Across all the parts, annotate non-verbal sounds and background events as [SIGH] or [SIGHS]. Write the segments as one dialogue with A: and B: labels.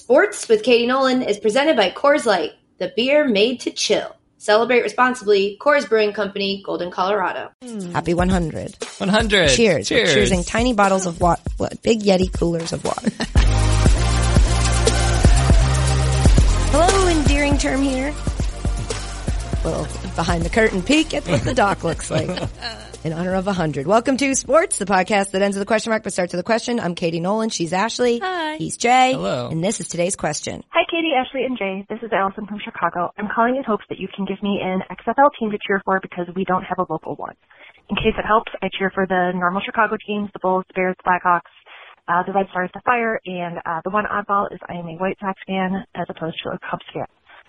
A: Sports with Katie Nolan is presented by Coors Light, the beer made to chill. Celebrate responsibly. Coors Brewing Company, Golden, Colorado.
B: Happy 100.
C: 100.
B: Cheers. We're
C: Cheers.
B: choosing tiny bottles of water, what, big Yeti coolers of water. [LAUGHS] Hello, endearing term here. Little behind the curtain peek at what the dock looks [LAUGHS] like in honor of 100. Welcome to Sports, the podcast that ends with a question mark but starts with a question. I'm Katie Nolan. She's Ashley. Hi. He's Jay.
C: Hello.
B: And this is today's question.
D: Hi, Katie, Ashley, and Jay. This is Allison from Chicago. I'm calling in hopes that you can give me an XFL team to cheer for because we don't have a local one. In case it helps, I cheer for the normal Chicago teams, the Bulls, the Bears, the Blackhawks, uh, the Red Stars, the Fire, and uh, the one oddball is I am a White Sox fan as opposed to a Cubs fan.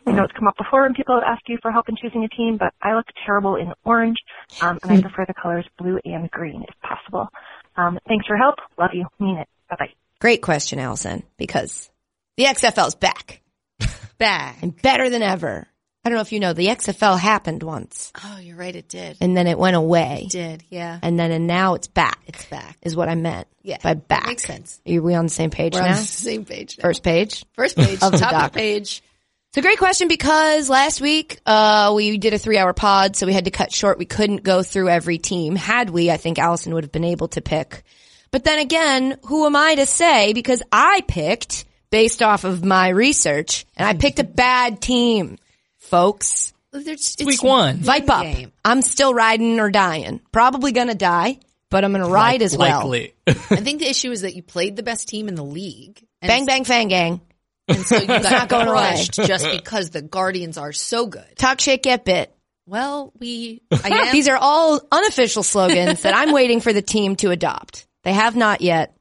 D: I know it's come up before when people have asked you for help in choosing a team, but I look terrible in orange, um, and I prefer the colors blue and green if possible. Um, thanks for help. Love you. Mean it. Bye-bye.
B: Great question, Allison, because the XFL's back. [LAUGHS] back. And better than ever. I don't know if you know, the XFL happened once
E: Oh, you're right. It did. It
B: and then it went away.
E: did.
B: [LAUGHS]
E: Yeah.
B: And then and now it's back. It's
E: back.
B: Is what I meant.
E: Yeah.
B: By back.
E: Makes sense.
B: Are we on the same page
E: We're on
B: now?
E: the same page. now.
B: First page.
E: First page.
B: Of
E: top
B: the
E: of
B: doc.
E: the page.
B: It's a great question because last week uh, we did a three hour pod, so we had to cut short. We couldn't go through every team. Had we, I think Allison would have been able to pick. But then again, who am I to say? Because I picked based off of my research, and I picked a bad team, folks.
E: There's- It's
C: Week one.
B: Vipe up.
E: game.
B: I'm still riding or dying. Probably gonna die, but I'm gonna ride as well.
C: Likely. [LAUGHS]
E: I think the issue is that you played the best team in the league. And
B: Bang bang fang gang.
E: And
B: [LAUGHS]
E: so you got not
B: going
E: going
B: away.
E: crushed just because the Guardians are so good.
B: Talk shit, get bit.
E: Well, we. I
B: [LAUGHS]
E: am.
B: These are all unofficial slogans that I'm waiting for the team to adopt. They have not yet,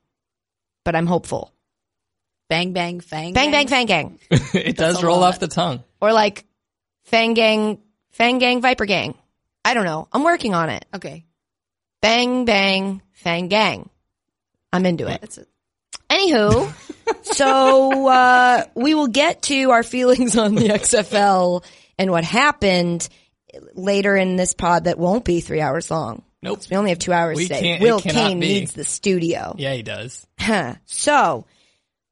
B: but I'm hopeful.
E: bang bang fang.
B: Bang, bang, fang gang.
C: it does
E: a
C: roll
E: lot.
C: off the tongue.
B: Or like fang gang, fang gang, viper gang. I don't know. I'm working on it.
E: Okay.
B: Bang, bang, fang gang. I'm into it.
E: That's it.
B: Anywho, so uh, we will get to our feelings on the XFL and what happened later in this pod that won't be three hours long.
C: Nope.
B: We only have two hours
C: We
B: today.
C: can't- it
B: Will
C: cannot
B: Kane
C: be.
B: needs the studio.
C: Yeah, he does.
B: Huh. So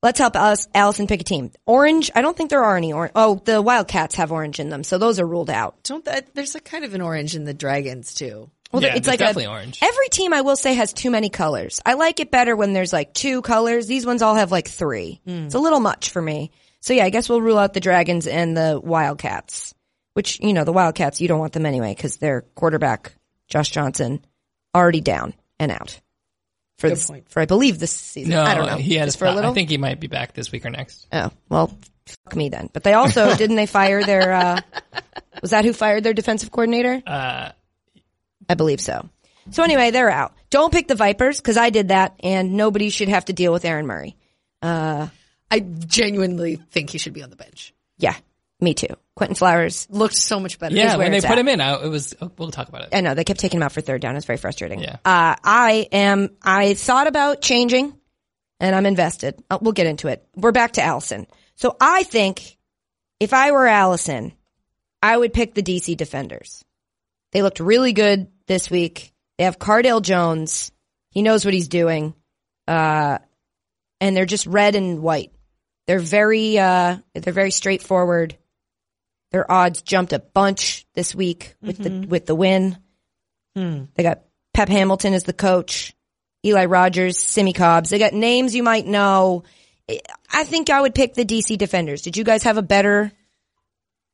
B: let's help us, Allison, pick a team. Orange. I don't think there are any orange. Oh, the Wildcats have orange in them, so those are ruled out.
E: Don't that? There's a kind of an orange in the Dragons too.
B: Well,
C: Yeah,
B: it's like
C: there's
B: a-
C: definitely orange.
B: Every team, I will say, has too many colors. I like it better when there's like two colors. These ones all have like three. It's a little much for me. So yeah, I guess we'll rule out the Dragons and the Wildcats, which you know the Wildcats. You don't want them anyway because their quarterback Josh Johnson already down and out for this, for I believe this season.
C: No,
B: I don't know.
C: He had
B: Just
C: a
B: for a
C: spot.
B: little.
C: I think he might be back this week or next.
B: Oh well, fuck me then. But they also didn't they fire their? Uh, was that who fired their defensive coordinator? Uh, I believe so. So anyway, they're out. Don't pick the Vipers because I did that, and nobody should have to deal with Aaron Murray.
E: I genuinely think he should be on the bench.
B: Yeah, me too. Quentin Flowers.
E: Looked so much better.
C: Yeah,
B: where
C: when they
B: it's
C: put
B: at.
C: him in, I, it was. oh, We'll talk about it.
B: I know they kept taking him out for third down. It's very frustrating.
C: Yeah.
B: Uh, I am. I thought about changing, and I'm invested. Uh, we'll get into it. We're back to Allison. So I think if I were Allison, I would pick the DC Defenders. They looked really good this week. They have Cardale Jones. He knows what he's doing. Uh, and they're just red and white. They're very uh, they're very straightforward. Their odds jumped a bunch this week with
C: Mm-hmm.
B: the with the win.
C: Hmm.
B: They got Pep Hamilton as the coach, Eli Rogers, Simi Cobbs. They got names you might know. I- I think I would pick the DC Defenders. Did you guys have a better?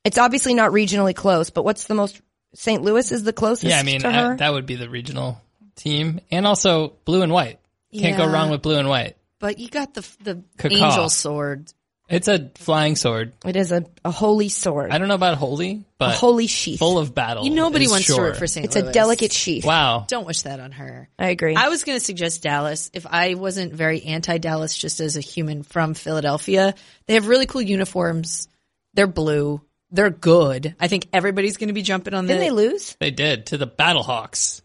B: It's obviously not regionally close, but what's the most? St. Louis is the closest.
C: Yeah, I mean
B: to her.
C: I, that would be the regional team, and also blue and white. Can't go
E: Yeah.
C: wrong with blue and white.
E: But you got the the
C: Cacaw.
E: angel sword.
C: It's a flying sword.
B: it is a, a holy sword,
C: I don't know about holy,
B: a
C: but
B: holy sheath.
C: full of battle.
E: You, nobody
C: is
E: wants to
C: sure.
E: root for St.
B: it's a
E: Louis.
B: delicate sheath.
C: Wow.
E: Don't wish that on her.
B: I agree.
E: I was going to suggest Dallas. If I wasn't very anti Dallas, just as a human from Philadelphia, they have really cool uniforms. They're blue. They're good. I think everybody's going to be jumping on
B: Didn't they
E: the.
B: lose?
C: They did to the Battlehawks.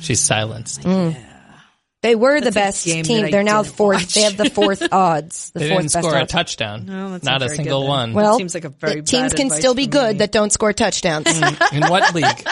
C: She's silenced.
B: They were the
E: That's a
B: best
E: game
B: team.
E: that I
B: They're now
E: didn't
B: fourth.
E: watch.
B: They have the
E: [LAUGHS]
B: fourth odds. The
C: They
B: fourth
C: didn't
B: best
C: score a
B: odds.
C: touching.
E: No, that's
C: not
E: not
C: a
E: very
C: single
E: good then.
C: one.
B: Well,
E: seems like a very
B: the teams
E: bad
B: can
E: advice
B: still be
E: for
B: good
E: me.
B: [LAUGHS]
E: Mm.
B: that don't score touchdowns.
C: [LAUGHS] In what league?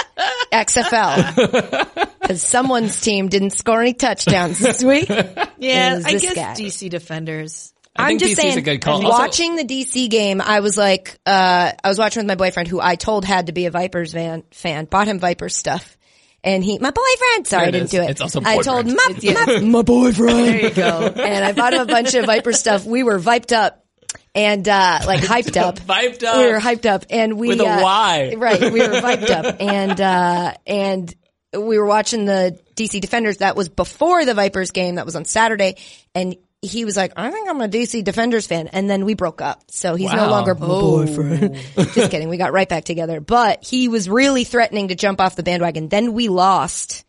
B: XFL. because someone's team didn't score any touchdowns this
C: [LAUGHS]
B: week.
E: Yeah,
B: is
E: I
B: this
E: guess
B: guy.
E: DC defenders.
C: I
B: I'm
C: think
B: just
C: DC is
B: saying,
C: a good call. Also-
B: watching the DC game, I was like, uh, I was watching with my boyfriend who I told had to be a Vipers fan, fan bought him Vipers stuff. And he, my boyfriend, sorry,
C: There it
B: I didn't
C: is.
B: do it.
C: It's also
B: I told
C: boyfriend.
B: my, my, my
E: [LAUGHS]
B: boyfriend. There you [LAUGHS] go. and I bought him a bunch of Viper stuff. We were viped up and, uh, like hyped up.
C: [LAUGHS] Viped up.
B: We were hyped up and we,
C: With a
B: uh,
C: Y.
B: Right. We were viped up and, uh, and we were watching the DC Defenders. That was before the Vipers game. That was on Saturday. And he was like, I think I'm a DC Defenders fan. And then we broke up. So he's no
C: Wow.
B: longer my boyfriend. [LAUGHS] Just kidding. We got right back together. But he was really threatening to jump off the bandwagon. Then we lost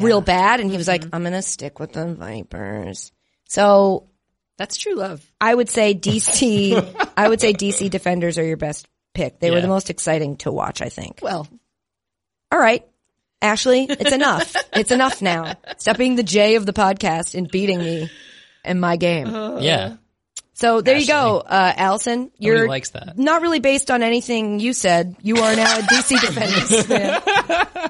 B: real bad. And he was like, I'm going to stick with the Vipers. So
E: That's true love.
B: I would say DC. I would say DC defenders are your best pick. They were
C: Yeah.
B: the most exciting to watch. I think.
E: Well,
B: All right, Ashley, it's enough. it's enough now. Stop being the J of the podcast and beating me in my game.
C: yeah.
B: So there you go, uh, Allison. You're
C: likes that.
B: Not really based on anything you said. You are now a
C: [LAUGHS]
B: DC defenders fan.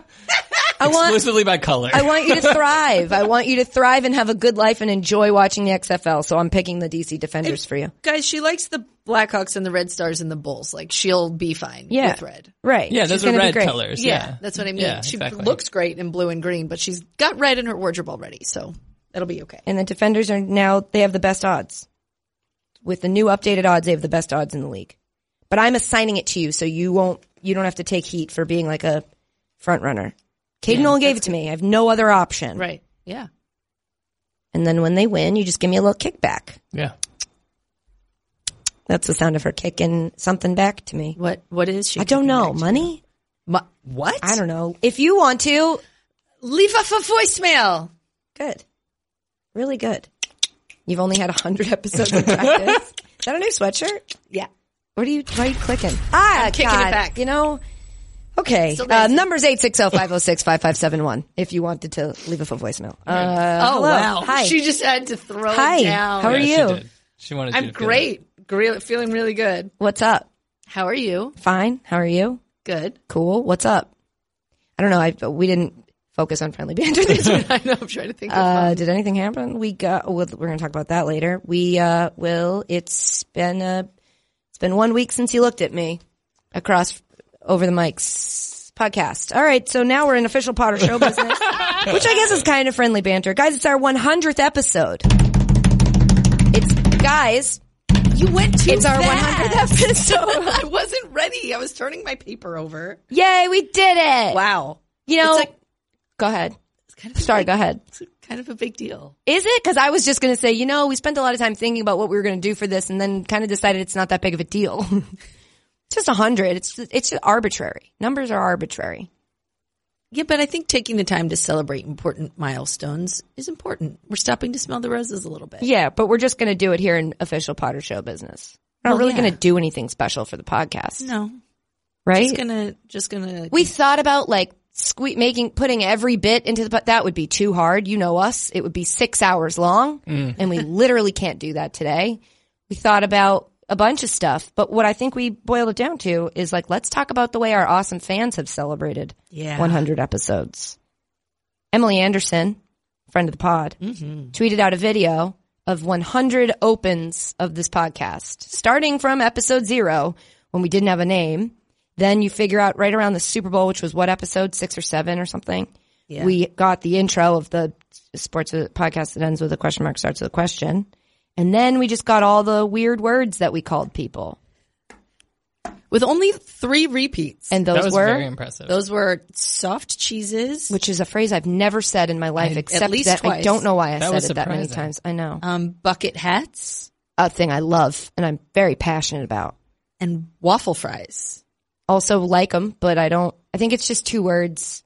B: I want.
C: Exclusively by color.
B: I want you to thrive. I want you to thrive and have a good life and enjoy watching the XFL. So I'm picking the DC Defenders for you.
E: guys, she likes the Blackhawks and the Red Stars and the Bulls. Like she'll be fine
B: Yeah.
E: with red.
B: Right.
C: [LAUGHS] yeah,
B: She's
C: those are
B: gonna be
C: red
B: great.
C: colors.
E: Yeah,
C: Yeah.
E: that's what I mean.
C: Yeah,
E: she
C: exactly.
E: looks great in blue and green, but she's got red in her wardrobe already, so that'll be okay.
B: and the defenders are now they have the best odds. With the new updated odds, they have the best odds in the league. But I'm assigning it to you, so you won't you don't have to take heat for being like a front runner. Caden Nolan gave it to me. I have no other option.
E: Right? Yeah.
B: And then when they win, you just give me a little kickback.
C: yeah.
B: That's the sound of her kicking something back to me.
E: What? What is she?
B: I don't know. Money?
E: Ma- what?
B: I don't know. If you want to,
E: Leave off a voicemail.
B: good. Really good. You've only had 100 [LAUGHS] episodes of practice. Is that a new sweatshirt?
E: Yeah.
B: What are you? Why are you clicking? Ah,
E: I'm kicking it
B: God,
E: back.
B: You know. Okay.
E: Still
B: Uh,
E: dancing.
B: numbers 860-506-5571 If you wanted to leave us a voicemail. Uh,
E: oh
B: hello.
E: wow.
B: Hi.
E: She just had to throw
B: Hi.
E: it down.
B: How are
C: Yeah,
B: you?
C: She, did. she wanted you
E: I'm
C: to feel
E: great. Gre- feeling really good.
B: What's up?
E: How are you?
B: Fine. How are you?
E: Good. [LAUGHS]
B: Cool. What's up? I don't know. I we didn't focus on friendly banter this
E: [LAUGHS]
B: week.
E: I know. I'm trying to think. Of
B: Uh, did anything happen? We got. We're going to talk about that later. We uh, will. It's been uh, it's been one week since you looked at me across over the mics podcast. All right, so now we're in official Potter show
E: [LAUGHS]
B: business, which I guess is kind of friendly banter, guys. It's our 100th episode. It's guys.
E: you went too
B: It's our
E: fast. [LAUGHS]
B: 100th episode.
E: I wasn't ready. I was turning my paper over.
B: Yay, we did it!
E: Wow.
B: You know,
E: It's like-
B: go ahead.
E: It's kind of a
B: Sorry,
E: big-
B: go ahead.
E: It's kind of a big deal.
B: Is it? Because I was just going to say, you know, we spent a lot of time thinking about what we were going to do for this, and then kind of decided it's not that big of a deal. [LAUGHS] just a hundred. It's it's just arbitrary. Numbers are arbitrary.
E: Yeah, but I think taking the time to celebrate important milestones is important. We're stopping to smell the roses a little bit.
B: Yeah, but we're just going to do it here in official Potter Show business. We're not
E: Well,
B: really
E: yeah.
B: going to do anything special for the podcast,
E: No,
B: right?
E: just gonna, just gonna.
B: we thought about like sque- making putting every bit into the but that would be too hard. You know us; it would be six hours long, and we literally can't do that today. We thought about a bunch of stuff, but what I think we boiled it down to is like let's talk about the way our awesome fans have celebrated
E: Yeah.
B: 100 episodes. Emily Anderson, friend of the pod,
E: Mm-hmm.
B: tweeted out a video of 100 opens of this podcast, starting from episode zero when we didn't have a name. Then you figure out right around the Super Bowl, which was what episode six or seven or something.
E: Yeah.
B: We got the intro of the sports uh, podcast that ends with a question mark, starts with a question. And then we just got all the weird words that we called people.
E: with only three repeats,
B: And
C: That
B: those
C: was
B: were,
C: very impressive.
E: those were soft cheeses.
B: which is a phrase I've never said in my life, except
E: least
B: that I
E: twice.
B: don't know why I
C: That
B: said
C: was
B: it that many
C: surprising.
B: times. I know.
E: um, bucket hats
B: a thing I love and I'm very passionate about.
E: and waffle fries.
B: Also like them, but I don't, I think it's just two words.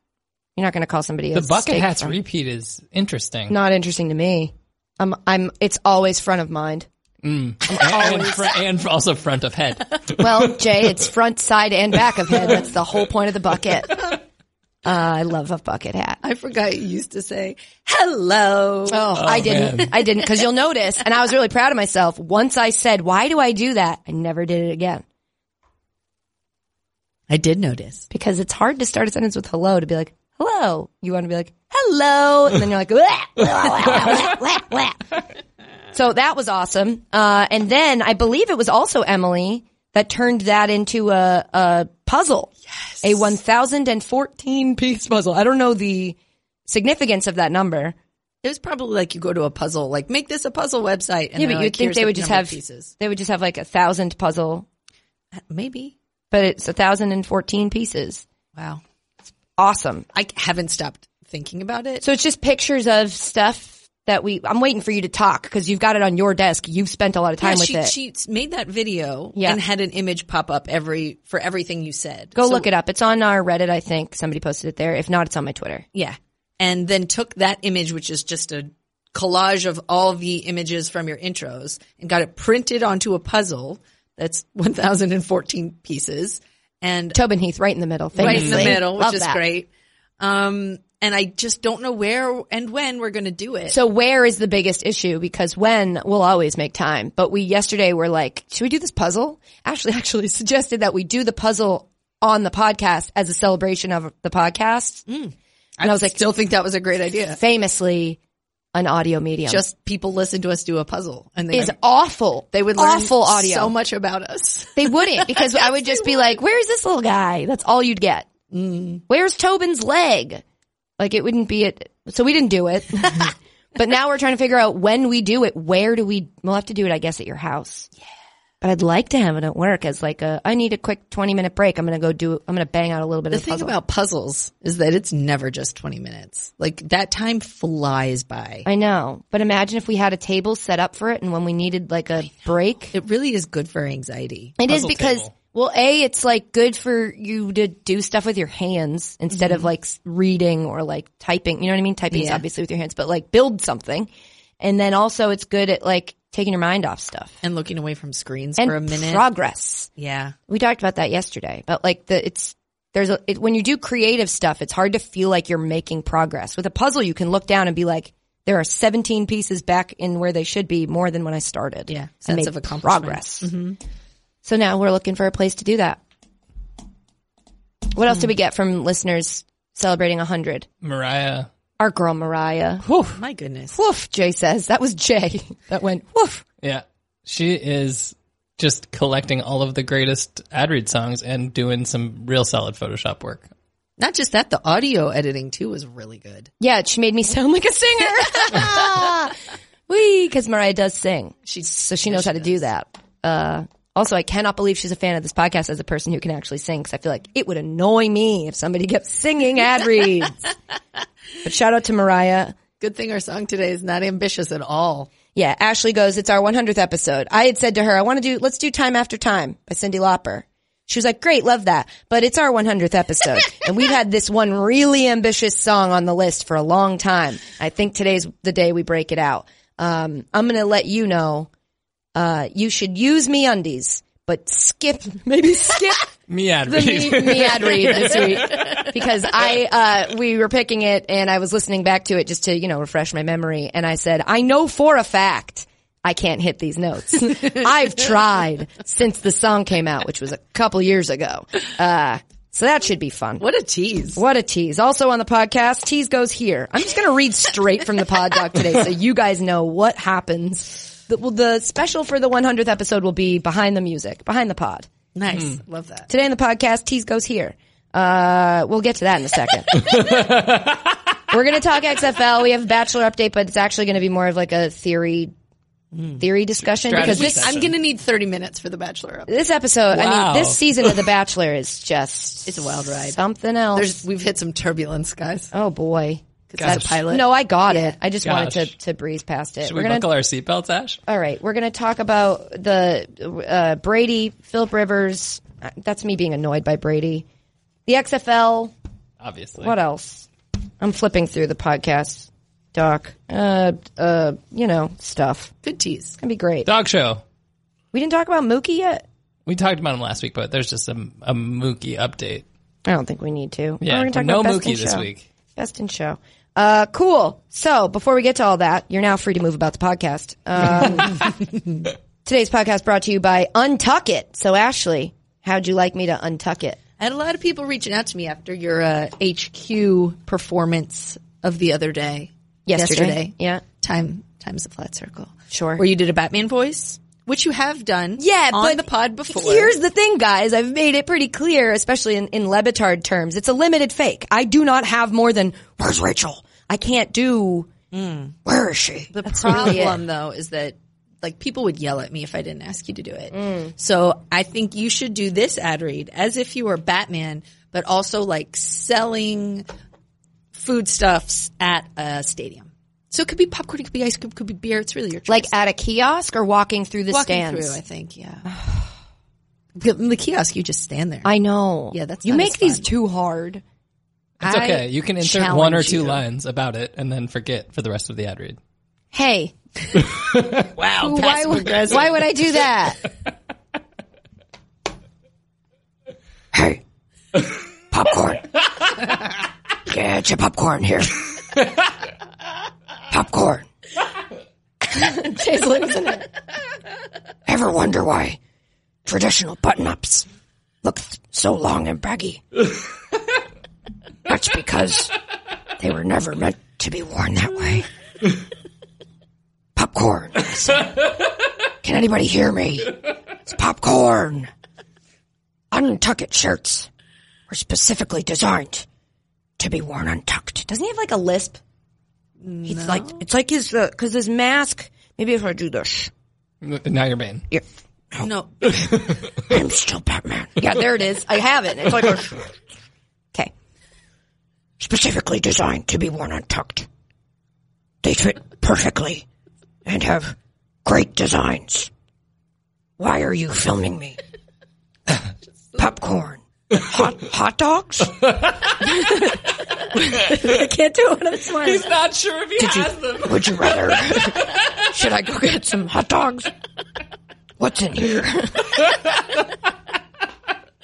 B: You're not going to call somebody a
C: the bucket
B: steak
C: hats
B: fry.
C: repeat is interesting.
B: Not interesting to me. I'm, I'm, it's always front of mind.
C: and, and, fr- and also front of head.
B: [LAUGHS]
C: [LAUGHS]
B: Well, Jay, it's front, side, and back of head. That's the whole point of the bucket. Uh, I love a bucket hat.
E: I forgot you used to say hello.
B: Oh, I didn't.
C: man.
B: I didn't because you'll notice, and I was really proud of myself. Once I said, "Why do I do that?" I never did it again
E: I did notice.
B: because it's hard to start a sentence with "hello" to be like hello. You want to be like, hello. And then you're like, [LAUGHS] "Wah, wah, wah, wah, wah, wah." so that was awesome. Uh, and then I believe it was also Emily that turned that into a, a puzzle. Yes. A 1014 piece puzzle. I don't know the significance of that number.
E: It was probably like you go to a puzzle, like make this a puzzle website. And
B: Yeah,
E: they're
B: but
E: like,
B: you would think
E: "Here's
B: they
E: the
B: would just
E: number of
B: have,
E: pieces.
B: they would just have like a thousand puzzle,
E: Maybe.
B: but it's a thousand and fourteen pieces.
E: Wow.
B: Awesome.
E: I haven't stopped thinking about it.
B: So it's just pictures of stuff that we. I'm waiting for you to talk because you've got it on your desk. You've spent a lot of time
E: yeah,
B: with
E: she,
B: it.
E: she made that video
B: Yeah.
E: and had an image pop up every for everything you said.
B: Go
E: So-
B: look it up. It's on our Reddit. I think somebody posted it there. If not, it's on my Twitter.
E: Yeah. And then took that image, which is just a collage of all the images from your intros and got it printed onto a puzzle that's [LAUGHS] 1014 pieces and
B: Tobin Heath, right in the middle.
E: right in the
B: famously.
E: middle, which
B: Love
E: is
B: that.
E: great. Um, and I just don't know where and when we're going to do it.
B: So where is the biggest issue? Because when we'll always make time. But we yesterday were like, should we do this puzzle? Ashley [LAUGHS] actually suggested that we do the puzzle on the podcast as a celebration of the podcast.
E: Mm-hmm. and I was like, still think that was a great idea.
B: Famously, an audio medium
E: Just people listen to us do a puzzle and they,
B: is awful.
E: they would learn
B: awful audio.
E: so much about us.
B: They wouldn't because I would just be like, "Where's this little guy?" That's all you'd get.
E: Mm.
B: Where's Tobin's leg? Like it wouldn't be it. So we didn't do
E: [LAUGHS]
B: it. [LAUGHS] but now we're trying to figure out when we do it. Where do we? We'll have to do it, I guess, at your house. Yeah. But I'd like to have it at work as like a. I need a quick twenty minute break. I'm gonna go do. I'm gonna bang out a little bit
E: [LAUGHS] The
B: of the
E: thing
B: puzzle.
E: about puzzles is that it's never just 20 minutes. Like that time flies by.
B: I know, but imagine if we had a table set up for it, and when we needed like a break,
E: It really is good for anxiety.
B: It is
C: Puzzle
B: because
C: table.
B: well, a it's like good for you to do stuff with your hands instead of like s- reading or like typing. You know what I mean? Typing is
E: Mm-hmm. Yeah.
B: obviously with your hands, but like build something, and then also it's good at like taking your mind off stuff
E: And looking away from screens
B: and
E: for a minute.
B: progress.
E: yeah.
B: We talked about that yesterday, but like the it's there's a it, when you do creative stuff, it's hard to feel like you're making progress. With a puzzle, you can look down and be like, there are 17 pieces back in where they should be, more than when I started.
E: Yeah.
B: I
E: Sense
B: made
E: of accomplishment. Mm-hmm.
B: progress. So now we're looking for a place to do that. What else did we get from listeners celebrating 100?
C: Mariah.
B: Our girl Mariah.
E: My goodness.
B: Woof, Jay says. That was Jay [LAUGHS] that went woof.
C: Yeah. She is just collecting all of the greatest ad read songs and doing some real solid Photoshop work.
E: Not just that, the audio editing too was really good.
B: Yeah, she made me [LAUGHS] sound like a [LAUGHS] singer. Wee, because Mariah does sing.
E: She's
B: So she knows how to do that. Uh, also, I cannot believe she's a fan of this podcast as a person who can actually sing because I feel like it would annoy me if somebody kept singing ad [LAUGHS] reads. but shout out to Mariah.
E: Good thing our song today is not ambitious at all.
B: Yeah, Ashley goes, it's our 100th episode. I had said to her, I want to do, let's do Time After Time by Cindy Lauper. She was like, great, love that. But it's our 100th episode. and we've had this one really ambitious song on the list for a long time. I think today's the day we break it out. Um, I'm going to let you know, uh, you should use me undies, but skip, [LAUGHS] maybe skip
C: Me ad
B: the
C: [LAUGHS] read.
B: me, me ad read this week because I uh, we were picking it and I was listening back to it just to you know refresh my memory and I said I know for a fact I can't hit these notes. I've tried since the song came out, which was a couple years ago. Uh, so that should be fun.
E: What a tease.
B: What a tease. Also on the podcast, tease goes here. I'm just going to read straight from the pod doc today so you guys know what happens. The, well, the special for the 100th episode will be behind the music, behind the pod.
E: Nice.
B: Hmm.
E: Love that.
B: Today on the podcast, tease goes here. Uh, we'll get to that in a
C: [LAUGHS]
B: second. We're going to talk XFL. We have a bachelor update, but it's actually going to be more of like a theory, theory discussion because
C: Hmm. Strategy
B: this,
C: session.
E: I'm going to need 30 minutes for The Bachelor. Up.
B: this episode, I
C: Wow.
B: mean, this season
C: [LAUGHS]
B: of The Bachelor is just,
E: It's a wild ride.
B: something else.
E: There's, we've hit some turbulence, guys.
B: oh boy.
E: That's a pilot.
B: No, I got it. I just wanted
C: Gosh.
B: to, to breeze past it.
C: Should
B: We're
C: we
B: gonna
C: buckle our seatbelts, Ash?
B: all right. We're gonna talk about the uh, Brady, Philip Rivers. Uh, That's me being annoyed by Brady. The XFL.
C: Obviously.
B: What else? I'm flipping through the podcast doc. Uh, uh, you know, stuff.
E: Good tease.
B: It'd be great.
C: Dog show.
B: We didn't talk about Mookie yet.
C: We talked about him last week, but there's just a, a Mookie update.
B: I don't think we need to.
C: Yeah,
B: we're Oh, gonna talk
C: no
B: about Best in
C: Mookie this
B: Show.
C: week.
B: Best in show. Uh, cool. So before we get to all that, you're now free to move about the podcast. Um,
C: [LAUGHS]
B: today's podcast brought to you by Untuck It. So Ashley, how'd you like me to untuck it?
E: I had a lot of people reaching out to me after your uh, HQ performance of the other day.
B: Yesterday. Yeah.
E: Time times a flat circle.
B: Sure.
E: Where you did a Batman voice, which you have done.
B: Yeah,
E: on
B: but
E: the pod before.
B: Here's the thing, guys. I've made it pretty clear, especially in, in Lebetard terms. It's a limited fake. I do not have more than, where's Rachel? I can't do, where is she?
E: The problem, though, is that like people would yell at me if I didn't ask you to do it.
B: Mm.
E: So I think you should do this ad read as if you were Batman, but also like selling foodstuffs at a stadium. So it could be popcorn, it could be ice cream, it could be beer. It's really your choice.
B: like at a kiosk or walking through the
E: walking
B: stands?
E: through, I think. Yeah, [SIGHS] in the kiosk, you just stand there.
B: I know.
E: Yeah, that's
B: You
E: not
B: make
E: as
B: these
E: fun.
B: too hard.
C: It's
E: I
C: okay. You can insert one or
E: challenge
C: two
E: you.
C: lines about it and then forget for the rest of the ad read.
B: Hey. wow. Why would,
E: passive-aggressive.
B: why would I do that? [LAUGHS] hey. Popcorn. Get your popcorn here. [LAUGHS] popcorn. [LAUGHS] Chase lives in it. Ever wonder why traditional button ups look so long and baggy? That's because they were never meant to be worn that way popcorn. I said. Can anybody hear me? It's popcorn. Untucked shirts were specifically designed to be worn untucked. [LAUGHS] Doesn't he have like a lisp? He's like it's like his because his mask. Maybe if I do this,
C: Now you're Bane.
B: yeah,
E: no,
B: I'm still Batman. Yeah, there it is. I have it. It's like a okay,
F: specifically designed to be worn untucked. They fit perfectly and have great designs. Why are you filming me? Popcorn. Hot, hot dogs?
B: I [LAUGHS] can't do it. I'm sorry.
C: He's not sure if he has them.
F: [LAUGHS] Would you rather?
C: [LAUGHS]
F: Should I go get some hot dogs? What's in here?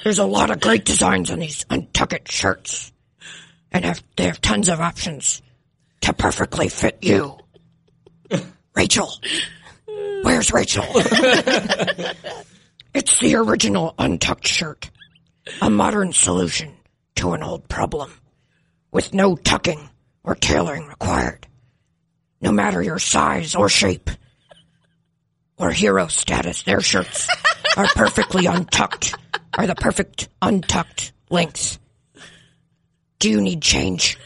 F: There's a lot of great designs on these untucked shirts, and have, they have tons of options to perfectly fit you. Rachel,
C: [LAUGHS]
F: where's Rachel? it's the original untucked shirt, a modern solution to an old problem, with no tucking or tailoring required no matter your size or shape or hero status, their shirts are perfectly untucked, are the perfect untucked lengths. Do you need change?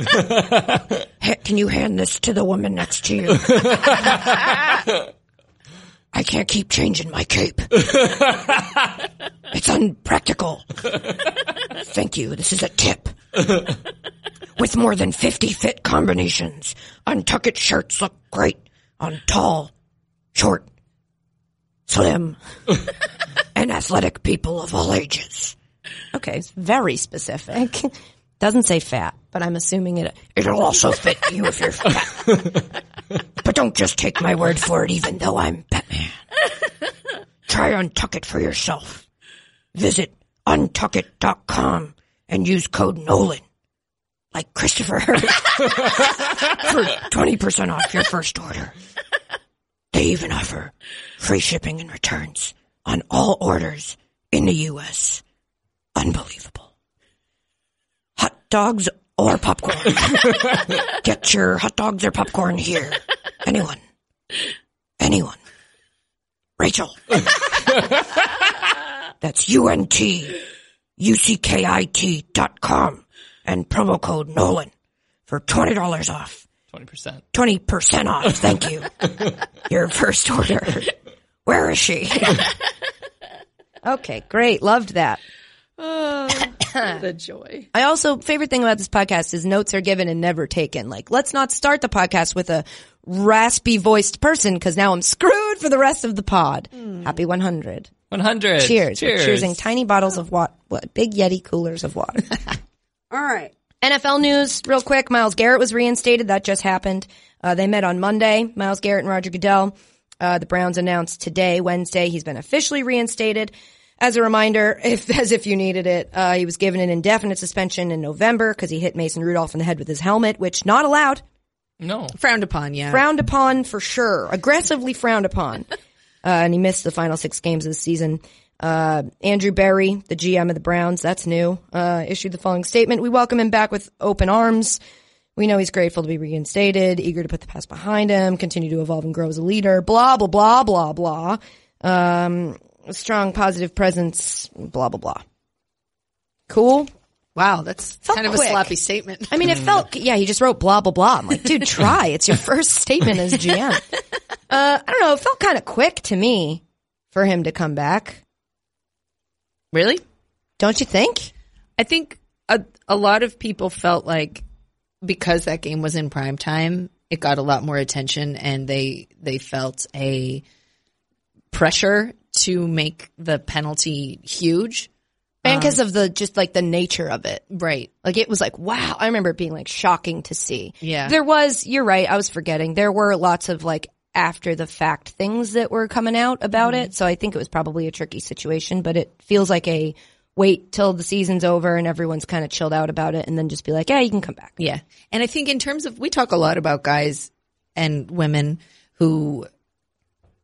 F: Ha- Can you hand this to the woman next to
B: [LAUGHS]
F: you? I can't keep changing
B: [LAUGHS]
F: my cape. It's unpractical. Thank you. This is a tip. With more than 50 fit combinations, untucked shirts look great on tall, short,
B: [LAUGHS]
F: slim, and athletic people of all ages.
B: Okay, it's very specific. Doesn't say fat, but I'm assuming it.
F: It'll also fit you if you're fat. but don't just take my word for it, even though I'm Batman. Try Untuck It for yourself. Visit untuckit.com and use code NOLAN, like Christopher, for 20% off your first order. They even offer free shipping and returns on all orders in the U.S. Unbelievable. Hot dogs or popcorn. Get your hot dogs or
B: [LAUGHS]
F: popcorn here. Anyone. Anyone.
B: [LAUGHS]
F: Rachel. That's U-N-T, U-C-K-I-T dot com and promo code Nolan for $20 off.
C: 20%.
F: 20% off.
B: [LAUGHS]
F: Thank you. Your first order. Where is she?
B: Okay, great. Loved that.
E: Oh, the joy.
B: I also favorite thing about this podcast is notes are given and never taken. Like, let's not start the podcast with a raspy voiced person because now I'm screwed for the rest of the pod.
E: Hmm.
B: Happy 100.
C: 100.
B: Cheers. We're
C: Cheers.
B: choosing tiny bottles of water, what, big Yeti coolers of water.
E: All right.
B: NFL news, real quick. Miles Garrett was reinstated. That just happened. Uh, they met on Monday. Miles Garrett and Roger Goodell. Uh, the Browns announced today, Wednesday, he's been officially reinstated. As a reminder, [LAUGHS] if as if you needed it, uh, he was given an indefinite suspension in November because he hit Mason Rudolph in the head with his helmet, which not allowed.
C: No.
E: Frowned upon, yeah.
B: Frowned upon for sure. Aggressively frowned upon. Uh, and he missed the final six games of the season. Uh, Andrew Berry, the GM of the Browns, that's new, uh, issued the following statement. We welcome him back with open arms. We know he's grateful to be reinstated, eager to put the past behind him, continue to evolve and grow as a leader, blah, blah, blah, blah, blah. Um, strong, positive presence, blah, blah, blah. Cool.
E: Wow, that's
B: Felt
E: kind of
B: quick.
E: a sloppy statement. [LAUGHS]
B: I mean, it felt, yeah, he just wrote blah, blah, blah. I'm like, dude, try. It's your first statement as GM. Uh, I don't know. It felt kind of quick to me for him to come back.
E: Really?
B: Don't you think?
E: I think a, a lot of people felt like because that game was in prime time, it got a lot more attention, and they they felt a pressure to make the penalty huge.
B: And because of the, just like the nature of it.
E: Right.
B: Like it was like, wow. I remember it being like shocking to see.
E: Yeah.
B: There was, you're right. I was forgetting. There were lots of like after the fact things that were coming out about it. So I think it was probably a tricky situation, but it feels like a wait till the season's over and everyone's kind of chilled out about it and then just be like, yeah, you can come back.
E: Yeah. And I think in terms of we talk a lot about guys and women who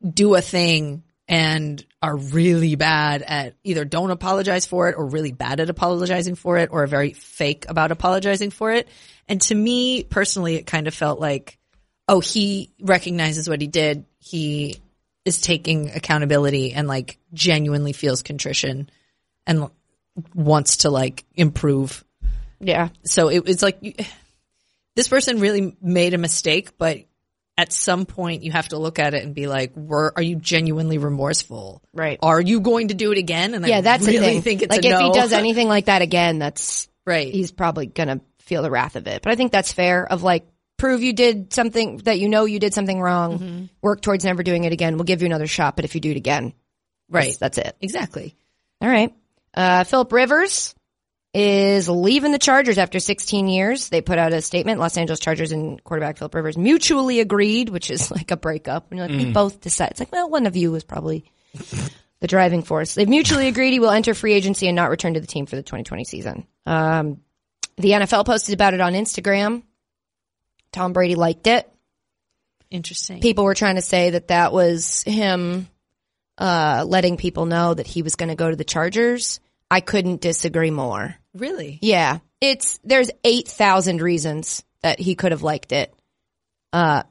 E: do a thing and are really bad at either don't apologize for it or really bad at apologizing for it or are very fake about apologizing for it. And to me personally, it kind of felt like, oh, he recognizes what he did. He is taking accountability and like genuinely feels contrition and wants to like improve
B: Yeah.
E: so it, it's like you, this person really made a mistake, but at some point you have to look at it and be like, were are you genuinely remorseful?
B: Right.
E: Are you going to do it again? And I
B: Yeah, that's
E: really
B: the thing.
E: think it's
B: like
E: a
B: if
E: no.
B: he
E: [LAUGHS]
B: does anything like that again, that's
E: right.
B: he's probably gonna feel the wrath of it. But I think that's fair. Of like, prove you did something that you know you did something wrong.
E: Mm-hmm.
B: Work towards never doing it again. We'll give you another shot, but if you do it again,
E: right.
B: that's it.
E: Exactly.
B: All right. Uh, Philip Rivers is leaving the Chargers after 16 years. They put out a statement. Los Angeles Chargers and quarterback Philip Rivers mutually agreed, which is [LAUGHS] like a breakup. And you're like, we both decide. It's like, well, one of you was probably the driving force. They've mutually agreed he will enter free agency and not return to the team for the 2020 season. Um, the NFL posted about it on Instagram. Tom Brady liked it
E: Interesting.
B: people were trying to say that that was him uh, letting people know that he was going to go to the Chargers. I couldn't disagree more.
E: really?
B: Yeah, it's there's eight thousand reasons that he could have liked it. Uh,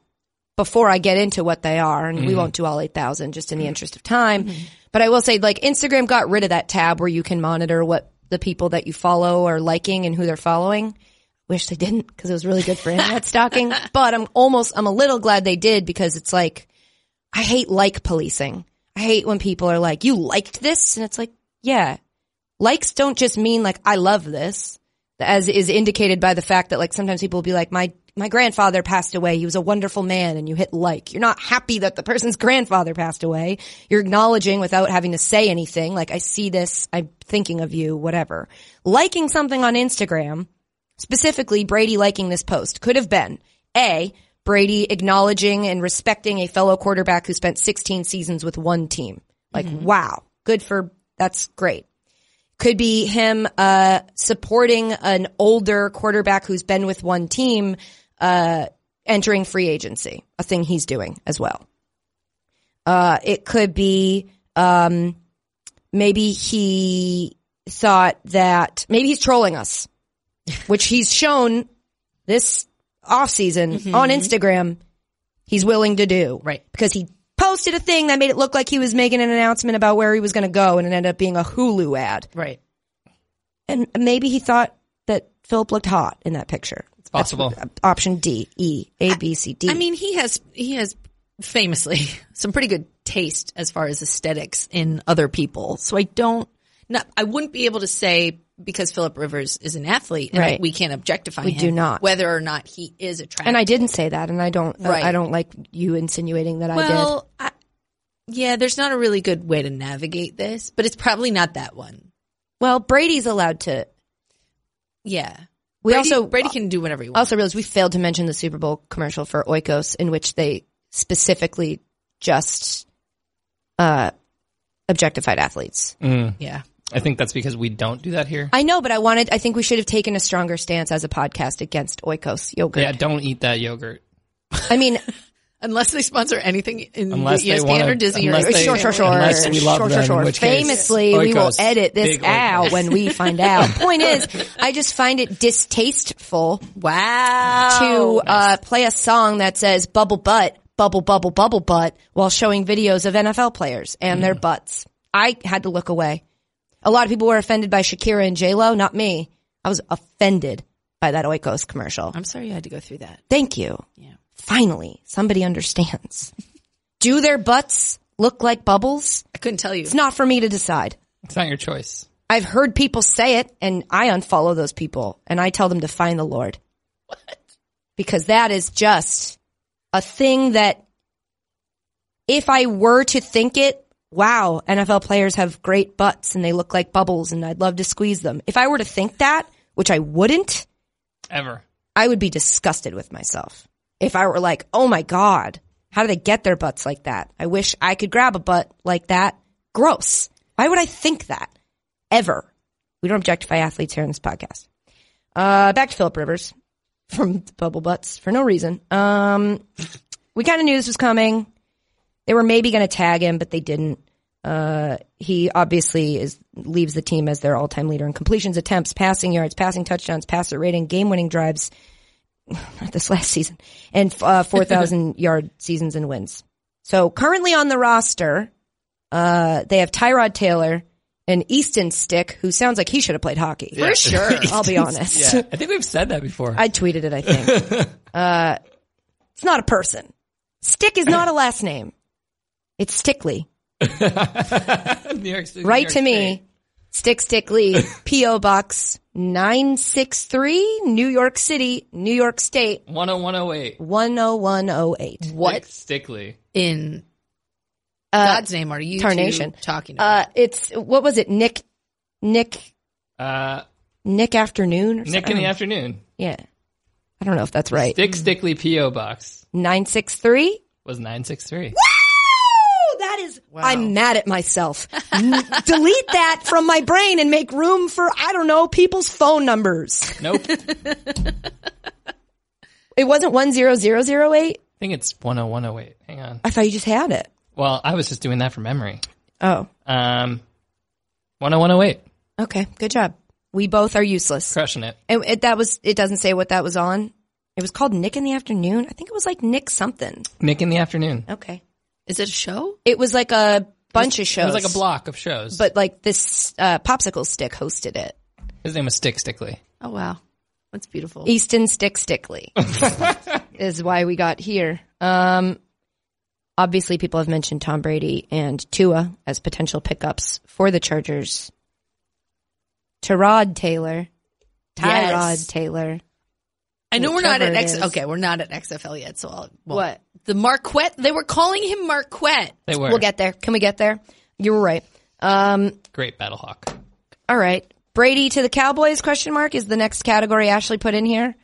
B: before I get into what they are, and we won't do all eight thousand just in the interest of time, but I will say like Instagram got rid of that tab where you can monitor what the people that you follow are liking and who they're following. Wish they didn't because it was really good for internet stalking. But I'm almost I'm a little glad they did because it's like I hate like policing. I hate when people are like, "You liked this," and it's like, yeah, likes don't just mean like I love this, as is indicated by the fact that like sometimes people will be like my my grandfather passed away. He was a wonderful man, and you hit like. You're not happy that the person's [LAUGHS] grandfather passed away. You're acknowledging without having to say anything. Like I see this, I'm thinking of you, whatever. Liking something on Instagram, specifically Brady liking this post, could have been a Brady acknowledging and respecting a fellow quarterback who spent 16 seasons with one team. Like wow, good for that's great could be him uh, supporting an older quarterback who's been with one team uh, entering free agency, a thing he's doing as well. Uh, it could be um, maybe he thought that maybe he's trolling us, which he's shown this offseason on Instagram he's willing to do.
E: Right.
B: Because he posted a thing that made it look like he was making an announcement about where he was going to go and it ended up being a Hulu ad
E: Right.
B: and maybe he thought that Philip looked hot in that picture. It's
C: possible.
B: option D, E, A, B, C, D.
E: I mean, he has he has famously [LAUGHS] some pretty good taste as far as aesthetics in other people. So I don't, not, I wouldn't be able to say because Philip Rivers is an athlete, and
B: Right.
E: we can't objectify
B: We
E: him.
B: do not.
E: whether or not he is attractive.
B: and I didn't say that, and I don't. uh,
E: Right.
B: I, I don't like you insinuating that I did.
E: well, I yeah, there's not a really good way to navigate this, but it's probably not that one.
B: Well, Brady's allowed to.
E: Yeah,
B: We
E: Brady,
B: also
E: Brady can do whatever he wants.
B: also realized we failed to mention the Super Bowl commercial for Oikos, in which they specifically just uh, objectified athletes.
E: Mm. yeah,
C: I think that's because we don't do that here.
B: I know, but I wanted. I think we should have taken a stronger stance as a podcast against Oikos yogurt.
C: yeah, don't eat that yogurt.
B: I mean,
E: Unless they sponsor anything in
C: Unless
E: the E
C: they
E: ESPN
C: wanna-
E: or Disney or
C: unless they-
E: Sure, sure, sure.
C: Unless we love
B: sure, sure,
C: them,
B: sure.
C: in which case,
B: Famously, we will
C: oikos.
B: edit this
C: Big oikos.
B: out when we find
C: [LAUGHS]
B: out. Point is, I just find it distasteful
E: Wow.
B: to uh, play a song that says bubble butt, bubble, bubble, bubble butt while showing videos of NFL players and
C: Mm.
B: their butts. I had to look away. A lot of people were offended by Shakira and J-Lo, not me. I was offended by that Oikos commercial.
E: I'm sorry you had to go through that.
B: Thank you.
E: Yeah.
B: Finally, somebody understands. Do their butts look like bubbles?
E: I couldn't tell you.
B: It's not for me to decide.
C: It's not your choice.
B: I've heard people say it and I unfollow those people and I tell them to find the Lord. What? Because that is just a thing that if I were to think it, wow, NFL players have great butts and they look like bubbles and I'd love to squeeze them. If I were to think that, which I wouldn't,
C: Ever.
B: I would be disgusted with myself. If I were like, oh my God, how do they get their butts like that? I wish I could grab a butt like that. Gross. Why would I think that? Ever. We don't objectify athletes here in this podcast. Uh, back to Philip Rivers [LAUGHS] from Bubble Butts for no reason. Um, we kind of knew this was coming. They were maybe going to tag him, but they didn't. Uh, he obviously is leaves the team as their all-time leader in completions, attempts, passing yards, passing touchdowns, passer rating, game-winning drives. [SIGHS] Not this last season, and uh, four thousand yard seasons and wins. So currently on the roster, uh, they have Tyrod Taylor and Easton Stick, who sounds like he should have played hockey.
E: For sure.
B: I'll be honest.
C: [LAUGHS] Yeah. I think we've said that before.
B: I tweeted it, I think. uh, it's not a person. Stick is not a last name. It's Stickley.
C: [LAUGHS] New York City, New
B: Write
C: York
B: to
C: State.
B: me. Stick Stickley, P.O. Box 963, New York City, New York State,
C: 10108.
B: 10108.
E: What
C: Stickley.
E: [LAUGHS] in
B: Uh,
E: God's name are you two
B: tarnation.
E: talking about?
B: uh, it's, what was it? Nick, Nick,
C: Uh,
B: Nick Afternoon or something?
C: Nick in the afternoon.
B: Yeah. I don't know if that's right.
C: Dick Stickley P.O. Box
B: 963?
C: was 963.
B: Oh, that is. I'm mad at myself. [LAUGHS] N- Delete that from my brain and make room for I don't know people's phone numbers.
C: Nope. I
B: It wasn't one zero zero zero eight.
C: think it's 10108. Hang on.
B: I thought you just had it.
C: Well, I was just doing that from memory.
B: Oh,
C: Um, 10108.
B: okay. Good job. We both are useless.
C: Crushing it.
B: And it, that was. It doesn't say what that was on. It was called Nick in the afternoon. I think it was like Nick something.
C: Nick in the afternoon.
B: Okay.
E: Is it a show?
B: It was like a bunch of
C: It
B: shows.
C: was like a block of shows.
B: But like this uh, popsicle stick hosted it.
C: His name was Stick Stickley.
E: Oh wow, that's beautiful.
B: Easton Stick Stickley [LAUGHS] is why we got here. Um, obviously, people have mentioned Tom Brady and Tua as potential pickups for the Chargers. Tyrod Taylor, Tyrod
E: Yes.
B: Taylor.
E: I know we're not at
B: whichever it
E: X.
B: is.
E: Okay, we're not at XFL yet. So I'll, well,
B: What?
E: the Marquette? They were calling him Marquette.
C: They were.
B: We'll get there. Can we get there? You were right. Um,
C: Great Battle Hawk.
B: all right. Brady to the Cowboys? Question mark is the next category Ashley put in here.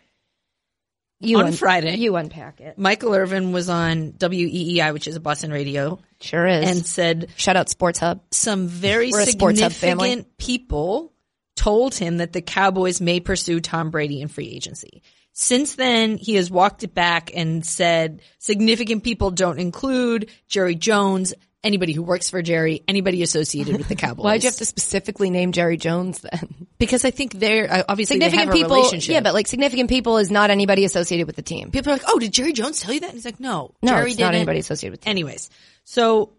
B: You
E: On Friday.
B: you unpack it.
E: Michael Irvin was on WEEI, which is a Boston radio,
B: Sure is.
E: and said
B: shout out Sports Hub.
E: some very
B: We're a sports hub family.
E: significant people told him that the Cowboys may pursue Tom Brady in free agency. Since then, he has walked it back and said significant people don't include Jerry Jones, anybody who works for Jerry, anybody associated with the Cowboys.
B: [LAUGHS] Why'd you have to specifically name Jerry Jones then?
E: Because I think they're
B: uh,
E: I- obviously
B: significant
E: they have a
B: people.
E: relationship.
B: Yeah, but like significant people is not anybody associated with the team.
E: people are like, "Oh, did Jerry Jones tell you that?" And he's like, "No,
B: No,
E: Jerry
B: it's
E: didn't.
B: not anybody associated with the team.
E: Anyways, so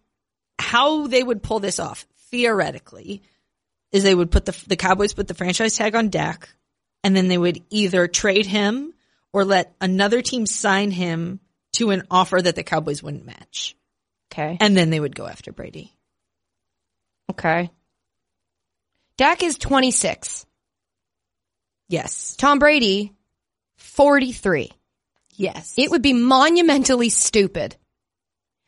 E: how they would pull this off theoretically is they would put the the Cowboys put the franchise tag on Dak, and then they would either trade him or let another team sign him to an offer that the Cowboys wouldn't match,
B: Okay.
E: and then they would go after Brady.
B: Okay. Dak is 26.
E: Yes,
B: Tom Brady, 43.
E: yes,
B: It would be monumentally stupid.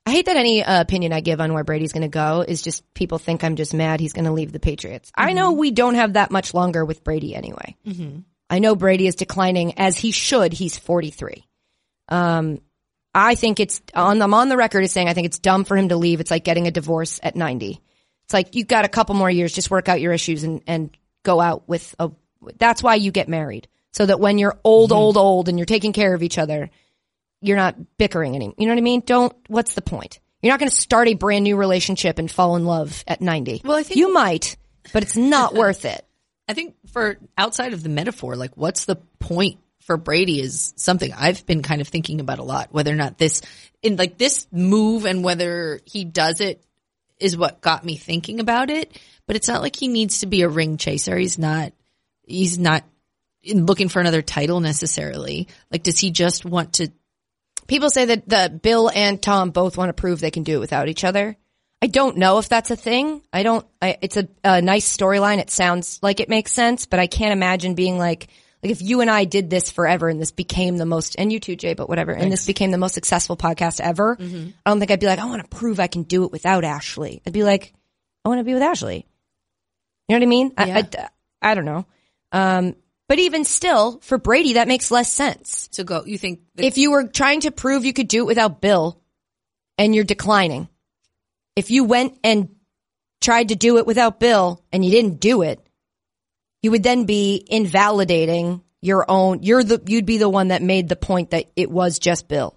B: I hate that any uh, opinion I give on where Brady's going to go is just people think I'm just mad he's going to leave the Patriots. I know we don't have that much longer with Brady anyway. I know Brady is declining as he should. He's 43. Um, I think it's on. I'm on the record as saying I think it's dumb for him to leave. It's like getting a divorce at 90. It's like you've got a couple more years. Just work out your issues and and go out with a. That's why you get married so that when you're old, old, old, and you're taking care of each other, you're not bickering anymore. You know what I mean? Don't. What's the point? You're not going to start a brand new relationship and fall in love at 90.
E: Well, I think-
B: you might, but it's
E: [LAUGHS]
B: not worth it.
E: I think for outside of the metaphor, like what's the point for Brady is something I've been kind of thinking about a lot, whether or not this in like this move and whether he does it is what got me thinking about it. But it's not like he needs to be a ring chaser. He's not, he's not in looking for another title necessarily. Like, does he just want to
B: People say that the Bill and Tom both want to prove they can do it without each other. I don't know if that's a thing. I don't. I, it's a, a nice storyline. It sounds like it makes sense, but I can't imagine being like like if you and I did this forever and this became the most and you too, Jay, but whatever. And this became the most successful podcast ever. I don't think I'd be like, I want to prove I can do it without Ashley. I'd be like, I want to be with Ashley. You know what I mean? I, I, I don't know. Um, but even still, for Brady, that makes less sense
E: to go? You think that
B: if you were trying to prove you could do it without Bill and you're declining, if you went and tried to do it without Bill and you didn't do it, you would then be invalidating your own you're the you'd be the one that made the point that it was just Bill.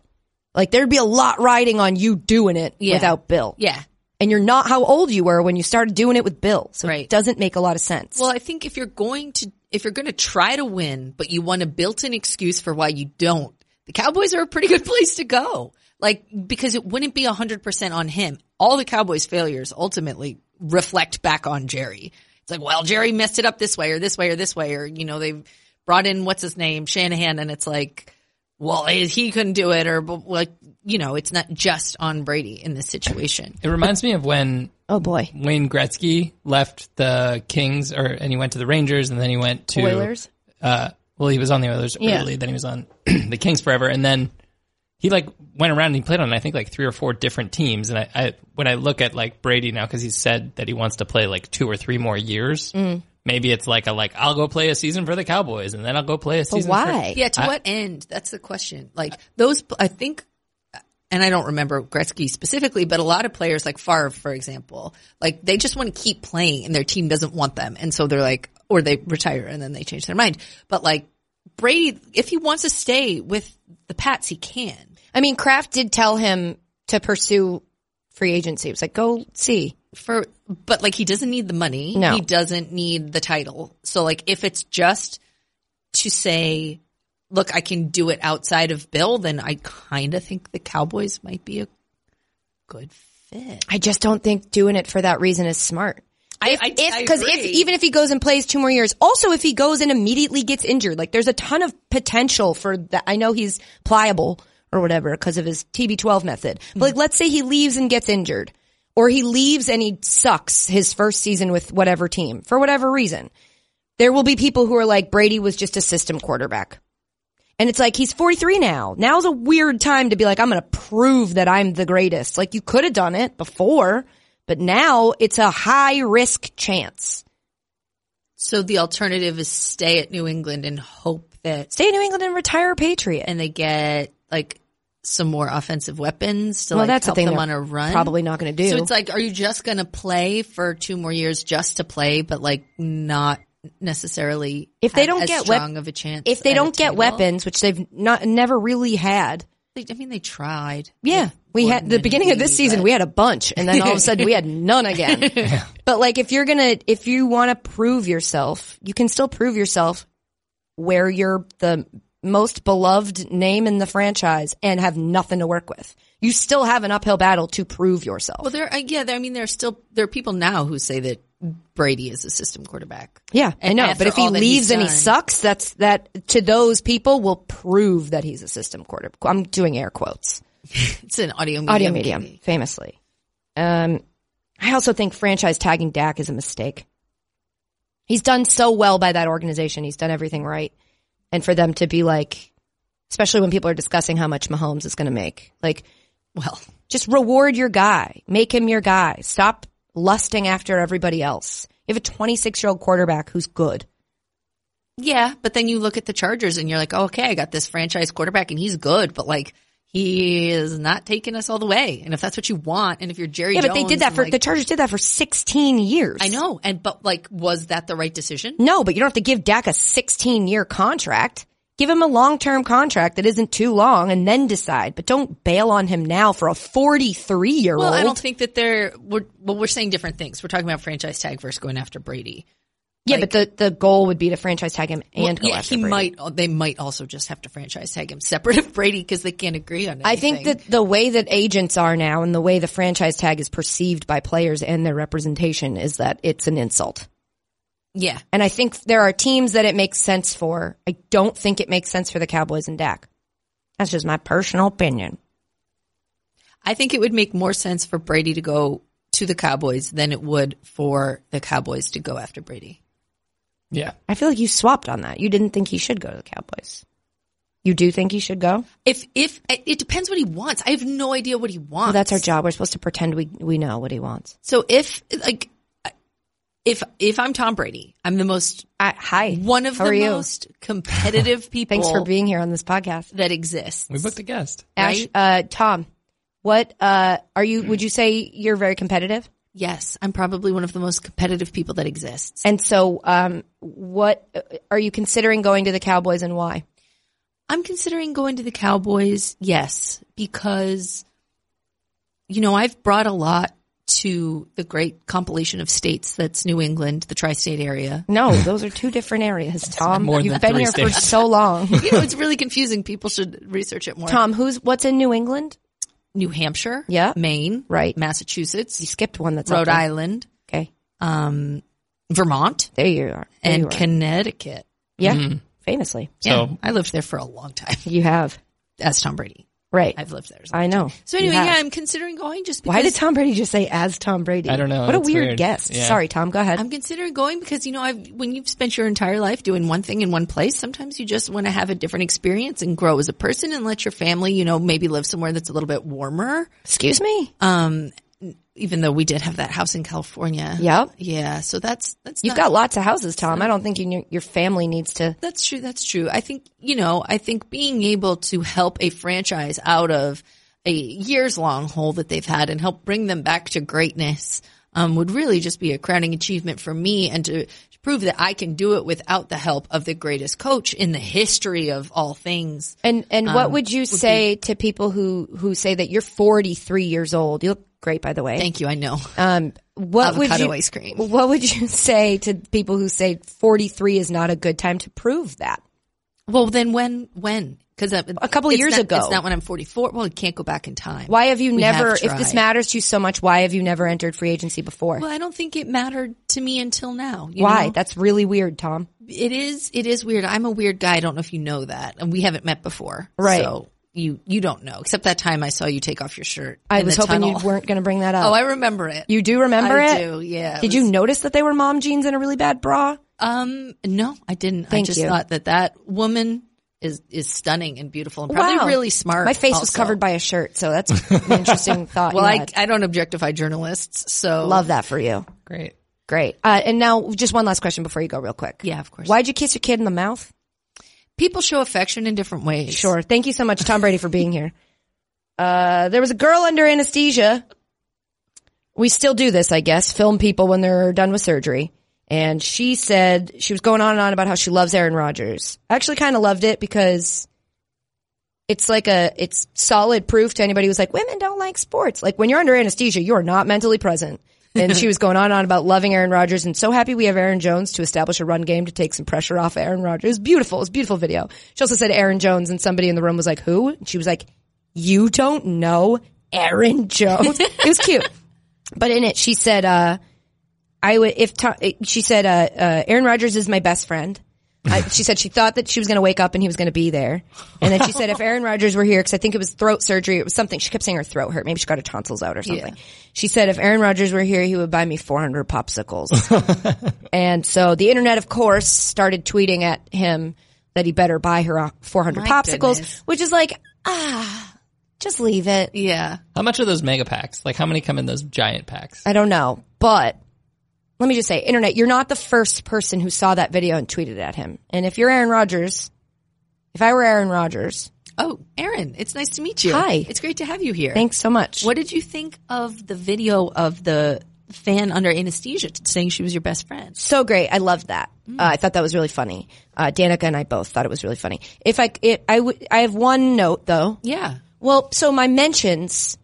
B: Like there'd be a lot riding on you doing it
E: Yeah.
B: without Bill.
E: yeah.
B: And you're not how old you were when you started doing it with Bill. So
E: Right.
B: it doesn't make a lot of sense.
E: Well, I think if you're going to if you're going to try to win, but you want a built-in excuse for why you don't, the Cowboys are a pretty good [LAUGHS] place to go. Like because it wouldn't be 100% on him. All the Cowboys failures ultimately reflect back on Jerry. It's like, well, Jerry messed it up this way or this way or this way or you know, they've brought in what's his name, Shanahan and it's like well, eh, he couldn't do it, or but, like you know, it's not just on Brady in this situation.
C: It reminds me of when
B: oh boy.
C: Wayne Gretzky left the Kings, or and he went to the Rangers, and then he went to
B: Oilers?
C: Uh, well, he was on the Oilers early, then he was on [CLEARS THROAT] the Kings forever, and then he like went around and he played on I think like three or four different teams. And I, I when I look at like Brady now because he said that he wants to play like two or three more years.
B: Mm.
C: Maybe it's like a like I'll go play a season for the Cowboys, and then I'll go play a
B: But
C: season. for-
B: why?
E: Yeah, to what end? That's the question. Like those, I think, and I don't remember Gretzky specifically, but a lot of players like Favre, for example, like they just want to keep playing and their team doesn't want them. And so they're like, or they retire and then they change their mind. But like Brady, if he wants to stay with the Pats, he can.
B: I mean, Kraft did tell him to pursue free agency. It was like, go see.
E: for but like he doesn't need the money
B: No.
E: he doesn't need the title so like if it's just to say look i can do it outside of bill then i kind of think the cowboys might be a good fit
B: I just don't think doing it for that reason is smart.
E: I- I
B: If because if
E: agree.
B: even if he goes and plays two more years, also if he goes and immediately gets injured, like there's a ton of potential for that. I know he's pliable or whatever because of his TB12 method. But like, let's say he leaves and gets injured, or he leaves and he sucks his first season with whatever team for whatever reason. There will be people who are like Brady was just a system quarterback. And it's like he's 43 now. Now's a weird time to be like, I'm going to prove that I'm the greatest. Like you could have done it before, but now it's a high risk chance.
E: so the alternative is stay at new england and hope that
B: Stay in New England and retire a Patriot.
E: and they get like some more offensive weapons to
B: well,
E: like
B: that's the
E: help
B: thing
E: them
B: they're
E: on a run
B: probably not going to do.
E: So it's like, are you just going to play for two more years just to play, but like not necessarily
B: If they
E: have
B: don't
E: as
B: get wep-
E: strong of a chance?
B: if they
E: at a
B: don't get
E: table?
B: weapons, which they've not never really had.
E: They- I mean, they tried.
B: Yeah. We had the
E: Gordon
B: beginning of this
E: and
B: season,
E: Lee,
B: we had a bunch and then all of a sudden
E: [LAUGHS]
B: we had none again. But like if you're going to, if you want to prove yourself, you can still prove yourself where you're the most beloved name in the franchise and have nothing to work with. You still have an uphill battle to prove yourself.
E: Well, there, uh, yeah, there, I mean, there are still there are people now who say that Brady is a system quarterback.
B: yeah, I
E: and
B: know.
E: after
B: But if he
E: all that he's
B: leaves and he
E: done-
B: sucks, that's that to those people will prove that he's a system quarterback. I'm doing air quotes.
E: It's an audio medium.
B: audio medium,
E: maybe.
B: famously. Um, I also think franchise tagging Dak is a mistake. He's done so well by that organization. He's done everything right. And for them to be like, especially when people are discussing how much Mahomes is going to make, like,
E: Well,
B: just reward your guy, make him your guy. Stop lusting after everybody else. You have a 26 year old quarterback who's good.
E: yeah, but then you look at the Chargers and you're like, oh, okay, I got this franchise quarterback and he's good, but like. He is not taking us all the way, and if that's what you want, and if you're Jerry,
B: Yeah, but they
E: Jones,
B: did that
E: and,
B: for
E: like-
B: the Chargers did that for 16 years.
E: I know, and but like, was that the right decision?
B: No, but you don't have to give Dak a 16 year contract. Give him a long-term contract that isn't too long and then decide, but don't bail on him now for a 43-year-old.
E: Well, I don't think that they're. We're, well, we're saying different things. We're talking about franchise tag versus going after Brady.
B: yeah, but the, the goal would be to franchise tag him and go
E: Well, yeah,
B: after
E: he
B: Brady.
E: might. They might also just have to franchise tag him separate of Brady because they can't agree on. Anything.
B: I think that the way that agents are now and the way the franchise tag is perceived by players and their representation is that it's an insult.
E: Yeah,
B: And I think there are teams that it makes sense for. I don't think it makes sense for the Cowboys and Dak. That's just my personal opinion.
E: I think it would make more sense for Brady to go to the Cowboys than it would for the Cowboys to go after Brady.
C: Yeah.
B: I feel like you swapped on that. You didn't think he should go to the Cowboys. You do think he should go?
E: If if it depends what he wants. I have no idea what he wants.
B: Well, that's our job. We're supposed to pretend we we know what he wants.
E: So if like if if I'm Tom Brady, I'm the most
B: I, hi,
E: one of
B: How are
E: the
B: you?
E: most competitive people
B: [LAUGHS] Thanks for being here on this podcast,
E: that exists.
C: We booked a guest.
B: Ash. Uh, Tom, what uh, are you? Would you say you're very competitive?
E: Yes, I'm probably one of the most competitive people that exists.
B: And so, um, what are you considering going to the Cowboys and why?
E: I'm considering going to the Cowboys, yes, because you know, I've brought a lot to the great compilation of states that's New England, the tri-state area.
B: No, those are two different areas, Tom.
C: more
B: You've
C: than
B: been
C: three
B: here for
C: states.
B: so long.
E: You know, it's really confusing. People should research it more.
B: Tom, who's what's in New England?
E: New Hampshire,
B: Yeah.
E: Maine,
B: Right.
E: Massachusetts,
B: You skipped one that's
E: Rhode
B: up there.
E: Island,
B: Okay,
E: um, Vermont,
B: there you are. There you
E: and
B: are.
E: Connecticut.
B: yeah, famously,
E: Yeah,
C: So-
E: I lived there for a long time [LAUGHS]
B: you have
E: as Tom Brady.
B: right.
E: I've lived there. as well.
B: I know.
E: So
B: You
E: anyway,
B: have.
E: yeah, I'm considering going just because
B: Why did Tom Brady just say as Tom Brady?
C: I don't know.
B: What a
C: That's
B: weird,
C: weird.
B: guess.
C: Yeah.
B: Sorry, Tom. Go ahead.
E: I'm considering going because you know I've when you've spent your entire life doing one thing in one place, sometimes you just want to have a different experience and grow as a person and let your family, you know, maybe live somewhere that's a little bit warmer.
B: Excuse me.
E: Uh, Even though we did have that house in California.
B: Yep.
E: Yeah. So that's that's
B: You've
E: not-
B: got lots of houses, Tom. I don't think you, ne- your family needs to.
E: That's true. That's true. I think, you know, I think being able to help a franchise out of a years long hole that they've had and help bring them back to greatness um, would really just be a crowning achievement for me and to prove that I can do it without the help of the greatest coach in the history of all things.
B: And and
E: Um,
B: what would you say to people who who say that you're 43 years old? You look great, by the way.
E: Thank you. I know.
B: Um, what would
E: Avocado
B: you,
E: ice cream.
B: What would you [LAUGHS] say to people who say 43 is not a good time to prove that?
E: Well, then when, when? Because a
B: couple of years ago.
E: It's not when I'm 44. Well, it can't go back in time.
B: Why have you
E: We
B: never,
E: have
B: if this
E: tried.
B: matters to you so much, why have you never entered free agency before?
E: Well, I don't think it mattered to me until now. you
B: why?
E: know?
B: That's really weird, Tom.
E: it is it is weird. I'm a weird guy. I don't know if you know that, and we haven't met before,
B: Right.
E: So you you don't know, except that time I saw you take off your shirt.
B: I
E: in
B: was
E: the
B: hoping
E: tunnel.
B: you weren't going to bring that up.
E: [LAUGHS] Oh, I remember it.
B: you do remember
E: I
B: it?
E: do, yeah, it
B: Did you notice that they were mom jeans and a really bad bra?
E: Um, no, I didn't.
B: Thank
E: I just
B: you.
E: thought that that woman is is stunning and beautiful and probably
B: Wow.
E: really smart.
B: My face was
E: also.
B: covered by a shirt, so that's an interesting thought.
E: Well,
B: you
E: I
B: had.
E: I don't objectify journalists, so
B: love that for you.
C: Great.
B: Great. Uh, and now, just one last question before you go, real quick.
E: Yeah, of course.
B: Why'd you kiss your kid in the mouth?
E: people show affection in different ways.
B: Sure. Thank you so much, Tom Brady, for being [LAUGHS] here. Uh, there was a girl under anesthesia. We still do this, I guess, film people when they're done with surgery. And she said she was going on and on about how she loves Aaron Rodgers. I actually kind of loved it because it's like a, it's solid proof to anybody who's like, women don't like sports. Like when you're under anesthesia, you are not mentally present. And she was going on and on about loving Aaron Rodgers and so happy we have Aaron Jones to establish a run game to take some pressure off Aaron Rodgers. It was beautiful. It was a beautiful video. She also said Aaron Jones and somebody in the room was like, who? And she was like, you don't know Aaron Jones. it was cute. But in it, she said, uh, I would, if Tom, she said, uh, uh, Aaron Rodgers is my best friend.
E: [LAUGHS]
B: I, she said she thought that she was going to wake up and he was going to be there. And then she said, if Aaron Rodgers were here, because I think it was throat surgery, it was something, she kept saying her throat hurt. Maybe she got her tonsils out or something. She said, if Aaron Rodgers were here, he would buy me 400
E: [LAUGHS]
B: popsicles. and so the internet, of course, started tweeting at him that he better buy her 400
E: My
B: popsicles,
E: goodness.
B: which is like, ah, just leave it.
E: Yeah.
C: How much are those mega packs? Like, how many come in those giant packs?
B: I don't know, but let me just say, internet, you're not the first person who saw that video and tweeted at him. And if you're Aaron Rodgers, if I were Aaron Rodgers,
E: Oh, Aaron, it's nice to meet you.
B: Hi.
E: It's great to have you here.
B: thanks so much.
E: What did you think of the video of the fan under anesthesia t- saying she was your best friend.
B: So great. I loved that. Uh, I thought that was really funny. Uh, Danica and I both thought it was really funny. If I, it, I, would- I have one note though.
E: Yeah.
B: Well, so my mentions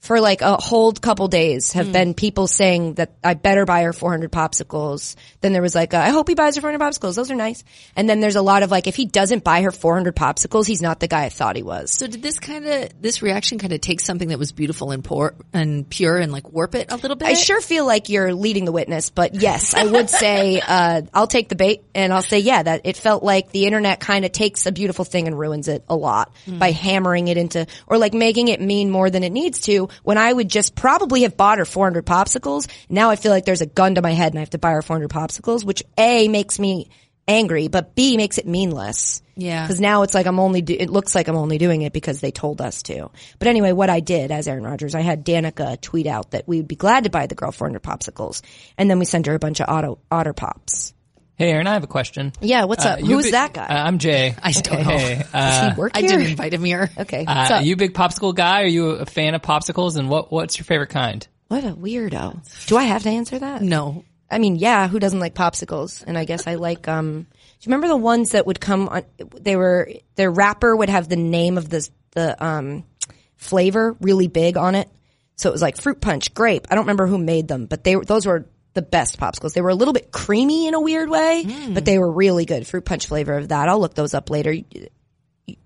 B: for like a whole couple days have been people saying that I better buy her 400 popsicles. Then there was like, a, I hope he buys her 400 popsicles. Those are nice. And then there's a lot of like, if he doesn't buy her 400 popsicles, he's not the guy I thought he was.
E: So did this kind of this reaction kind of take something that was beautiful and poor and pure and like warp it a little bit?
B: I sure feel like you're leading the witness, but yes, I would say, uh, I'll take the bait and I'll say, yeah, that it felt like the internet kind of takes a beautiful thing and ruins it a lot by hammering it into, or like making it mean more than it needs to when I would just probably have bought her 400 popsicles. Now I feel like there's a gun to my head and I have to buy her 400 popsicles, which A makes me angry, but B makes it mean less.
E: Yeah.
B: Cause now it's like I'm only, do- it looks like I'm only doing it because they told us to. But anyway, what I did as Aaron Rodgers, I had Danica tweet out that we would be glad to buy the girl 400 popsicles. And then we sent her a bunch of auto, otter pops.
C: Hey, Aaron, I have a question.
B: Yeah. What's
C: Uh,
B: up?
C: you
B: Who's
C: big-
B: that guy?
C: Uh, I'm Jay.
E: I don't know.
B: [LAUGHS]
C: Hey, uh,
B: Does he work
E: I
B: here?
E: didn't invite him here.
B: [LAUGHS] Okay.
C: uh,
B: what's up?
C: are you a big popsicle guy? Are you a fan of popsicles? And what what's your favorite kind?
B: what a weirdo. Do I have to answer that?
E: No.
B: I mean, yeah, who doesn't like popsicles? And I guess I like, um, do you remember the ones that would come on, they were, their wrapper would have the name of the, the, um, flavor really big on it. So it was like fruit punch, grape. I don't remember who made them, but they, were those were the best popsicles. They were a little bit creamy in a weird way,
E: Hmm.
B: but they were really good. Fruit punch flavor of that. I'll look those up later.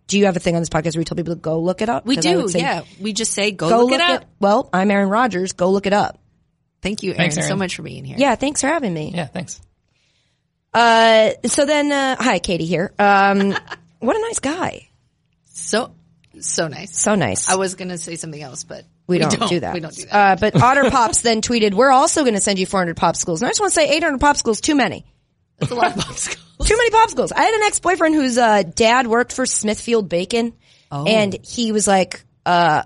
B: Do you have a thing on this podcast where you tell people to go look it up?
E: We
B: 'Cause I
E: do.
B: would say,
E: yeah. We just say go,
B: Go
E: look, it up.
B: Well, I'm Aaron Rodgers. Go look it up.
E: Thank you, Aaron,
C: Thanks,
E: so
C: Aaron.
E: much for being here.
B: Yeah. Thanks for having me.
C: Yeah, thanks.
B: Uh, so then, uh, hi, Katie here.
E: [LAUGHS]
B: Um, what a nice guy.
E: So so nice.
B: So nice.
E: I was going to say something else, but
B: we, don't do that.
E: We don't do that.
B: Uh,
E: [LAUGHS]
B: but Otter Pops then tweeted, we're also going to send you 400 popsicles. And I just want to say 800 popsicles, too many.
E: It's a lot
B: [LAUGHS]
E: of popsicles.
B: Too many popsicles. I had an ex-boyfriend whose, uh, dad worked for Smithfield Bacon.
E: Oh.
B: And he was like, uh,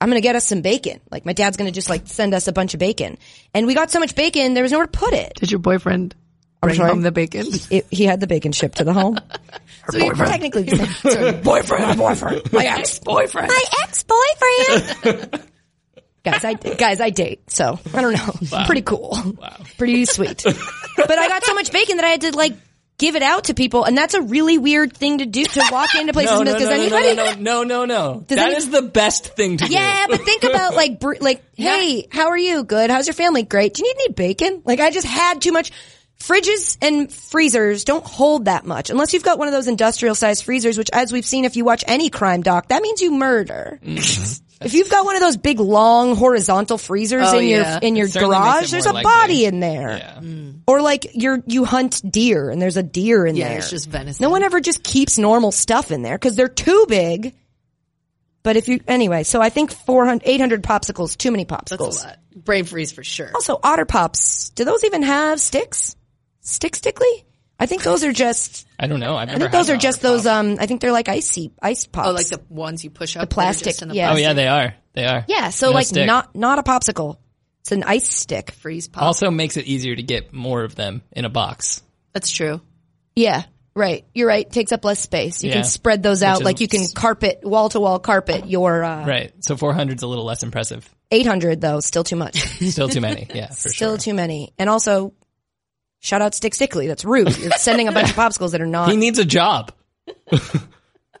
B: I'm going to get us some bacon. Like my dad's going to just like send us a bunch of bacon. And we got so much bacon, there was nowhere to put it.
E: Did your boyfriend bring
B: sorry? home
E: the bacon?
B: it he had the bacon shipped to the
E: [LAUGHS]
B: home.
E: So he-
B: Technically
E: [LAUGHS]
B: the same.
F: boyfriend, my boyfriend, my ex boyfriend.
B: my ex-boyfriend.
C: [LAUGHS]
B: guys, I guys I date, so I don't know. Pretty cool. Pretty sweet. but I got so much bacon that I had to like give it out to people, and that's a really weird thing to do to walk
C: [LAUGHS]
B: into places
C: No,
B: and be
C: no,
B: like,
C: no,
B: does
C: no,
B: anybody?
C: no, no, no, no, no.
B: [LAUGHS] Does
C: That
B: any-
C: is the best thing to do.
B: Yeah, but think
C: [LAUGHS]
B: about like, br- like, hey, how are you? Good. How's your family? Great. Do you need any bacon? Like, I just had too much. Fridges and freezers don't hold that much unless you've got one of those industrial sized freezers, which as we've seen, if you watch any crime doc, that means you murder. [LAUGHS]
C: Mm-hmm.
B: if you've got one of those big long horizontal freezers
E: Oh,
B: in
E: yeah.
B: your, in your
C: It certainly makes
B: garage,
C: it
B: there's a
C: more
B: body
C: likely.
B: in there.
C: Yeah. Mm.
B: Or like you're, you hunt deer and there's a deer in
E: Yeah,
B: there.
E: it's just venison.
B: No one ever just keeps normal stuff in there because they're too big. But if you, anyway, so I think 400, 800 popsicles, too many
E: That's
B: popsicles.
E: a lot. Brain freeze for sure.
B: Also, otter pops, do those even have sticks? Stick stickly? I think those are just,
C: [LAUGHS] I don't know. I've
B: I
C: never
B: think
C: had
B: those
C: an
B: are just
C: otter pop.
B: those, um, I think they're like icy, ice pops.
E: Oh, like the ones you push up. The
B: plastic, yeah.
C: Oh yeah, they are. They are.
B: yeah, so
C: No
B: like
C: stick.
B: not, not a popsicle. It's an ice stick.
E: freeze pop.
C: Also makes it easier to get more of them in a box.
E: That's true.
B: Yeah. Right. You're right. Takes up less space. You
C: Yeah.
B: can spread those out.
C: is-
B: Like you can carpet, wall to wall carpet your, uh,
C: Right. So 400's a little less impressive.
B: 800 though, still too
C: [LAUGHS]
B: much.
C: Still too many. Yeah, for
B: Still
C: sure.
B: too many. And also, shout out Stick Stickly. That's rude. You're sending a bunch
C: [LAUGHS]
B: of popsicles that are not.
C: he needs a job.
B: [LAUGHS]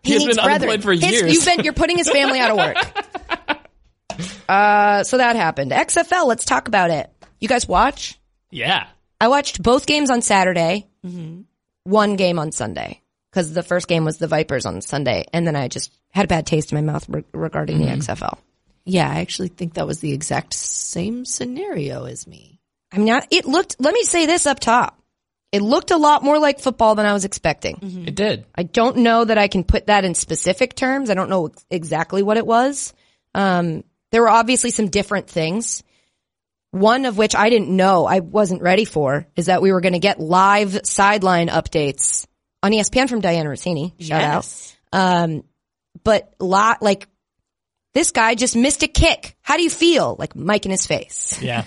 B: He
C: has
B: needs
C: been
B: brethren.
C: unemployed for
B: His-
C: years.
B: You've been, you're putting his family out of work.
C: [LAUGHS]
B: uh, so that happened. XFL, let's talk about it. You guys watch?
C: Yeah.
B: I watched both games on Saturday,
C: Mm-hmm.
B: one game on Sunday. Because the first game was the Vipers on Sunday, and then I just had a bad taste in my mouth re- regarding
C: Mm-hmm.
B: the XFL.
E: Yeah, I actually think that was the exact same scenario as me.
B: I'm not. It looked. Let me say this up top. It looked a lot more like football than I was expecting.
C: It did.
B: I don't know that I can put that in specific terms. I don't know ex- exactly what it was. Um, there were obviously some different things. One of which I didn't know, I wasn't ready for, is that we were going to get live sideline updates on E ESPN from Diana Rossini. Shout
E: Yes.
B: out. Um, but lot like this guy just missed a kick. How do you feel? Like Mike in his face.
C: Yeah.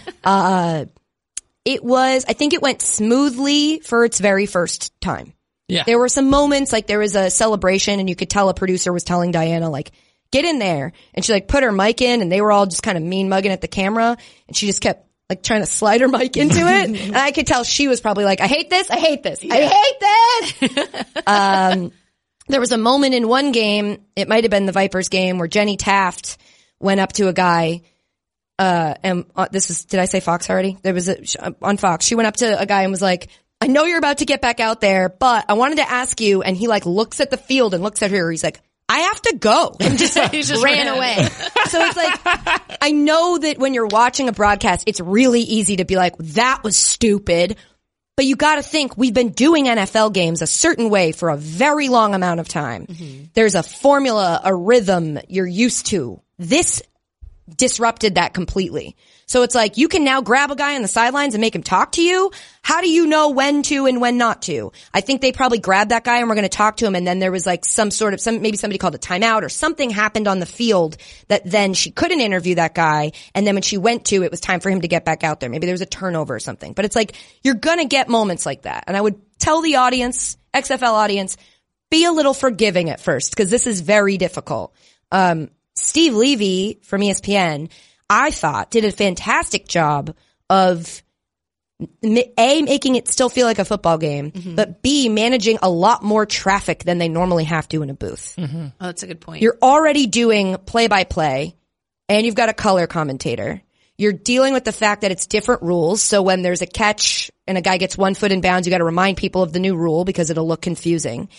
B: It was. I think it went smoothly for its very first time.
C: Yeah.
B: [LAUGHS] There were some moments like there was a celebration and you could tell a producer was telling Diana like, get in there. And she like put her mic in and they were all just kind of mean mugging at the camera and she just kept like trying to slide her mic into it. and I could tell she was probably like, I hate this. I hate this. I hate this. um, there was a moment in one game, it might have been the Vipers game where Jenny Taft went up to a guy. Uh, and uh, this was, did I say Fox already? There was a, sh- uh, on Fox. She went up to a guy and was like, I know you're about to get back out there, but I wanted to ask you. And he like looks at the field and looks at her. He's like, I have to [LAUGHS] go. And just like
E: just
B: ran
E: ran.
B: away. so it's like, I know that when you're watching a broadcast, it's really easy to be like, that was stupid. But you got to think we've been doing NFL games a certain way for a very long amount of time. There's a formula, a rhythm you're used to. This disrupted that completely. So it's like you can now grab a guy on the sidelines and make him talk to you. How do you know when to and when not to? I think they probably grabbed that guy and were going to talk to him. And then there was like some sort of some, maybe somebody called a timeout or something happened on the field that then she couldn't interview that guy. And then when she went to, it was time for him to get back out there. Maybe there was a turnover or something, but it's like you're going to get moments like that. And I would tell the audience, XFL audience, be a little forgiving at first because this is very difficult. Um, Steve Levy from E ESPN, I thought did a fantastic job of m- a making it still feel like a football game, but b managing a lot more traffic than they normally have to in a booth.
E: Oh, that's a good point.
B: You're already doing play by play and you've got a color commentator. You're dealing with the fact that it's different rules. So when there's a catch and a guy gets one foot in bounds, you got to remind people of the new rule because it'll look confusing.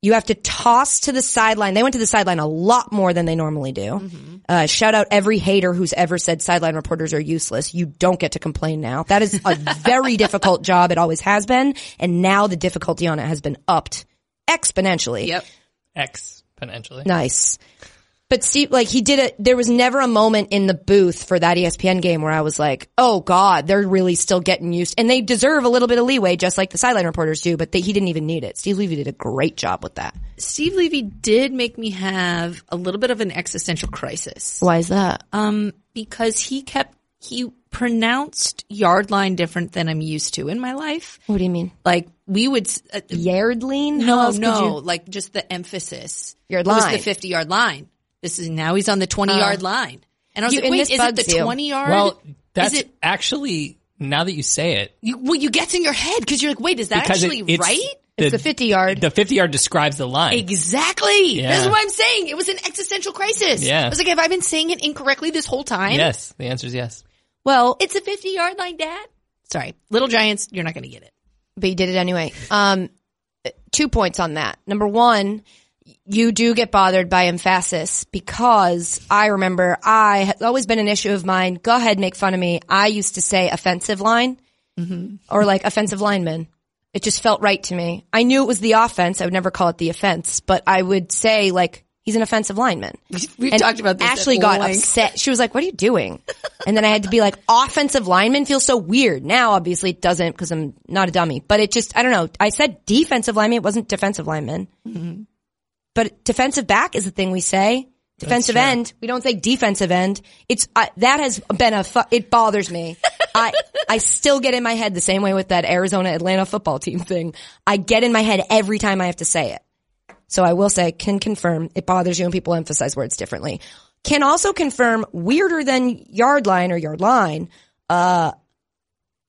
B: You have to toss to the sideline. They went to the sideline a lot more than they normally do. Uh, shout out every hater who's ever said sideline reporters are useless. You don't get to complain now. That is a very difficult job. It always has been. And now the difficulty on it has been upped exponentially.
E: yep.
C: exponentially.
B: Nice. But Steve, like he did it, there was never a moment in the booth for that E ESPN game where I was like, oh God, they're really still getting used. And they deserve a little bit of leeway just like the sideline reporters do, but they, he didn't even need it. Steve Levy did a great job with that.
E: Steve Levy did make me have a little bit of an existential crisis.
B: Why is that?
E: Um, because he kept, he pronounced yard line different than I'm used to in my life.
B: What do you mean?
E: Like we would, s- uh,
B: Yardline? How
E: no,
B: else could
E: no,
B: you-
E: like just the emphasis.
B: Yard
E: It was
B: line. Uh,
E: the 50 yard line. This is now he's on the 20 yard line. And I was
B: You-
E: like,
B: and
E: wait,
B: this
E: is it
B: bugs
E: the
B: you.
E: 20 yard?
C: Well, that's
E: is it,
C: actually now that you say it,
E: you, well, you gets in your head because you're like, wait, is that
C: because it-
E: actually
C: it's
E: right?
C: The,
B: It's the 50 yard.
C: the 50 yard describes the line.
E: Exactly.
C: Yeah.
E: This is what I'm saying. It was an existential crisis.
C: Yeah.
E: I was like, have I been saying it incorrectly this whole time?
C: Yes, the answer is yes.
B: well,
E: It's a 50 yard line, Dad. Sorry. Little Giants, you're not going to get it.
B: but he did it anyway. Um, two points on that. Number one, you do get bothered by emphasis because I remember I has always been an issue of mine. Go ahead, make fun of me. I used to say offensive line or like offensive lineman. It just felt right to me. I knew it was the offense. I would never call it the offense, but I would say like he's an offensive lineman.
E: We've
B: And
E: talked about this.
B: Ashley
E: at
B: got
E: length.
B: upset. She was like, "What are you doing?" And then I had to be like, "Offensive lineman feels so weird." Now, obviously, it doesn't because I'm not a dummy. But it just, I don't know. I said defensive lineman. It wasn't defensive lineman. But defensive back is the thing we say. Defensive end. We don't say defensive end. It's I that has been a. Fu- it bothers me. I I still get in my head the same way with that Arizona Atlanta football team thing. I get in my head every time I have to say it. So I will say, can confirm it bothers you when people emphasize words differently. Can also confirm weirder than yard line or yard line. Uh,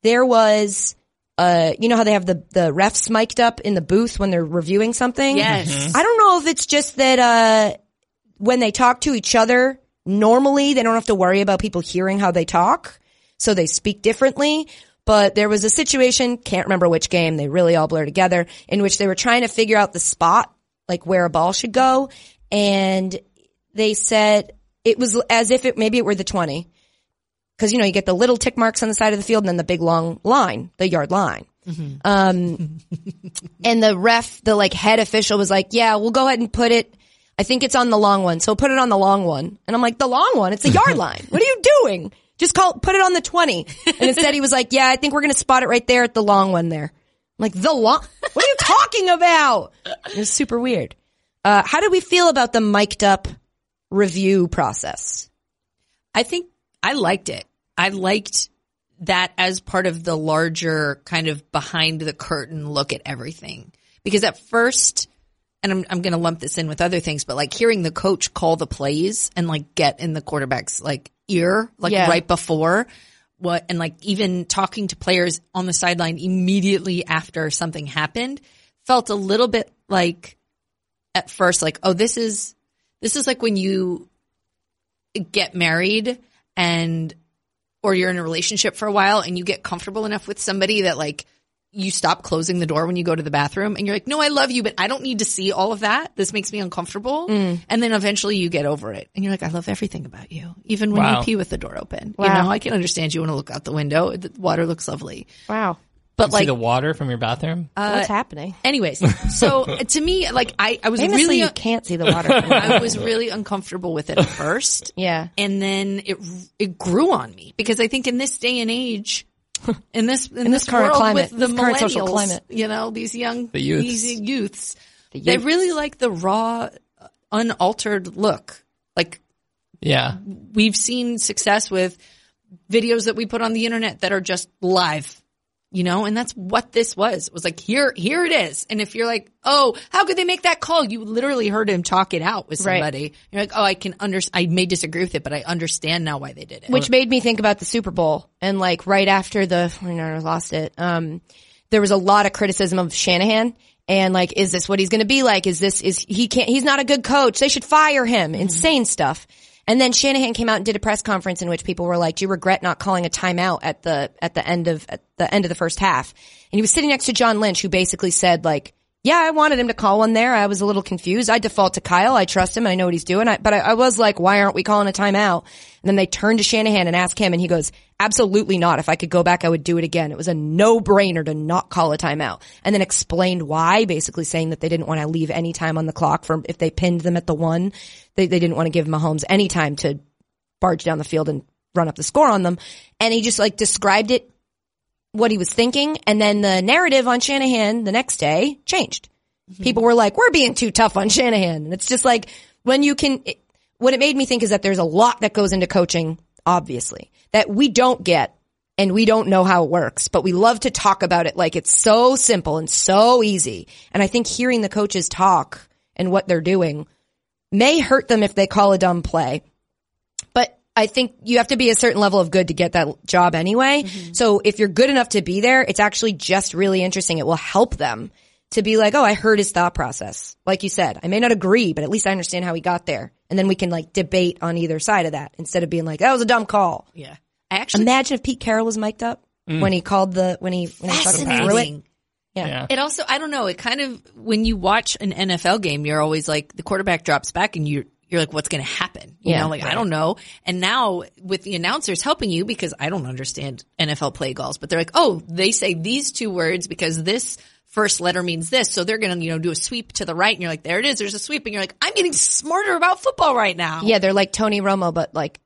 B: there was, uh, you know how they have the, the refs mic'd up in the booth when they're reviewing something?
E: Yes.
B: I don't know if it's just that, uh, when they talk to each other, normally they don't have to worry about people hearing how they talk. So they speak differently. But there was a situation, can't remember which game, they really all blur together, in which they were trying to figure out the spot, like where a ball should go. And they said it was as if it, maybe it were the 20. Cause you know, you get the little tick marks on the side of the field and then the big long line, the yard line. And the ref, the like head official was like, yeah, we'll go ahead and put it. I think it's on the long one. So put it on the long one. And I'm like, the long one? It's the yard line. What are you doing? Just call, put it on the 20. And instead he was like, yeah, I think we're going to spot it right there at the long one there. I'm like, the long, what are you talking about? It was super weird. Uh, how did we feel about the mic'd up review process?
E: I think I liked it. I liked that as part of the larger kind of behind the curtain look at everything. Because at first, and I'm, I'm going to lump this in with other things, but like hearing the coach call the plays and like get in the quarterback's like ear, like
B: Yeah.
E: right before what and like even talking to players on the sideline immediately after something happened felt a little bit like at first like oh this is this is like when you get married and or you're in a relationship for a while and you get comfortable enough with somebody that like you stop closing the door when you go to the bathroom and you're like, no, I love you, but I don't need to see all of that. This makes me uncomfortable.
B: Mm.
E: And then eventually you get over it and you're like, I love everything about you. Even when
C: Wow.
E: you pee with the door open, you know, I can understand you want to look out the window. The water looks lovely,
B: Wow.
E: but
C: see
E: like,
C: the water from your bathroom.
B: What's happening?
E: anyways, so uh, to me, like I, I was
B: Famously,
E: really,
B: you can't see the [LAUGHS] water.
E: I was really uncomfortable with it
B: [LAUGHS]
E: at first.
B: yeah.
E: and then it it grew on me because I think in this day
B: [LAUGHS]
E: and age, in this in,
B: this
E: this,
B: current
E: world
B: climate,
E: with the
B: this
E: millennials,
B: current social climate.
E: you know, these young
C: The youths.
E: these youths, they really like the raw, unaltered look. Like
C: yeah,
E: we've seen success with videos that we put on the internet that are just live. You know, and that's what this was. It was like, here, here it is. And if you're like, oh, how could they make that call? You literally heard him talk it out with
B: Right.
E: somebody. You're like, oh, I can under, I may disagree with it, but I understand now why they did it.
B: which made me think about the Super Bowl and like right after the 49ers lost it, um, there was a lot of criticism of Shanahan and like, is this what he's going to be like? Is this, is he can't, he's not a good coach. They should fire him. Insane stuff. And then Shanahan came out and did a press conference in which people were like, do you regret not calling a timeout at the, at the end of, at the end of the first half? And he was sitting next to John Lynch who basically said like, yeah, I wanted him to call one there. I was a little confused. I default to Kyle. I trust him. I know what he's doing. I, but I, I was like, why aren't we calling a timeout? And then they turned to Shanahan and asked him and he goes, absolutely not. If I could go back, I would do it again. It was a no brainer to not call a timeout and then explained why, basically saying that they didn't want to leave any time on the clock for if they pinned them at the one, they, they didn't want to give Mahomes any time to barge down the field and run up the score on them. And he just like described it what he was thinking. And then the narrative on Shanahan the next day changed. People were like, we're being too tough on Shanahan. And it's just like when you can, it, what it made me think is that there's a lot that goes into coaching, obviously, that we don't get and we don't know how it works, but we love to talk about it like it's so simple and so easy. And I think hearing the coaches talk and what they're doing may hurt them if they call a dumb play but I think you have to be a certain level of good to get that job anyway. So if you're good enough to be there, it's actually just really interesting. It will help them to be like, oh, I heard his thought process. Like you said, I may not agree, but at least I understand how he got there. And then we can like debate on either side of that instead of being like, that was a dumb call.
E: yeah, I actually
B: Imagine if Pete Carroll was mic'd up when he called the, when he, when he fucking threw it.
E: fascinating.
C: yeah.
E: It also, I don't know, it kind of, when you watch an NFL game, you're always like, the quarterback drops back and you're, you're like, what's going to happen? You
B: Yeah.
E: know, like, I don't know. And now with the announcers helping you, because I don't understand NFL play calls, but they're like, oh, they say these two words because this first letter means this. So they're going to, you know, do a sweep to the right. And you're like, there it is. There's a sweep. And you're like, I'm getting smarter about football right now.
B: Yeah. They're like Tony Romo, but like,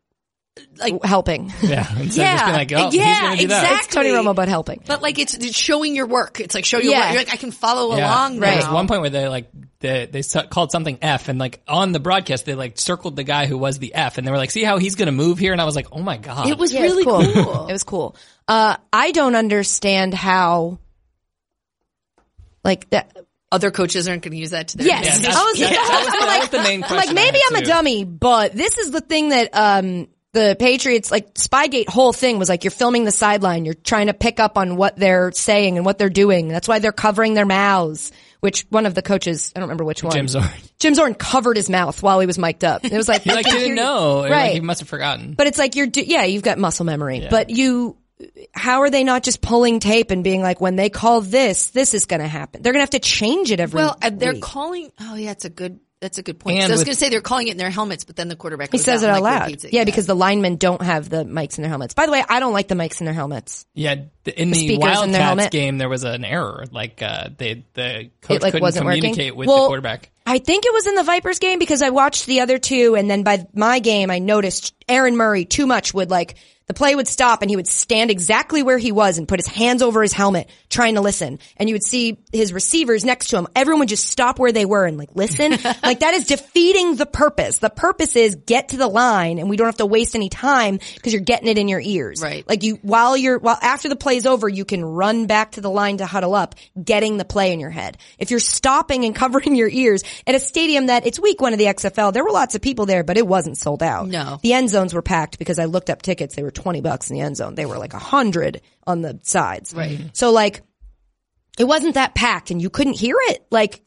E: Like-
B: helping. [LAUGHS]
C: yeah. Instead of just being like, oh, he's
E: Yeah,
C: gonna do that.
E: exactly.
B: it's Tony Romo, but helping.
E: But like, it's, it's showing your work. It's like, show your
B: Yeah.
E: work. You're like, I can follow
C: Yeah.
E: along
C: There was
E: now.
C: one point where they like they, they su- called something F, and like on the broadcast they like circled the guy who was the F, and they were like, "See how he's gonna move here?" And I was like, "Oh my god!"
E: It was
B: Yeah,
E: really
B: it was cool.
E: cool.
B: [LAUGHS] It was cool. Uh, I don't understand how, like that.
E: other coaches aren't going to use that to their
B: Yes,
C: Yeah,
E: advantage.
C: that's-
B: I was,
C: that- that was-
B: I'm
C: that
B: like,
C: was the main
B: I'm like
C: question I
B: maybe
C: had,
B: I'm a
C: too.
B: dummy, but this is the thing that um the Patriots like Spygate whole thing was like you're filming the sideline, you're trying to pick up on what they're saying and what they're doing. That's why they're covering their mouths. Which one of the coaches? [LAUGHS] I don't remember which one.
C: Jim Zorn.
B: Jim Zorn covered his mouth while he was mic'd up. It was like
C: [LAUGHS] He like didn't know, Like,
B: Right.
C: he must have forgotten.
B: But it's like you're, do- yeah, you've got muscle memory, but you, how are they not just pulling tape and being like, when they call this, this is going to happen? They're going to have to change it every.
E: well, uh, they're
B: week.
E: calling. Oh, yeah, it's a good. That's a good point.
C: And
E: So I was
C: with-
E: going to say they're calling it in their helmets, but then the quarterback
B: he
E: goes
B: says it
E: out
B: out
E: and, like,
B: loud.
E: repeats it.
B: yeah, because the linemen don't have the mics in their helmets. By the way, I don't like the mics in their helmets.
C: yeah, th- in the,
B: speakers in their
C: Wildcats
B: helmet.
C: game, there was an error. Like uh, they the coach
B: like,
C: couldn't
B: wasn't working?
C: communicate with
B: Well,
C: the quarterback.
B: I think it was in the Vipers game because I watched the other two and then by my game I noticed Aaron Murray too much would like the play would stop and he would stand exactly where he was and put his hands over his helmet trying to listen. And you would see his receivers next to him. Everyone would just stop where they were and like
C: [LAUGHS]
B: listen. like that is defeating the purpose. The purpose is get to the line and we don't have to waste any time because you're getting it in your ears.
E: Right.
B: Like you while you're while after the play's over, you can run back to the line to huddle up, getting the play in your head. If you're stopping and [LAUGHS] covering your ears at a stadium that it's week one of the XFL, there were lots of people there, but it wasn't sold out.
E: No.
B: The end zones were packed because I looked up tickets. They were 20 bucks in the end zone. They were like a hundred on the sides.
E: Right.
B: So like it wasn't that packed and you couldn't hear it. Like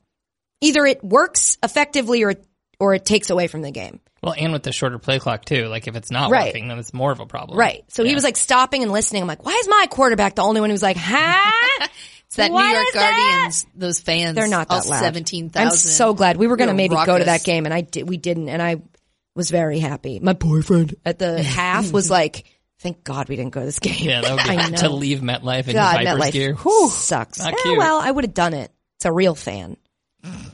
B: either it works effectively or, or it takes away from the game.
C: Well, and with the shorter play clock too. Like if it's not
B: Right.
C: working, then it's more of a problem.
B: Right. So he was like stopping and listening. I'm like, why is my quarterback the only one who's like, huh?
E: [LAUGHS] It's that
B: What
E: New York
B: is that?
E: Guardians, those fans.
B: They're not that
E: all
B: loud.
E: 17,000.
B: I'm so glad we were going to
E: They're
B: maybe go to
E: raucous.
B: that game, and I did. We didn't, and I was very happy. My boyfriend at
E: [LAUGHS]
B: the half was like, "Thank God we didn't go to this game."
C: Yeah, that
B: I
C: would be
B: know.
C: [LAUGHS] to leave MetLife
B: [LAUGHS]
C: in
B: God,
C: your Vipers
B: MetLife
C: gear. Whew.
B: sucks.
C: Not
B: Eh,
C: cute.
B: well, I would have done it. It's a real fan.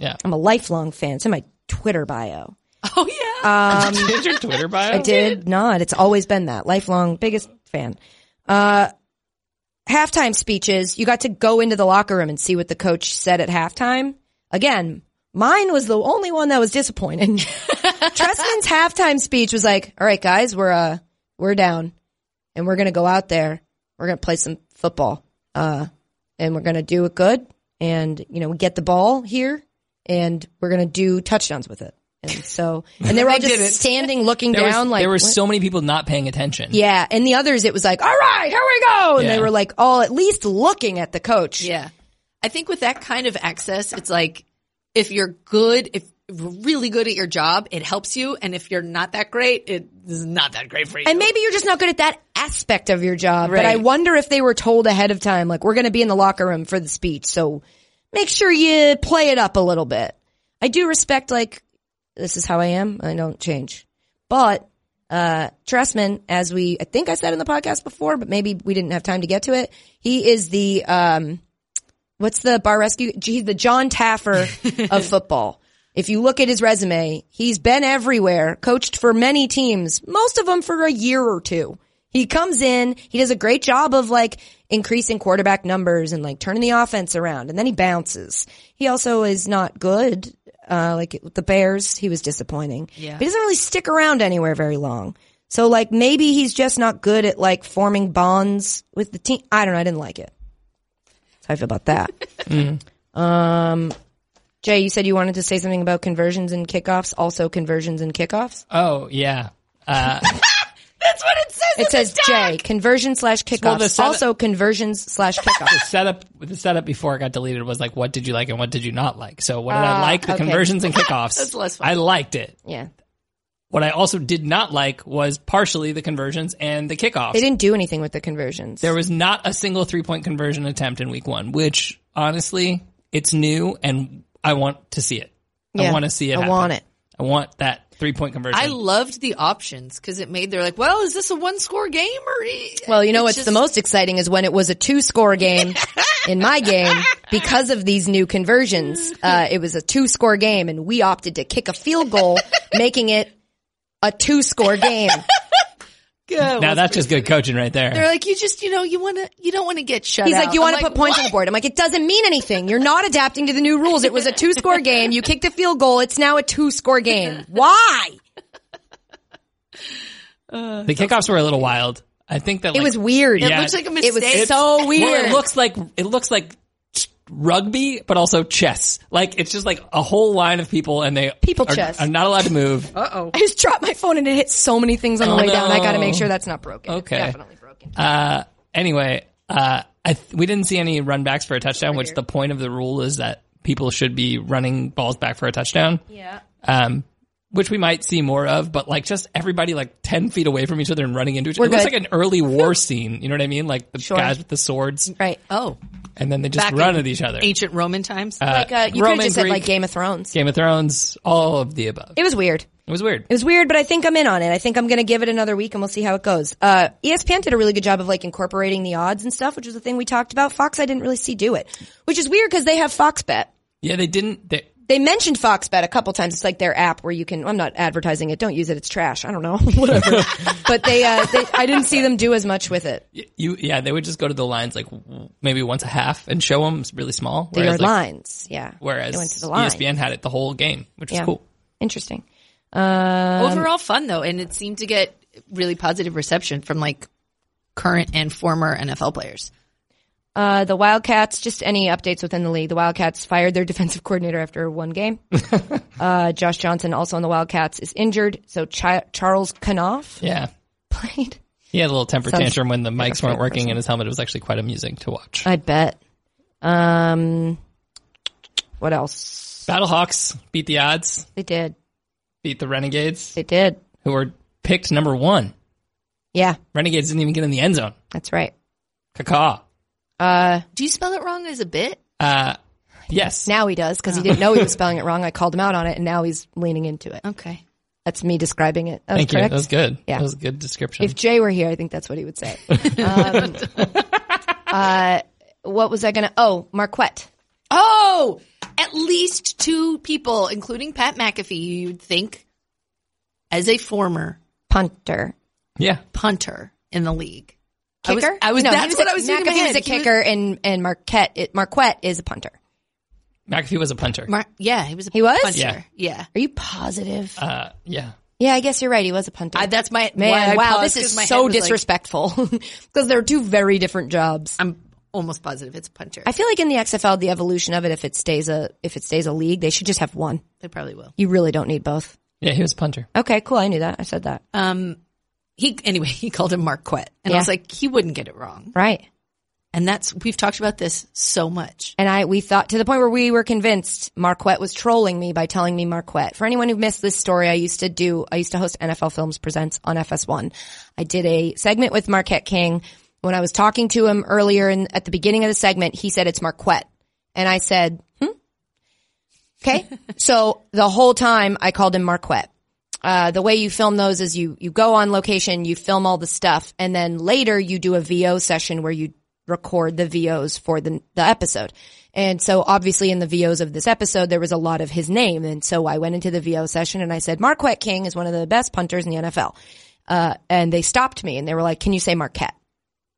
C: Yeah.
B: I'm a lifelong fan. It's in my Twitter bio.
E: [LAUGHS] Oh, yeah.
B: [LAUGHS] Um,
C: [LAUGHS] Did your Twitter bio?
B: I did not. It's always been that lifelong biggest fan. Uh, halftime speeches. You got to go into the locker room and see what the coach said at halftime. Again, mine was the only one that was disappointing. Tressman's halftime speech was like, "All right, guys, we're uh, we're down, and we're gonna go out there. We're gonna play some football, uh, and we're gonna do it good. And you know, we get the ball here, and we're gonna do touchdowns with it." And so, and they were all
E: They didn't.
B: just standing, looking
C: There, was-
B: down. like
C: there were
B: what?
C: so many people not paying attention.
B: Yeah, and the others, it was like, all right, here we go, and
C: Yeah.
B: they were like all at least looking at the coach.
E: Yeah. I think with that kind of access, it's like if you're good, if you're really good at your job, it helps you. And if you're not that great, it is not that great for you.
B: And maybe you're just not good at that aspect of your job, but I
E: Right.
B: wonder if they were told ahead of time, like, we're going to be in the locker room for the speech, so make sure you play it up a little bit. I do respect, like, this is how I am. I don't change. But, uh, Tressman, as we, I think I said in the podcast before, but maybe we didn't have time to get to it. He is the, um, what's the bar rescue? He's the John Taffer of football. If you look at his resume, he's been everywhere, coached for many teams, most of them for a year or two. He comes in, he does a great job of like increasing quarterback numbers and like turning the offense around and then he bounces. He also is not good. Uh, like with the Bears, he was disappointing.
E: Yeah.
B: But he doesn't really stick around anywhere very long. So like maybe he's just not good at like forming bonds with the team. I don't know. I didn't like it. That's how I feel about that.
C: Mm.
B: Um, Jay, you said you wanted to say something about conversions and kickoffs. Also, conversions and kickoffs.
C: Oh, yeah. Uh,
B: It says Jay conversion slash
C: Well, the
B: kickoffs.
C: set-
B: also, conversions slash
C: [LAUGHS]
B: kickoffs.
C: setup the setup before it got deleted was like what did you like and what did you not like. So what did I like? The
B: Ah, okay.
C: conversions
B: [LAUGHS]
C: and kickoffs.
E: That's less fun.
C: I liked it.
B: yeah,
C: What I also did not like was partially the conversions and the kickoffs.
B: they didn't do anything with the conversions.
C: There was not a single three point conversion attempt in week one, which honestly, it's new and I want to see it.
B: Yeah.
C: I want to see it.
B: I
C: happen.
B: want it.
C: I want that three point conversion.
E: I loved the options because it made, they're like, well, is this a one score game or? e
B: Well, you know what's
E: It's
B: the
E: just-
B: most exciting is when it was a two score
C: [LAUGHS]
B: game in my game because of these new conversions. Uh, it was a two score game and we opted to kick a field
C: [LAUGHS]
B: goal, making it a two score game.
E: Go.
C: now that's just good coaching right there.
E: They're like, you just, you know, you want to, you don't want to get shut
B: He's like,
E: out."
B: you
E: I'm
B: want to put points on the
E: "What?"
B: board. I'm like, it doesn't mean anything. You're not adapting to the new rules. It was a two [LAUGHS] score game. You kicked a field goal. It's now a two score game. Why?
C: the kickoffs were a little wild. I think that
B: It
C: like,
B: was weird.
C: Yeah.
E: It looks like a mistake.
B: It was so
C: Well,
B: weird.
C: it looks like it looks like rugby, but also chess. Like it's just like a whole line of people, and they
B: People
C: are,
B: chess. Oh,
C: are not allowed
B: [LAUGHS]
C: to move.
B: I just dropped my phone and it hit so many things on the
C: Oh,
B: way down. I got to
C: no.
B: make sure that's not broken. It's
C: Okay.
B: definitely broken.
C: Uh, anyway, uh, I th- we didn't see any run backs for a touchdown, which the point of the rule is that people should be running balls back for a touchdown.
B: Yeah.
C: Um, which we might see more of, but like just everybody like ten feet away from each other and running into each other. It looks
B: good.
C: like an
B: [LAUGHS]
C: early war scene. You know what I mean? Like the
B: Sure.
C: guys with the swords,
B: Right.
E: Oh,
C: and then they just
E: Back
C: run
E: in
C: at each other.
E: ancient Roman times.
B: Like, uh, you could have
C: Roman,
B: just said like
C: Greek.
B: Game of Thrones.
C: Game of Thrones, all of the above.
B: It was weird.
C: It was weird.
B: It was weird, but I think I'm in on it. I think I'm going to give it another week and we'll see how it goes. Uh, ESPN did a really good job of like incorporating the odds and stuff, which was the thing we talked about. Fox, I didn't really see do it, which is weird because they have Fox Bet.
C: Yeah, they didn't. They,
B: They mentioned Fox Bet a couple times. It's like their app where you can, I'm not advertising it. Don't use it. It's trash. I don't know. [LAUGHS]
C: [LAUGHS]
B: Whatever. but they, uh, they, I didn't see them do as much with it.
C: you yeah, they would just go to the lines like w- maybe once a half and show them really small.
B: They are
C: like,
B: lines. Yeah.
C: whereas E
B: they went to the line.
C: ESPN had it the whole game, which was
B: Yeah.
C: cool.
B: Interesting. Uh,
E: Overall fun though, and it seemed to get really positive reception from like current and former NFL players.
B: Uh, the Wildcats, just any updates within the league. The Wildcats fired their [LAUGHS] defensive coordinator after one
C: [LAUGHS]
B: game. uh, Josh Johnson, also on the Wildcats, is injured. So Chi- Charles Knopf
C: Yeah,
B: played.
C: He had a little temper
B: Sounds
C: tantrum when the
B: like
C: mics weren't
B: a
C: working in his helmet. It was actually quite amusing to watch.
E: Uh,
B: I bet. Um, what else?
C: Battlehawks beat the odds,
B: They did.
C: beat the Renegades,
B: They did.
C: who were picked number one.
B: Yeah,
C: Renegades didn't even get in the end zone.
B: that's right.
C: Caca.
B: Uh,
E: Do you spell it wrong as a bit?
C: Uh, yes.
B: now he does because he didn't know he was spelling it wrong. I called him out on it, and now he's leaning into it.
E: Okay.
B: That's me describing it. That was
C: Thank you.
B: correct.
C: That was good.
B: Yeah.
C: That was a good description.
B: If Jay were here, I think that's what he would
C: [LAUGHS]
B: say. um, uh, what was I going to? Oh, Marquette.
E: Oh, at least two people, including Pat McAfee, you'd think, as a former
B: Punter.
C: yeah.
E: punter in the league. I was-
B: Kicker?
E: I was,
B: No, he
E: that's
B: was a-
E: what I was
B: no,
E: doing. in my
B: 'cause he was
E: head.
B: a kicker, and, and Marquette, it, Marquette is a punter.
C: McAfee was a punter.
E: Mar- yeah, he was a
B: He was?
E: punter.
C: Yeah.
E: Yeah.
B: Are you positive?
C: uh, yeah.
B: yeah, I guess you're right. He was a punter.
E: I, that's my
B: Man,
E: why I
B: wow,
E: paused,
B: this
E: 'cause
B: is
E: my head
B: so
E: was like,
B: disrespectful [LAUGHS] because they're two very different jobs.
E: I'm almost positive it's punter.
B: I feel like in the XFL, the evolution of it, if it stays a if it stays a league, they should just have one.
E: they probably will.
B: You really don't need both.
C: Yeah, he was a punter. [LAUGHS]
B: Okay, cool. I knew that. I said that.
E: Um, he anyway. [LAUGHS] He called him Marquette, and I
B: Yeah.
E: was like, he wouldn't get it wrong.
B: Right.
E: And that's we've talked about this so much.
B: And I, we thought to the point where we were convinced Marquette was trolling me by telling me Marquette. For anyone who missed this story, I used to do, I used to host NFL Films Presents on FS1. I did a segment with Marquette King. When I was talking to him earlier and at the beginning of the segment, he said it's Marquette. And I said, hmm? Okay. so the whole time I called him Marquette. Uh, the way you film those is you, you go on location, you film all the stuff, and then later you do a VO session where you record the VOs for the, the episode. And so obviously in the VOs of this episode, there was a lot of his name. And so I went into the VO session and I said, Marquette King is one of the best punters in the NFL. Uh, and they stopped me and they were like, can you say Marquette?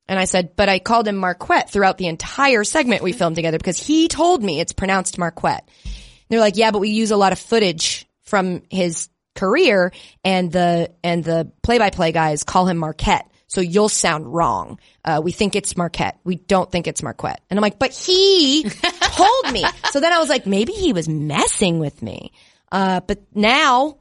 B: And I said, but I called him Marquette throughout the entire segment we filmed together because he told me it's pronounced Marquette. And they're like, yeah, but we use a lot of footage from his career and the, and the play by play guys call him Marquette. So you'll sound wrong. Uh, we think it's Marquette. We don't think it's Marquette. And I'm like, but he told me. So then I was like, maybe he was messing with me. Uh, but now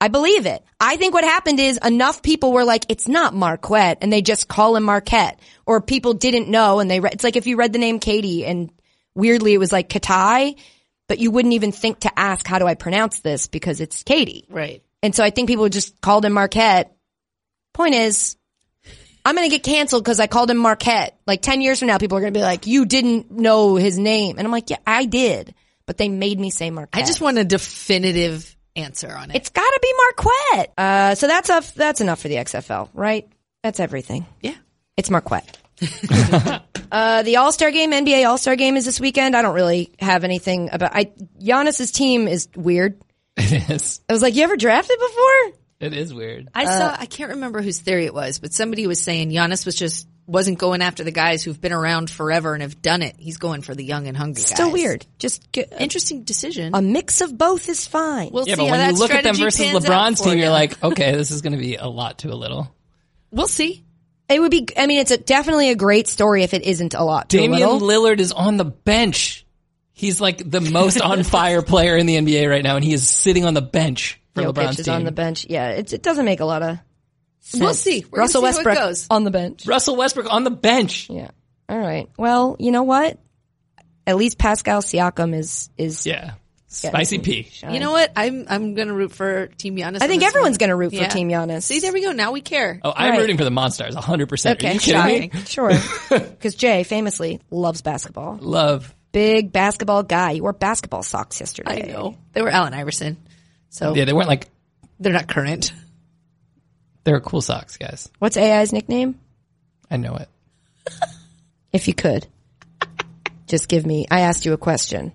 B: I believe it. I think what happened is enough people were like, it's not Marquette, and they just call him Marquette. Or people didn't know, and they read. It's like if you read the name Katie, and weirdly it was like Katai, but you wouldn't even think to ask, how do I pronounce this? Because it's Katie.
E: Right.
B: And so I think people just called him Marquette. Point is, I'm going to get canceled because I called him Marquette. Like 10 years from now, people are going to be like, you didn't know his name. And I'm like, yeah, I did. But they made me say Marquette.
E: I just want a definitive answer on it.
B: It's got to be Marquette. Uh, so that's a, that's enough for the XFL, right? That's everything.
E: yeah.
B: It's
E: [LAUGHS]
B: Marquette. uh, the All Star Game, NBA All Star Game, is this weekend. I don't really have anything about. I Giannis's team is weird.
C: It is.
B: I was like, you ever drafted before?
C: It is weird.
E: I saw. I can't remember whose theory it was, but somebody was saying Giannis was just wasn't going after the guys who've been around forever and have done it. He's going for the young and hungry. guys.
B: Still weird. Just get,
E: Interesting decision.
B: a mix of both is fine.
E: we'll
C: Yeah,
E: see
C: but
E: how
C: when
E: that
C: you look at them
E: strategy
C: versus
E: pans out
C: LeBron's
E: for
C: team, you're
E: ya.
C: like, okay, this is going to be a lot to a little.
E: we'll see.
B: it would be. I mean, it's a, definitely a great story if it isn't a lot. Too
C: Damian
B: little.
C: Lillard is on the bench. He's like the
B: [LAUGHS]
C: most on fire player in the NBA right now, and he is sitting on the bench for
B: Jokic
C: LeBron's
B: is
C: team.
B: on the bench. Yeah, it's, it doesn't make a lot of. Sense.
E: We'll see. We're gonna
B: Russell
E: see how it
B: Westbrook
E: goes.
B: on the bench.
C: Russell Westbrook on the bench.
B: Yeah. All right. Well, you know what? At least Pascal Siakam is is.
C: Yeah, spicy P.
E: You know what? I'm I'm gonna root for Team Giannis.
B: I think everyone's going to root
E: Yeah.
B: for Team Giannis. [LAUGHS]
E: See, there we go. Now we care.
C: Oh, I'm
B: Right.
C: rooting for the Monstars, 100. percent Are
B: okay,
C: you kidding me?
B: [LAUGHS] sure. Because Jay famously loves basketball.
C: Love.
B: Big basketball guy. You wore basketball socks
E: I
B: yesterday.
E: know they were Allen Iverson, so
C: Yeah, they weren't like
E: they're
B: [LAUGHS]
E: not current.
C: they were cool socks, guys.
B: What's AI's nickname?
C: I know it.
B: If you
E: [LAUGHS]
B: could, just give me. I asked you a question.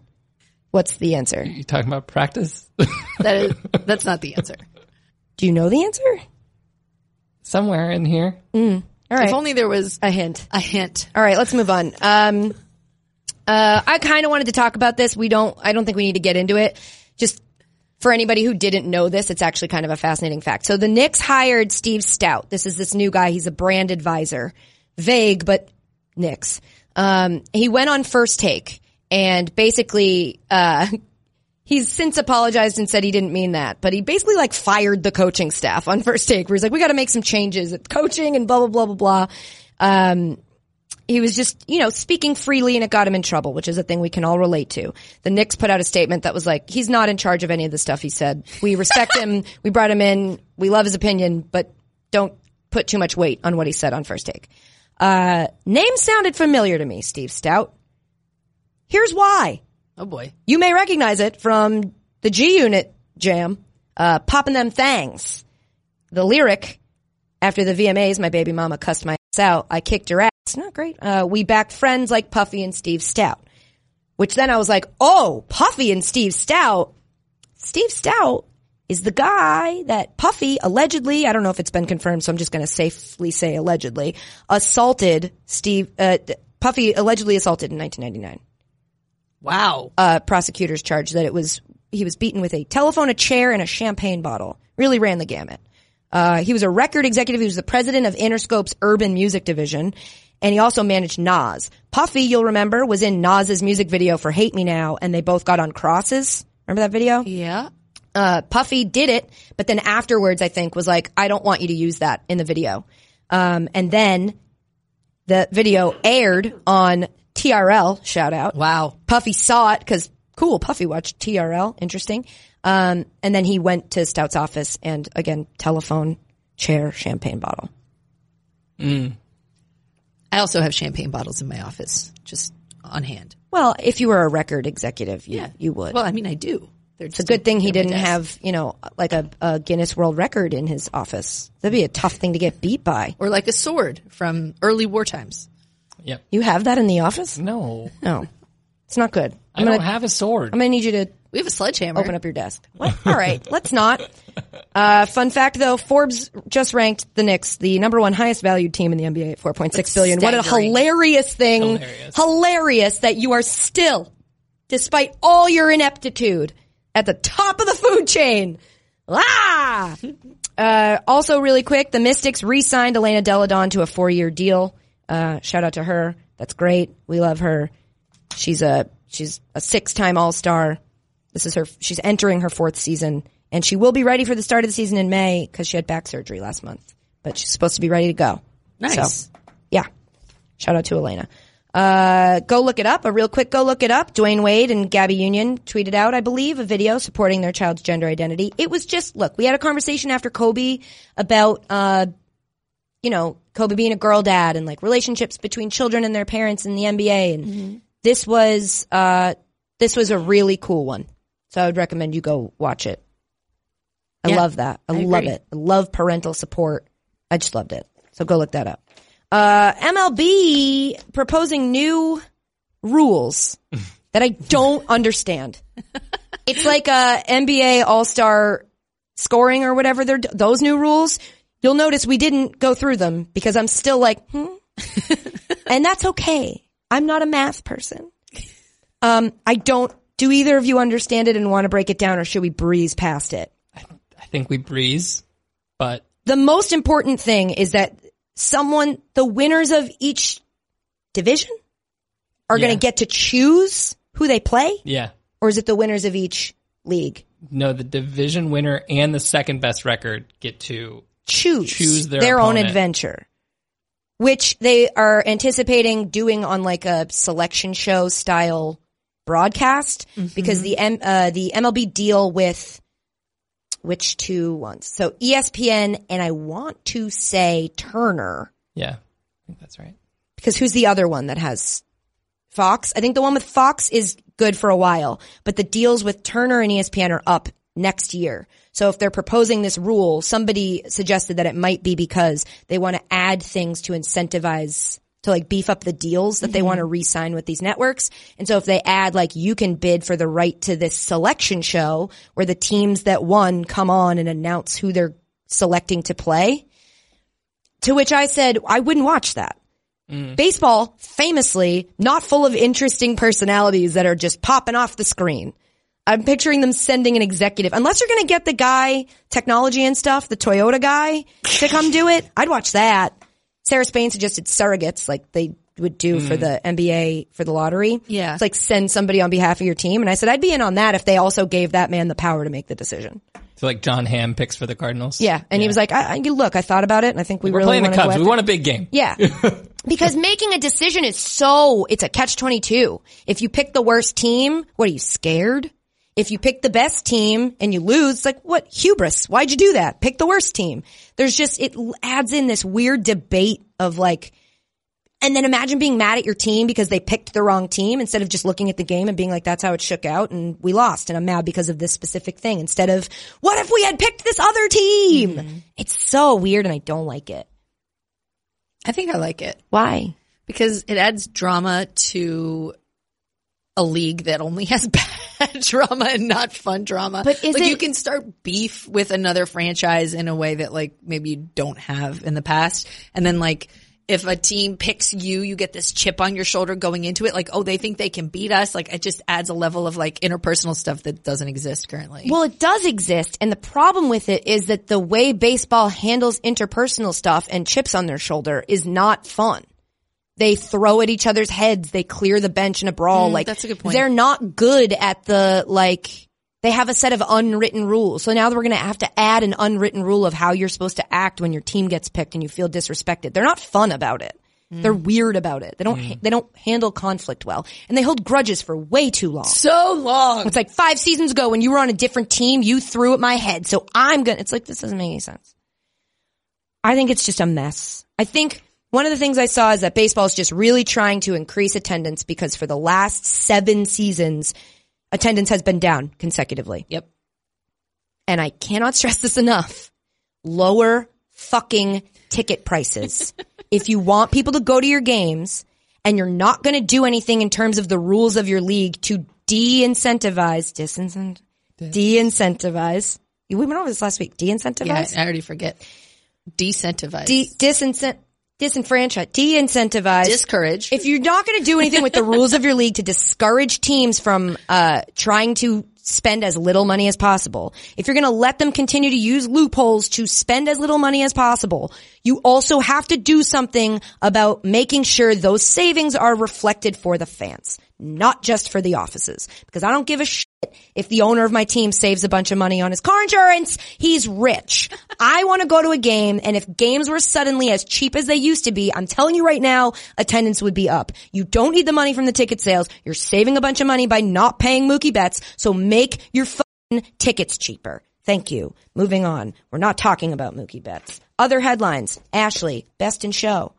B: What's the answer?
C: You talking about practice? [LAUGHS]
E: That is [LAUGHS] that's not the answer.
B: Do you know the answer?
C: Somewhere in here.
B: Mm. All right.
E: If only there was
B: a hint.
E: a hint.
B: All right, let's move on. Um, uh, I kind of wanted to talk about this. We don't. I don't think we need to get into it. Just for anybody who didn't know this, it's actually kind of a fascinating fact. So the Knicks hired Steve Stout. This is this new guy. He's a brand advisor. Vague, but Knicks. Um, he went on First Take and basically uh, [LAUGHS] He's since apologized and said he didn't mean that, but he basically like fired the coaching staff on first take where he's like, we got to make some changes at coaching and blah, blah, blah, blah, blah. Um, he was just, you know, speaking freely and it got him in trouble, which is a thing we can all relate to. The Knicks put out a statement that was like, he's not in charge of any of the stuff he said. We respect him. We brought him in. We love his opinion, but don't put too much weight on what he said on first take. Uh, name sounded familiar to me, Steve Stout. Here's why.
E: Oh boy.
B: You may recognize it from the G Unit jam, uh, Poppin' Them Thangs. The lyric, after the VMAs, my baby mama cussed my ass out. I kicked her ass. Not great. Uh, we backed friends like Puffy and Steve Stout. Which then I was like, oh, Puffy and Steve Stout. Steve Stout is the guy that Puffy allegedly, I don't know if it's been confirmed, so I'm just going to safely say allegedly, assaulted Steve, uh, Puffy allegedly assaulted in 1999
E: Wow.
B: uh, prosecutors charged that it was he was beaten with a telephone, a chair, and a champagne bottle. Really ran the gamut. Uh, he was a record executive. He was the president of Interscope's Urban Music Division, and he also managed Nas. Puffy, you'll remember, was in Nas's music video for "Hate Me Now," and they both got on crosses. Remember that video?
E: yeah.
B: uh, Puffy did it, but then afterwards, I think was like, I don't want you to use that in the video. Um, and then the video aired on TRL. Shout out!
E: Wow.
B: Puffy saw it because cool. Puffy watched TRL. Interesting. Um, and then he went to Stout's office and again telephone, chair, champagne bottle.
E: I also have champagne bottles in my office, just on hand.
B: Well, if you were a record executive, you, you would.
E: Well, I mean, I do. They're just
B: it's a good thing he
E: they're my
B: didn't
E: desk.
B: have, you know, like a, a Guinness World Record in his office. That'd be a tough thing to get beat by.
E: Or like a sword from early war times.
C: Yep.
B: You have that in the office?
C: No,
B: No, it's not good.
C: I
B: I'm gonna,
C: don't have a sword.
B: I'm gonna need you to
E: We have a sledgehammer.
B: open up your desk. What? All right, let's not. Uh, fun fact though, Forbes just ranked the Knicks the number one highest valued team in the NBA at 4.6 billion. What a
E: staggering.
B: hilarious thing.
C: Hilarious.
B: Hilarious that you are still, despite all your ineptitude, at the top of the food chain. Ah! Uh, also, really quick, the Mystics re-signed Elena Deladon to a four-year deal. Uh, shout out to her. That's great. We love her. She's a she's a six-time All-Star. This is her. She's entering her fourth season, and she will be ready for the start of the season in May because she had back surgery last month. But she's supposed to be ready to go.
E: Nice.
B: So, yeah. Shout out to Elena. Uh, go look it up. A real quick go look it up. Dwayne Wade and Gabby Union tweeted out, I believe, a video supporting their child's gender identity. It was just, look, we had a conversation after Kobe about, uh, you know, Kobe being a girl dad and like relationships between children and their parents in the NBA. And
E: Mm-hmm.
B: this was, uh, this was a really cool one. So I would recommend you go watch it. I
E: Yeah,
B: love that. I,
E: I
B: love
E: agree.
B: it. I love parental support. I just loved it. So go look that up. Uh, MLB proposing new rules that I don't [LAUGHS] understand. It's like uh, a NBA All Star scoring or whatever. They're those new rules. You'll notice we didn't go through them because I'm still like, hmm. and that's okay. I'm not a math person. Um, I don't. Do either of you understand it and want to break it down, or should we breeze past it?
C: I think we breeze, but
B: the most important thing is that someone, the winners of each division are going
C: Yeah.
B: to get to choose who they play,
C: yeah.
B: or is it the winners of each league?
C: No, the division winner and the second best record get to.
B: Choose,
C: Choose their
B: own
C: opponent.
B: adventure, which they are anticipating doing on like a selection show style broadcast
C: Mm-hmm.
B: because the M, uh, the MLB deal with which two ones? So E ESPN and I want to say Turner.
C: Yeah, I think that's right.
B: because who's the other one that has Fox? I think the one with Fox is good for a while, but the deals with Turner and E ESPN are up next year. So if they're proposing this rule, somebody suggested that it might be because they want to add things to incentivize to like beef up the deals that they want to re-sign with these networks. And so if they add like you can bid for the right to this selection show where the teams that won come on and announce who they're selecting to play. To which I said, I wouldn't watch that. Baseball, famously, not full of interesting personalities that are just popping off the screen. I'm picturing them sending an executive, unless you're going to get the guy, technology and stuff, the Toyota guy to come do it. I'd watch that. Sarah Spain suggested surrogates, like they would do for the NBA for the lottery.
E: Yeah.
B: It's like send somebody on behalf of your team. And I said, I'd be in on that if they also gave that man the power to make the decision.
C: So like John Hamm picks for the Cardinals.
B: Yeah. And he was like, I, I, look, I thought about it and I think we
C: We're
B: really
C: playing the
B: wanna go
C: Cubs.
B: after
C: We won a big game.
B: yeah. because making a decision is so, it's a catch 22. If you pick the worst team, what are you scared? If you pick the best team and you lose, it's like what hubris? Why'd you do that? Pick the worst team. There's just, it l- adds in this weird debate of like, and then imagine being mad at your team because they picked the wrong team instead of just looking at the game and being like, that's how it shook out and we lost and I'm mad because of this specific thing instead of, what if we had picked this other team? It's so weird and I don't like it.
E: I think I like it
B: Why?
E: because it adds drama to a league that only [LAUGHS] has bad drama and not fun drama.
B: But is
E: like
B: it-
E: you can start beef with another franchise in a way that like maybe you don't have in the past. And then like if a team picks you, you get this chip on your shoulder going into it. Like, oh, they think they can beat us. Like it just adds a level of like interpersonal stuff that doesn't exist currently.
B: Well, it does exist, and the problem with it is that the way baseball handles interpersonal stuff and chips on their shoulder is not fun. They throw at each other's heads. They clear the bench in a brawl. like
E: Mm, that's a good point.
B: They're not good at the like. They have a set of unwritten rules. So now we're going to have to add an unwritten rule of how you're supposed to act when your team gets picked and you feel disrespected. They're not fun about it.
E: Mm.
B: They're weird about it. They don't. ha- They don't handle conflict well, and they hold grudges for way too long.
E: so long.
B: It's like five seasons ago when you were on a different team, you threw at my head. So I'm going to, it's like, this doesn't make any sense. I think it's just a mess. I think one of the things I saw is that baseball is just really trying to increase attendance because for the last seven seasons, attendance has been down consecutively.
E: Yep.
B: And I cannot stress this enough. Lower fucking ticket
E: [LAUGHS]
B: prices. if you want people to go to your games and you're not going to do anything in terms of the rules of your league to de-incentivize, disincent, de-incentivize. We went over this last week.
E: Yeah,
B: De-incentivize?
E: I already forget. Decentivize.
B: De- disincent, disenfranchise, de-incentivize.
E: Discourage.
B: If you're not going to do anything with the rules of your league to discourage teams from uh, trying to spend as little money as possible, if you're going to let them continue to use loopholes to spend as little money as possible, you also have to do something about making sure those savings are reflected for the fans, not just for the offices. Because I don't give a shit if the owner of my team saves a bunch of money on his car insurance, he's rich. I want to go to a game and if games were suddenly as cheap as they used to be, I'm telling you right now, attendance would be up. You don't need the money from the ticket sales. You're saving a bunch of money by not paying Mookie bets. So make your fucking tickets cheaper. Thank you. Moving on. We're not talking about Mookie bets. Other headlines. Ashley, best in show.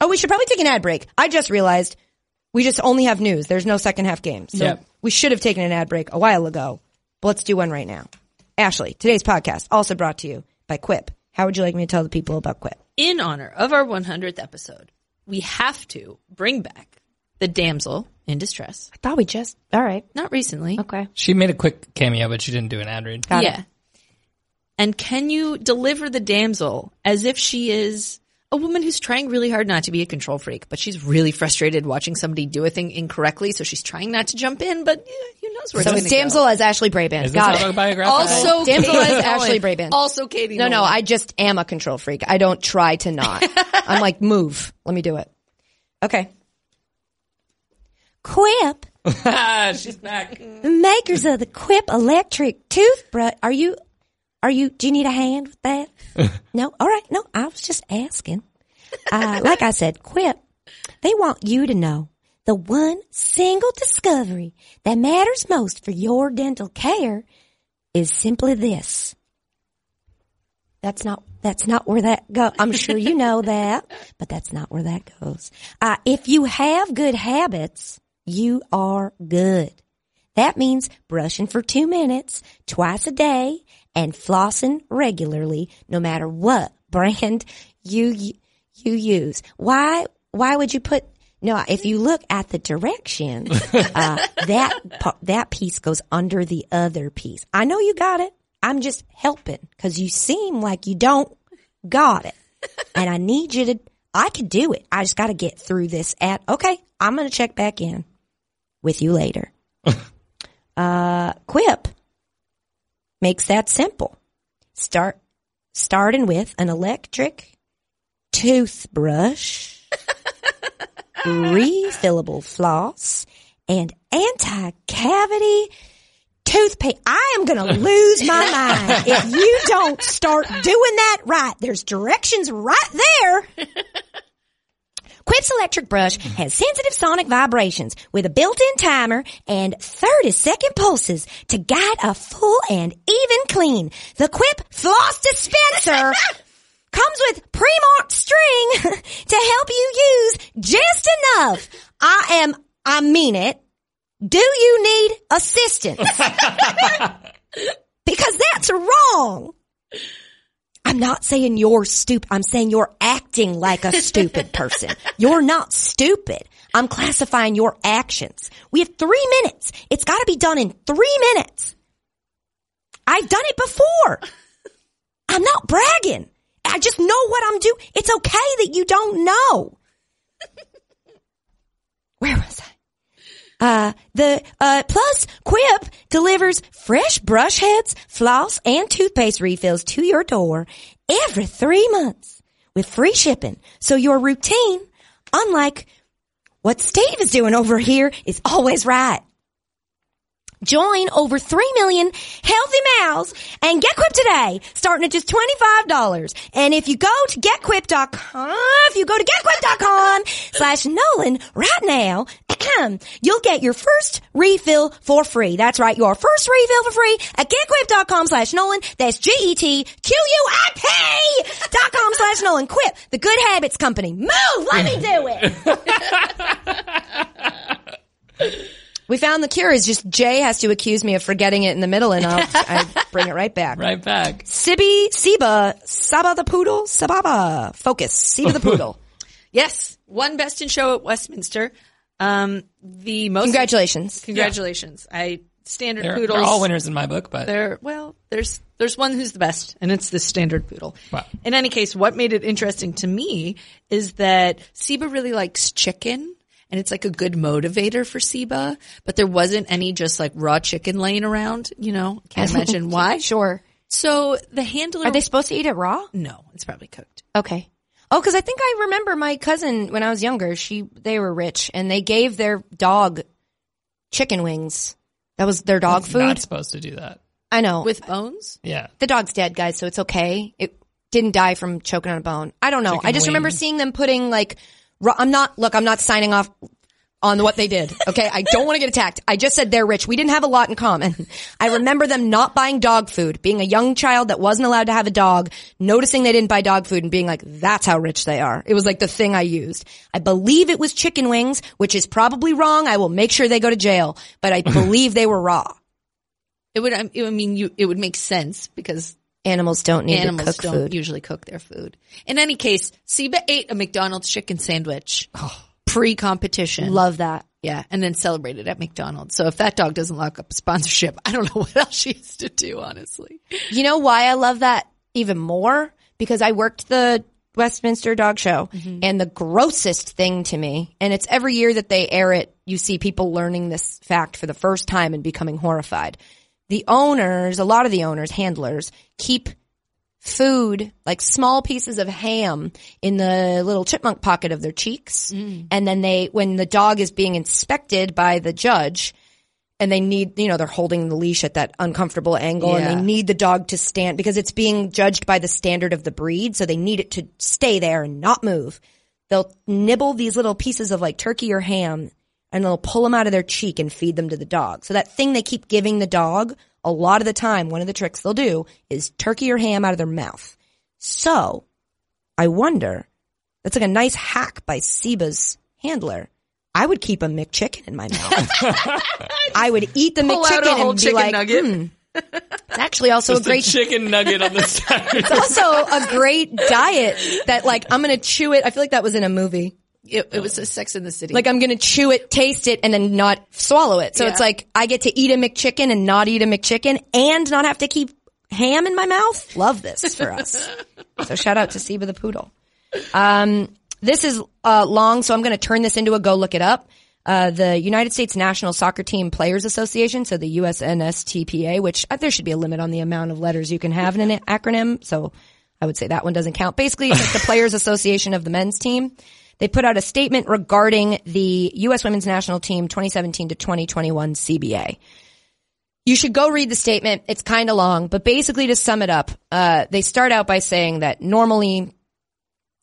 B: Oh, we should probably take an ad break. I just realized we just only have news. There's no second half games. So
C: Yep.
B: we should have taken an ad break a while ago, but let's do one right now. Ashley, today's podcast also brought to you by Quip. How would you like me to tell the people about Quip?
E: in honor of our 100th episode, we have to bring back the damsel in distress.
B: I thought we just, all right.
E: Not recently.
B: Okay.
C: She made a quick cameo, but she didn't do an ad read.
B: Oh, Got it.
E: yeah. And can you deliver the damsel as if she is a woman who's trying really hard not to be a control freak, but she's really frustrated watching somebody do a thing incorrectly, so she's trying not to jump in, but eh, who knows where
B: So
E: it's
B: it's
E: gonna
B: Damsel as Ashley Brabant.
C: Is this
B: Got it.
C: autobiographical?
E: Also,
B: Damsel
E: Katie
B: is
E: Nolan.
B: Ashley Brabant.
E: Also, Katie.
B: No, no,
E: Nolan.
B: I just am a control freak. I don't try to not. I'm like, move. Let me do it. Okay. Quip. Ah,
C: [LAUGHS] she's back.
B: The makers of the Quip electric toothbrush. Are you, are you, do you need a hand with that? no? All right. No, I was just asking. Uh, like I said, Quip, they want you to know the one single discovery that matters most for your dental care is simply this. That's not, that's not where that go. I'm sure you know that, but that's not where that goes. Uh, if you have good habits, you are good. That means brushing for two minutes twice a day and flossing regularly, no matter what brand you you use. Why why would you put no? If you look at the directions, uh, that pa- that piece goes under the other piece. I know you got it. I'm just helping because you seem like you don't got it, and I need you to. I could do it. I just got to get through this. At okay, I'm gonna check back in with you later. Uh, Quip makes that simple. Start starting with an electric toothbrush refillable floss, and anti-cavity toothpaste. I am going to lose my mind if you don't start doing that right. There's directions right there. Quip's electric brush has sensitive sonic vibrations with a built-in timer and 30-second pulses to guide a full and even clean. The Quip floss dispenser comes with pre-marked string [LAUGHS] to help you use just enough. I am, I mean it. Do you need assistance? because that's wrong. I'm not saying you're stupid. I'm saying you're acting like a stupid person. You're not stupid. I'm classifying your actions. We have three minutes. It's got to be done in three minutes. I've done it before. I'm not bragging. I just know what I'm doing. It's okay that you don't know. Where was I? Uh, the uh, plus Quip delivers fresh brush heads, floss, and toothpaste refills to your door every three months with free shipping. So your routine, unlike what Steve is doing over here, is always right. Join over 3 million healthy mouths and get Quip today, starting at just $25. And if you go to getquip.com, if you go to getquip.com slash Nolan right now, [CLEARS THROAT] you'll get your first refill for free. That's right, your first refill for free at getquip.com slash Nolan. That's E G-E-T-Q-U-I-P dot com slash Nolan. Quip, the good habits company. Move! Let me do it! We found the cure is just Jay has to accuse me of forgetting it in the middle and I'll I bring it right back.
C: Right back.
B: Sibby, Siba, Saba the poodle, Sababa, focus, Siba the poodle.
E: Yes, one best in show at Westminster. Um, the most
B: Congratulations.
E: Congratulations. I standard
C: They're,
E: poodles.
C: they're all winners in my book, but
E: There, well, there's there's one who's the best, and it's the standard poodle.
C: Wow.
E: In any case, what made it interesting to me is that Siba really likes chicken, and it's like a good motivator for Siba. But there wasn't any just like raw chicken laying around. You know,
C: [LAUGHS]
E: can't imagine why.
B: Sure.
E: So the handler.
B: Are they supposed to eat it raw?
E: no, it's probably cooked.
B: Okay. Oh, cause I think I remember my cousin when I was younger, she, they were rich and they gave their dog chicken wings. That was their dog food.
C: not supposed to do that.
B: I know.
E: With bones?
C: Yeah.
B: the dog's dead, guys, so it's okay. It didn't die from choking on a bone. I don't know. I just remember seeing them putting like, ru- I'm not, look, I'm not signing off on what they did. Okay. I don't want to get attacked. I just said they're rich. We didn't have a lot in common. [LAUGHS] I remember them not buying dog food, being a young child that wasn't allowed to have a dog, noticing they didn't buy dog food and being like, that's how rich they are. It was like the thing I used. I believe it was chicken wings, which is probably wrong. I will make sure they go to jail, but
E: [LAUGHS]
B: I believe they were raw.
E: It would. I it would mean, you. It would make sense because
B: Animals don't need to
E: animals
B: cook
E: don't
B: food.
E: usually cook their food. In any case, Siba ate a McDonald's chicken sandwich pre-competition.
B: Love that.
E: Yeah, and then celebrated at McDonald's. So if that dog doesn't lock up a sponsorship, [LAUGHS] I don't know what else she has to do, honestly.
B: You know why I love that even more? Because I worked the Westminster Dog Show and the grossest thing to me, and it's every year that they air it, you see people learning this fact for the first time and becoming horrified. The owners, a lot of the owners, handlers, keep food, like small pieces of ham in the little chipmunk pocket of their cheeks.
F: Mm.
B: And then they, when the dog is being inspected by the judge, and they need, you know, they're holding the leash at that uncomfortable angle and
E: Yeah.
B: they need the dog to stand because it's being judged by the standard of the breed. So they need it to stay there and not move. They'll nibble these little pieces of like turkey or ham and they'll pull them out of their cheek and feed them to the dog. So that thing they keep giving the dog, a lot of the time, one of the tricks they'll do is turkey or ham out of their mouth. So I wonder, that's like a nice hack by Seba's handler. I would keep a McChicken in my mouth.
E: [LAUGHS]
B: I would eat the
E: Pull out
B: McChicken
E: a whole
B: and be
E: chicken
B: like,
E: nugget.
B: "Hmm, it's actually also a
C: Just
B: [LAUGHS]
C: a
E: [LAUGHS]
B: great
C: chicken
B: [LAUGHS]
C: nugget on the side.
B: it's also a great diet that like I'm gonna chew it. I feel like that was in a movie.
E: It, it was a Sex in the City.
B: Like I'm gonna chew it, taste it, and then not swallow it. So it's
E: Yeah.
B: like I get to eat a McChicken and not eat a McChicken and not have to keep ham in my mouth. Love this for
E: [LAUGHS]
B: us. so shout out to Seba the poodle. Um, this is uh, long, so I'm gonna turn this into a go look it up. Uh, the United States National Soccer Team Players Association, so the USNSTPA, which uh, there should be a limit on the amount of letters you can have in an [LAUGHS] acronym. So I would say that one doesn't count. Basically, it's like the Players Association of the men's team. They put out a statement regarding the U.S. Women's National Team 2017 to 2021 CBA. You should go read the statement. It's kind of long, but basically to sum it up, uh, they start out by saying that normally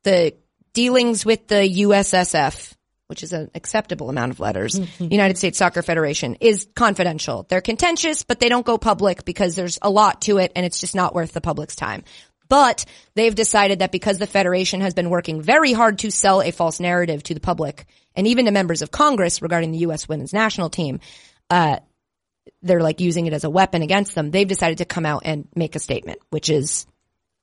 B: the dealings with the USSF, which is an acceptable amount of letters, United States Soccer Federation, is confidential. They're contentious, but they don't go public because there's a lot to it and it's just not worth the public's time. But they've decided that because the Federation has been working very hard to sell a false narrative to the public and even to members of Congress regarding the U.S. women's national team, uh, they're like using it as a weapon against them. They've decided to come out and make a statement, which is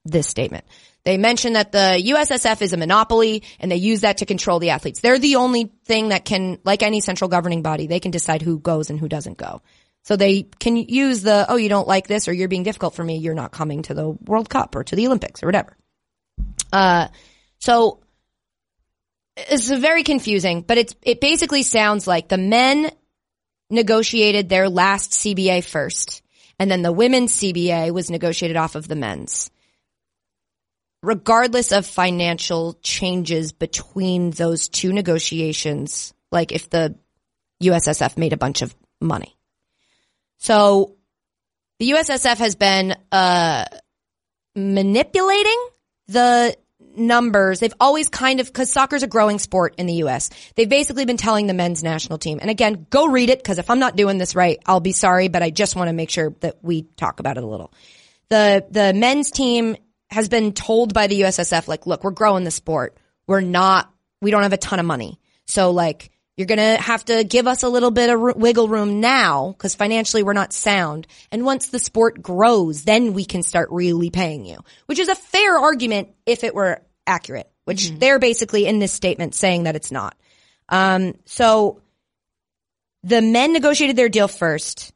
B: this statement. They mention that the USSF is a monopoly and they use that to control the athletes. They're the only thing that can, like any central governing body, they can decide who goes and who doesn't go. So they can use the, oh, you don't like this or you're being difficult for me. You're not coming to the World Cup or to the Olympics or whatever. Uh, so it's very confusing, but it's, it basically sounds like the men negotiated their last CBA first and then the women's CBA was negotiated off of the men's regardless of financial changes between those two negotiations, like if the USSF made a bunch of money. So the USSF has been uh, manipulating the numbers. They've always kind of, because soccer's a growing sport in the US, they've basically been telling the men's national team. And again, go read it, because if I'm not doing this right, I'll be sorry, but I just want to make sure that we talk about it a little the the men's team has been told by the USSF like, look, we're growing the sport. We're not. We don't have a ton of money. So like, you're gonna have to give us a little bit of r- wiggle room now because financially we're not sound. And once the sport grows, then we can start really paying you, which is a fair argument if it were accurate. Which they're basically in this statement saying that it's not. Um, so the men negotiated their deal first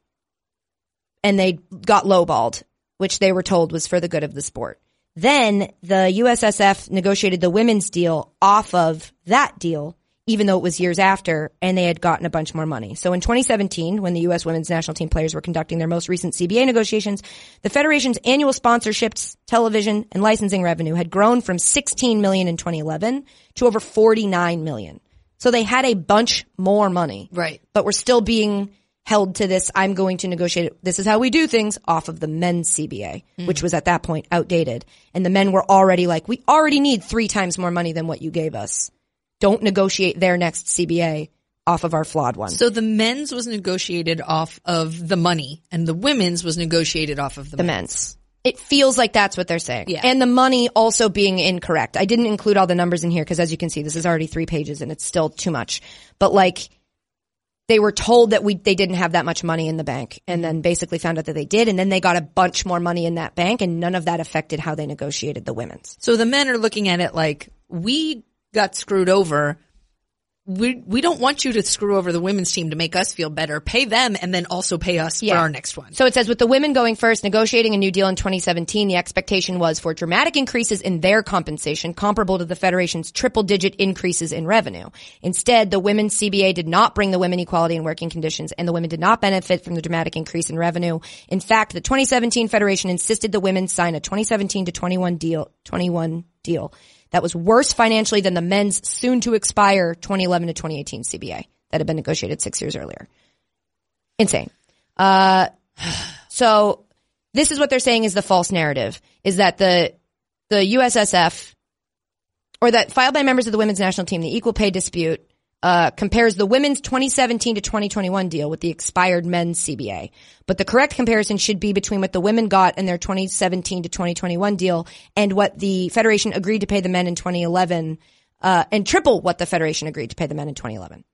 B: and they got lowballed, which they were told was for the good of the sport. Then the USSF negotiated the women's deal off of that deal, even though it was years after, and they had gotten a bunch more money. So in 2017, when the U.S. women's national team players were conducting their most recent CBA negotiations, the Federation's annual sponsorships, television, and licensing revenue had grown from 16 million in 2011 to over 49 million. So they had a bunch more money
E: Right.
B: but we're still being held to this. I'm going to negotiate it. This is how we do things off of the men's CBA, which was at that point outdated. And the men were already like, we already need three times more money than what you gave us. Don't negotiate their next CBA off of our flawed one.
E: So the men's was negotiated off of the money, and the women's was negotiated off of the,
B: the men's. It feels like that's what they're saying.
E: Yeah.
B: And the money also being incorrect. I didn't include all the numbers in here because as you can see, this is already three pages and it's still too much. But like, they were told that we, they didn't have that much money in the bank and then basically found out that they did. And then they got a bunch more money in that bank and none of that affected how they negotiated the women's.
E: So the men are looking at it like we got screwed over. We we don't want you to screw over the women's team to make us feel better. Pay them and then also pay us for
B: Yeah.
E: our next one.
B: So it says with the women going first, negotiating a new deal in 2017, the expectation was for dramatic increases in their compensation comparable to the Federation's triple digit increases in revenue. Instead, the women's CBA did not bring the women equality in working conditions and the women did not benefit from the dramatic increase in revenue. In fact, the 2017 Federation insisted the women sign a 2017 to 21 deal, 21 deal that was worse financially than the men's soon to expire 2011 to 2018 CBA that had been negotiated six years earlier. Insane. Uh, so this is what they're saying is the false narrative is that the the USSF or that filed by members of the women's national team the equal pay dispute uh, compares the women's 2017 to 2021 deal with the expired men's CBA. But the correct comparison should be between what the women got in their 2017 to 2021 deal and what the Federation agreed to pay the men in 2011 uh, and triple what the Federation agreed to pay the men in 2011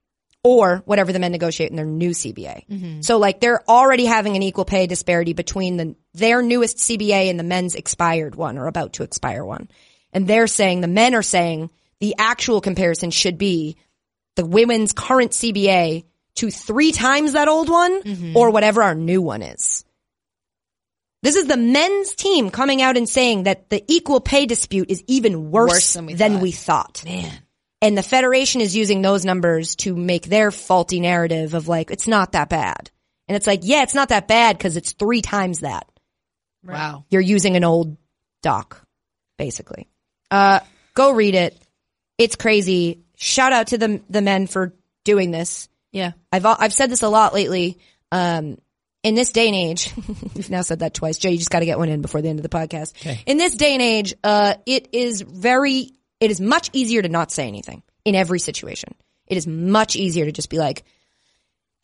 B: or whatever the men negotiate in their new CBA. So like they're already having an equal pay disparity between the their newest CBA and the men's expired one or about to expire one. And they're saying the men are saying the actual comparison should be the women's current CBA to three times that old one
E: Mm-hmm.
B: or whatever our new one is. This is the men's team coming out and saying that the equal pay dispute is even worse,
E: Worse than we thought.
B: we thought.
E: Man,
B: And the Federation is using those numbers to make their faulty narrative of like, it's not that bad. And it's like, yeah, it's not that bad because it's three times that.
E: wow.
B: You're using an old doc, basically. Uh, go read it. It's crazy. shout out to the the men for doing this.
E: Yeah.
B: I've al- I've said this a lot lately. Um, in this day and age, [LAUGHS] you've now said that twice, Jay. You just got to get one in before the end of the podcast. In this day and age, uh, it is very, it is much easier to not say anything in every situation. It is much easier to just be like,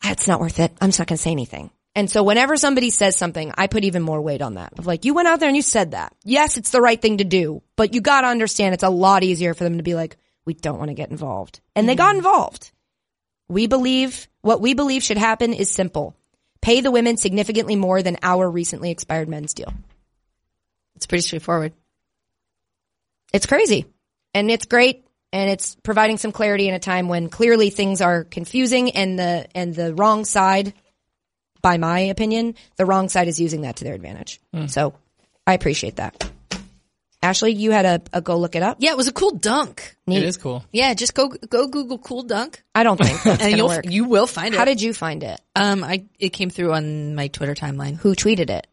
B: "Ah, "It's not worth it. I'm just not going to say anything." And so, whenever somebody says something, I put even more weight on that. Of like, you went out there and you said that. Yes, it's the right thing to do, but you got to understand it's a lot easier for them to be like, "We don't want to get involved," and they got involved. We believe what we believe should happen is simple. Pay the women significantly more than our recently expired men's deal.
E: It's pretty straightforward.
B: It's crazy. And it's great and it's providing some clarity in a time when clearly things are confusing and the and the wrong side by my opinion, the wrong side is using that to their advantage. So, I appreciate that. Ashley, you had a, a go look it up?
E: Yeah, it was a cool dunk.
C: It is cool.
E: Yeah, just go go Google cool dunk,
B: I don't think [LAUGHS] that's going
E: and
B: to
E: you'll
B: work.
E: you will find it.
B: How did you find it?
E: um I it came through on my Twitter timeline.
B: Who tweeted it?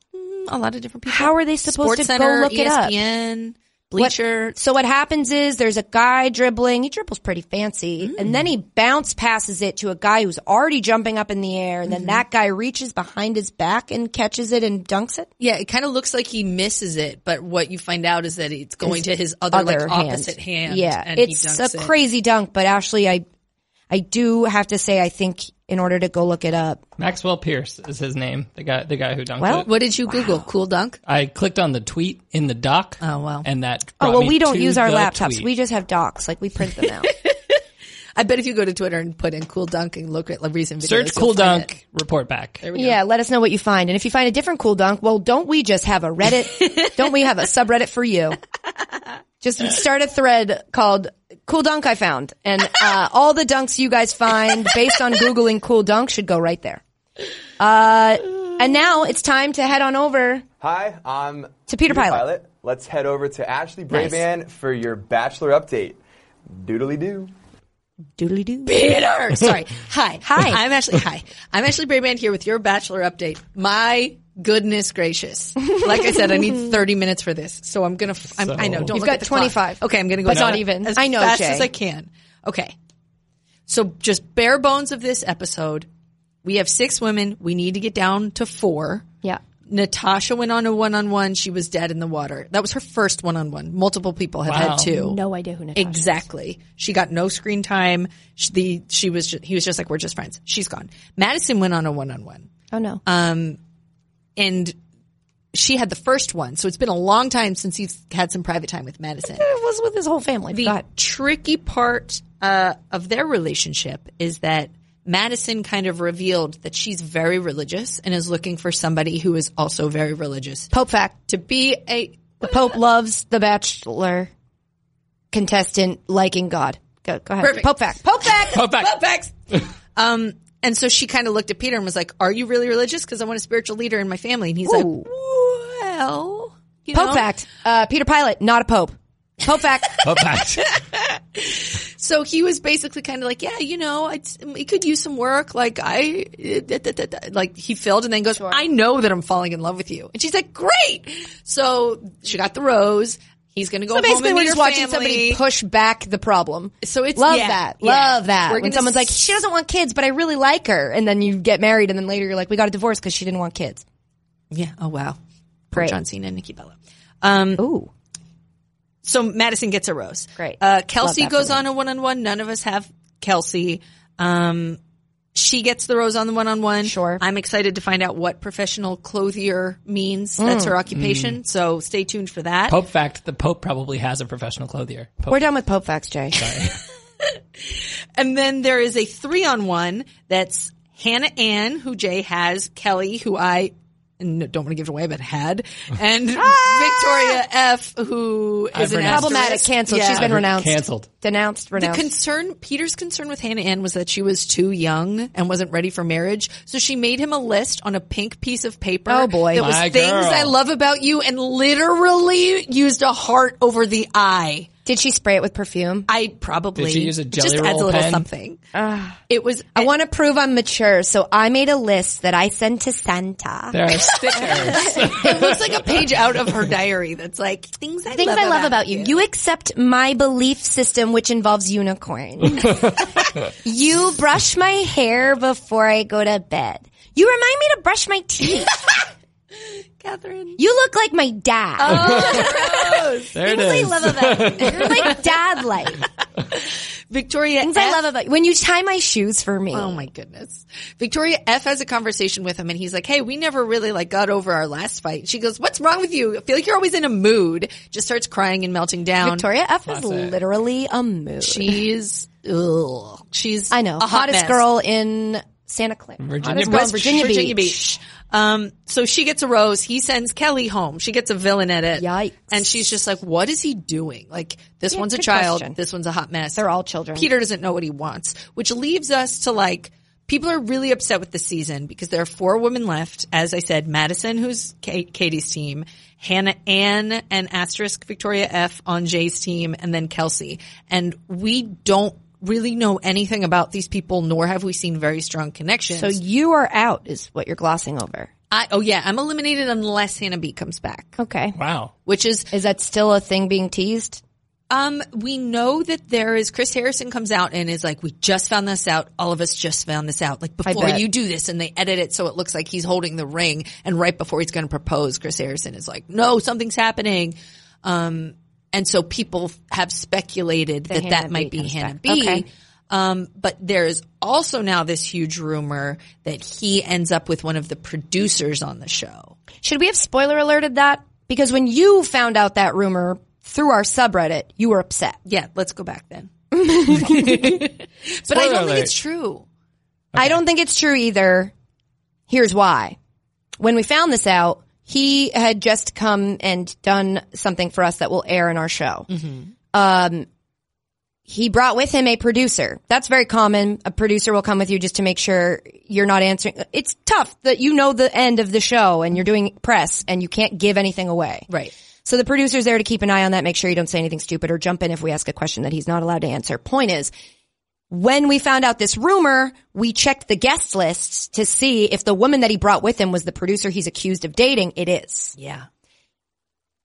E: A lot of different people.
B: How are they supposed
E: Sports
B: to
E: Center, E
B: go look it up?
E: ESPN,
B: What-
E: Bleacher.
B: so what happens is there's a guy dribbling. He dribbles pretty fancy,
E: Mm.
B: and then he bounce passes it to a guy who's already jumping up in the air, and then
E: Mm-hmm.
B: that guy reaches behind his back and catches it and dunks it.
E: Yeah, it kind of looks like he misses it, but what you find out is that it's going to his other,
B: Other
E: like
B: hand.
E: opposite hand.
B: Yeah,
E: and he
B: it's
E: dunks
B: a
E: it.
B: crazy dunk, but Ashley, I, I do have to say, I think in order to go look it up,
C: Maxwell Pierce is his name. The guy, the guy who dunked
B: Well,
C: it.
E: What did you Google? Cool dunk.
C: I clicked on the tweet in the doc.
E: Oh, wow.
C: And that.
B: oh
C: brought
B: well,
C: me
B: we don't
C: to
B: use our
C: the
B: laptops.
C: tweet.
B: We just have docs, like we print them
E: [LAUGHS]
B: out.
E: I bet if you go to Twitter and put in cool dunk and look at like recent videos,
C: search cool
E: you'll find it.
C: dunk. Report back.
B: Yeah, let us know what you find. And if you find a different cool dunk, well, don't we just have a [LAUGHS] Reddit? don't we have a subreddit for you? Just start a thread called Cool Dunk I Found. And uh, all the dunks you guys find based on Googling Cool Dunk should go right there. Uh, and now it's time to head on over.
G: Hi, I'm
B: To Peter Pilot.
G: Let's head over to Ashley Braban for your bachelor update. Doodly doo.
B: Doodly doo.
E: [LAUGHS] Peter. Sorry. Hi.
B: Hi.
E: [LAUGHS] I'm Ashley. Hi. I'm Ashley Brabant here with your Bachelor update. My goodness gracious! Like I said,
B: [LAUGHS]
E: I need 30 minutes for this, so I'm gonna. I'm, I know. Don't
B: You've
E: look
B: got
E: at the clock.
B: 25.
E: Okay, I'm gonna go.
B: But
E: as-
B: not even.
E: As
B: I know,
E: fast
B: Jay.
E: as I can. Okay. So just bare bones of this episode. We have six women. We need to get down to four.
B: Yeah.
E: Natasha went on a one on one. She was dead in the water. That was her first one on one. Multiple people have
C: Wow.
E: had two.
B: No idea who Natasha is.
E: Exactly. She got no screen time. She, the, she was, ju- he was just like, we're just friends. She's gone. Madison went on a one on one
B: Oh, no.
E: and she had the first one. So it's been a long time since he's had some private time with Madison.
B: it was with his whole family.
E: The
B: Forgot.
E: tricky part uh, of their relationship is that Madison kind of revealed that she's very religious and is looking for somebody who is also very religious
B: Pope fact.
E: to be a
B: The Pope loves the Bachelor contestant liking God. Go, go ahead.
E: Perfect.
B: Pope fact. Pope fact.
C: Put back.
E: Um, and so she kind of looked at Peter and was like, "Are you really religious? Because I want a spiritual leader in my family." And he's like,
B: Ooh.
E: "Well, you
B: Pope
E: know."
B: fact. Uh, Peter Pilot, not a pope. Pope
E: [LAUGHS]
B: fact.
C: Put back.
E: So he was basically kind of like, "Yeah, you know, I'd, it could use some work." Like I, eh, da, da, da, da. like he filled and then goes, "I know that I'm falling in love with you," and she's like, "Great!" So she got the rose. He's gonna
B: so
E: go home
B: basically,
E: and
B: we're
E: meet
B: just
E: her
B: watching
E: family.
B: somebody push back the problem.
E: So it's-
B: love
E: yeah,
B: that.
E: yeah.
B: Love that.
E: We're
B: when
E: gonna
B: someone's like,
E: s-
B: she doesn't want kids, but I really like her, and then you get married, and then later you're like, we got a divorce because she didn't want kids.
E: Yeah. Oh wow. Poor
B: Great.
E: John Cena and Nikki Bella. Um,
B: Ooh.
E: so Madison gets a rose.
B: Great.
E: Uh,
B: Love
E: Kelsey
B: that for
E: goes
B: me.
E: on a one on one. None of us have Kelsey. Um, she gets the rose on the one on one.
B: Sure.
E: I'm excited to find out what professional clothier means.
B: Mm.
E: That's her occupation. So stay tuned for that.
C: Pope fact: the Pope probably has a professional clothier. Pope
B: We're done with Pope facts, Jay.
E: And then there is a three on one that's Hannah Ann, who Jay has, Kelly, who I no, don't want to give it away,
B: [LAUGHS]
E: but had, and Victoria F, who is
C: I've
E: an
B: Ah!
C: renounced.
B: Problematic,
E: asterisk.
B: canceled. She's been
C: I've
B: renounced.
C: canceled.
B: [LAUGHS] Denounced,
E: The
B: renounced.
E: concern, Peter's concern with Hannah Ann was that she was too young and wasn't ready for marriage. So she made him a list on a pink piece of paper.
B: Oh, boy.
E: That was
C: My
E: things
C: girl.
E: I love about you and literally used a heart over the I.
B: Did she spray it with perfume?
E: I probably
C: Did she use a jelly
E: just adds
C: roll
E: a little
C: pen?
E: something. it was.
B: Ah. I want to prove I'm mature, so I made a list that I sent to Santa.
E: [LAUGHS]
C: There are stickers.
E: it looks like a page out of her diary that's like things I
B: Things
E: love
B: I love about you. You accept my belief system, which involves
C: [LAUGHS]
B: unicorns. you brush my hair before I go to bed. You remind me to brush my teeth.
E: [LAUGHS] Catherine.
B: You look like my dad.
E: Oh.
C: there it
B: Things I
C: is.
B: love about you. You're [LAUGHS] like dad like.
E: Victoria.
B: Things I
E: F-
B: love about you. When you tie my shoes for me.
E: Oh my goodness. Victoria F has a conversation with him and he's like, Hey, we never really like got over our last fight. She goes, What's wrong with you? I feel like you're always in a mood. Just starts crying and melting down.
B: Victoria F is
C: Classic.
B: literally a mood.
E: She's, ugh, she's,
B: I know.
E: a hot
B: hottest
E: mess.
B: girl in Santa Clara.
C: Virginia
B: hottest
C: Beach.
B: girl in Virginia,
E: Virginia
B: Beach.
E: Beach. Um, so she gets a rose. He sends Kelly home. She gets a villain at it.
B: Yikes.
E: And she's just like, what is he doing? Like, this
B: Yeah,
E: one's a
B: good
E: child.
B: question.
E: This one's a hot mess.
B: They're all children.
E: Peter doesn't know what he wants, which leaves us to like, people are really upset with the season because there are four women left. As I said, Madison, who's Ka- Katie's team, Hannah Ann and asterisk Victoria F on Jay's team, and then Kelsey. And we don't really know anything about these people, nor have we seen very strong connections.
B: So you are out is what you're glossing over.
E: I, oh yeah, I'm eliminated unless Hannah B comes back,
B: Okay.
C: Wow.
E: which is
B: Is that still a thing being teased?
E: um we know that there is Chris Harrison comes out and is like we just found this out, all of us just found this out. Like before
B: bet.
E: you do this and they edit it so it looks like he's holding the ring and right before he's going to propose Chris Harrison is like, "No, something's happening." Um and so people f- have speculated that
B: Hannah
E: that
B: B
E: might be
B: comes
E: Hannah
B: back.
E: B.
B: Okay.
E: Um, but there is also now this huge rumor that he ends up with one of the producers on the show.
B: Should we have spoiler alerted that? Because when you found out that rumor through our subreddit, you were upset.
E: Yeah, let's go back then. but I don't think it's true.
B: I don't think it's true either. Here's why. When we found this out, he had just come and done something for us that will air in our show. Um, he brought with him a producer. That's very common. A producer will come with you just to make sure you're not answering. It's tough that you know the end of the show and you're doing press and you can't give anything away.
E: Right.
B: So the producer's there to keep an eye on that, make sure you don't say anything stupid or jump in if we ask a question that he's not allowed to answer. Point is, when we found out this rumor, we checked the guest list to see if the woman that he brought with him was the producer he's accused of dating. It is.
E: Yeah.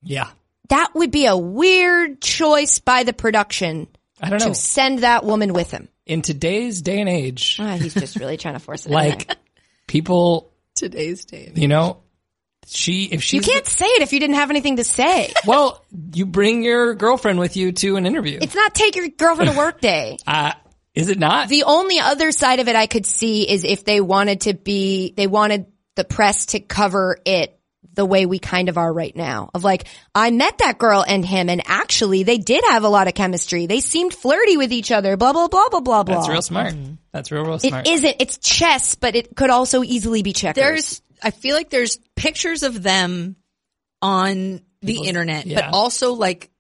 C: Yeah.
B: That would be a weird choice by the production
C: I don't know.
B: to send that woman with him.
C: In today's day and
B: [LAUGHS]
C: age,
E: Mm.
B: Ah, he's just really trying to force it. in there.
E: [LAUGHS]
C: like people,
E: Today's day.
C: you know, she if she
B: you can't say it if you didn't have anything to [LAUGHS] say.
C: well, you bring your girlfriend with you to an interview.
B: It's not take your girlfriend to work day.
C: Uh, is it not?
B: The only other side of it I could see is if they wanted to be, they wanted the press to cover it the way we kind of are right now of like, I met that girl and him and actually they did have a lot of chemistry. They seemed flirty with each other, blah, blah, blah, blah, blah, blah.
C: That's real smart.
E: Mm.
C: That's real, real smart.
B: It isn't, it's chess, but it could also easily be checkers.
E: There's, I feel like there's pictures of them on the internet,
C: yeah.
E: but also like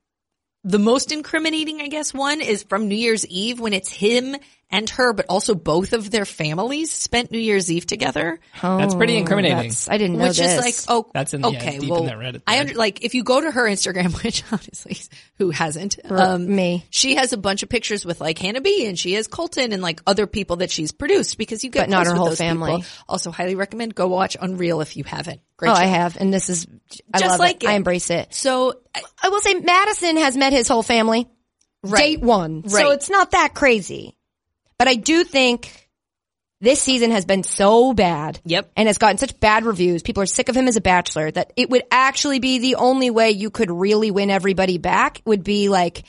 E: the most incriminating, I guess, one is from New Year's Eve when it's him and her, but also both of their families spent New Year's Eve together.
C: That's pretty
E: Oh,
C: incriminating.
B: That's- I didn't know
E: which is
B: this.
E: like oh
C: That's in- yeah,
E: okay
C: deep in
E: well
C: that Reddit
E: I
C: thread.
E: under, like if you go to her Instagram [LAUGHS] which honestly who hasn't um
B: me.
E: she has a bunch of pictures with like Hannah B and she has Colton and like other people that she's produced because you get
B: But not
E: close
B: her
E: with
B: whole
E: those
B: family.
E: people. also highly recommend go watch Unreal if you haven't great
B: oh, I
E: show.
B: have. And this is, I
E: Just
B: love
E: like it.
B: I embrace it.
E: so I-
B: I will say Madison has met his whole family.
E: right
B: date one. So
E: Right.
B: it's not that crazy. But I do think this season has been so bad.
E: Yep.
B: And has gotten such bad reviews. People are sick of him as a bachelor that it would actually be the only way you could really win everybody back would be like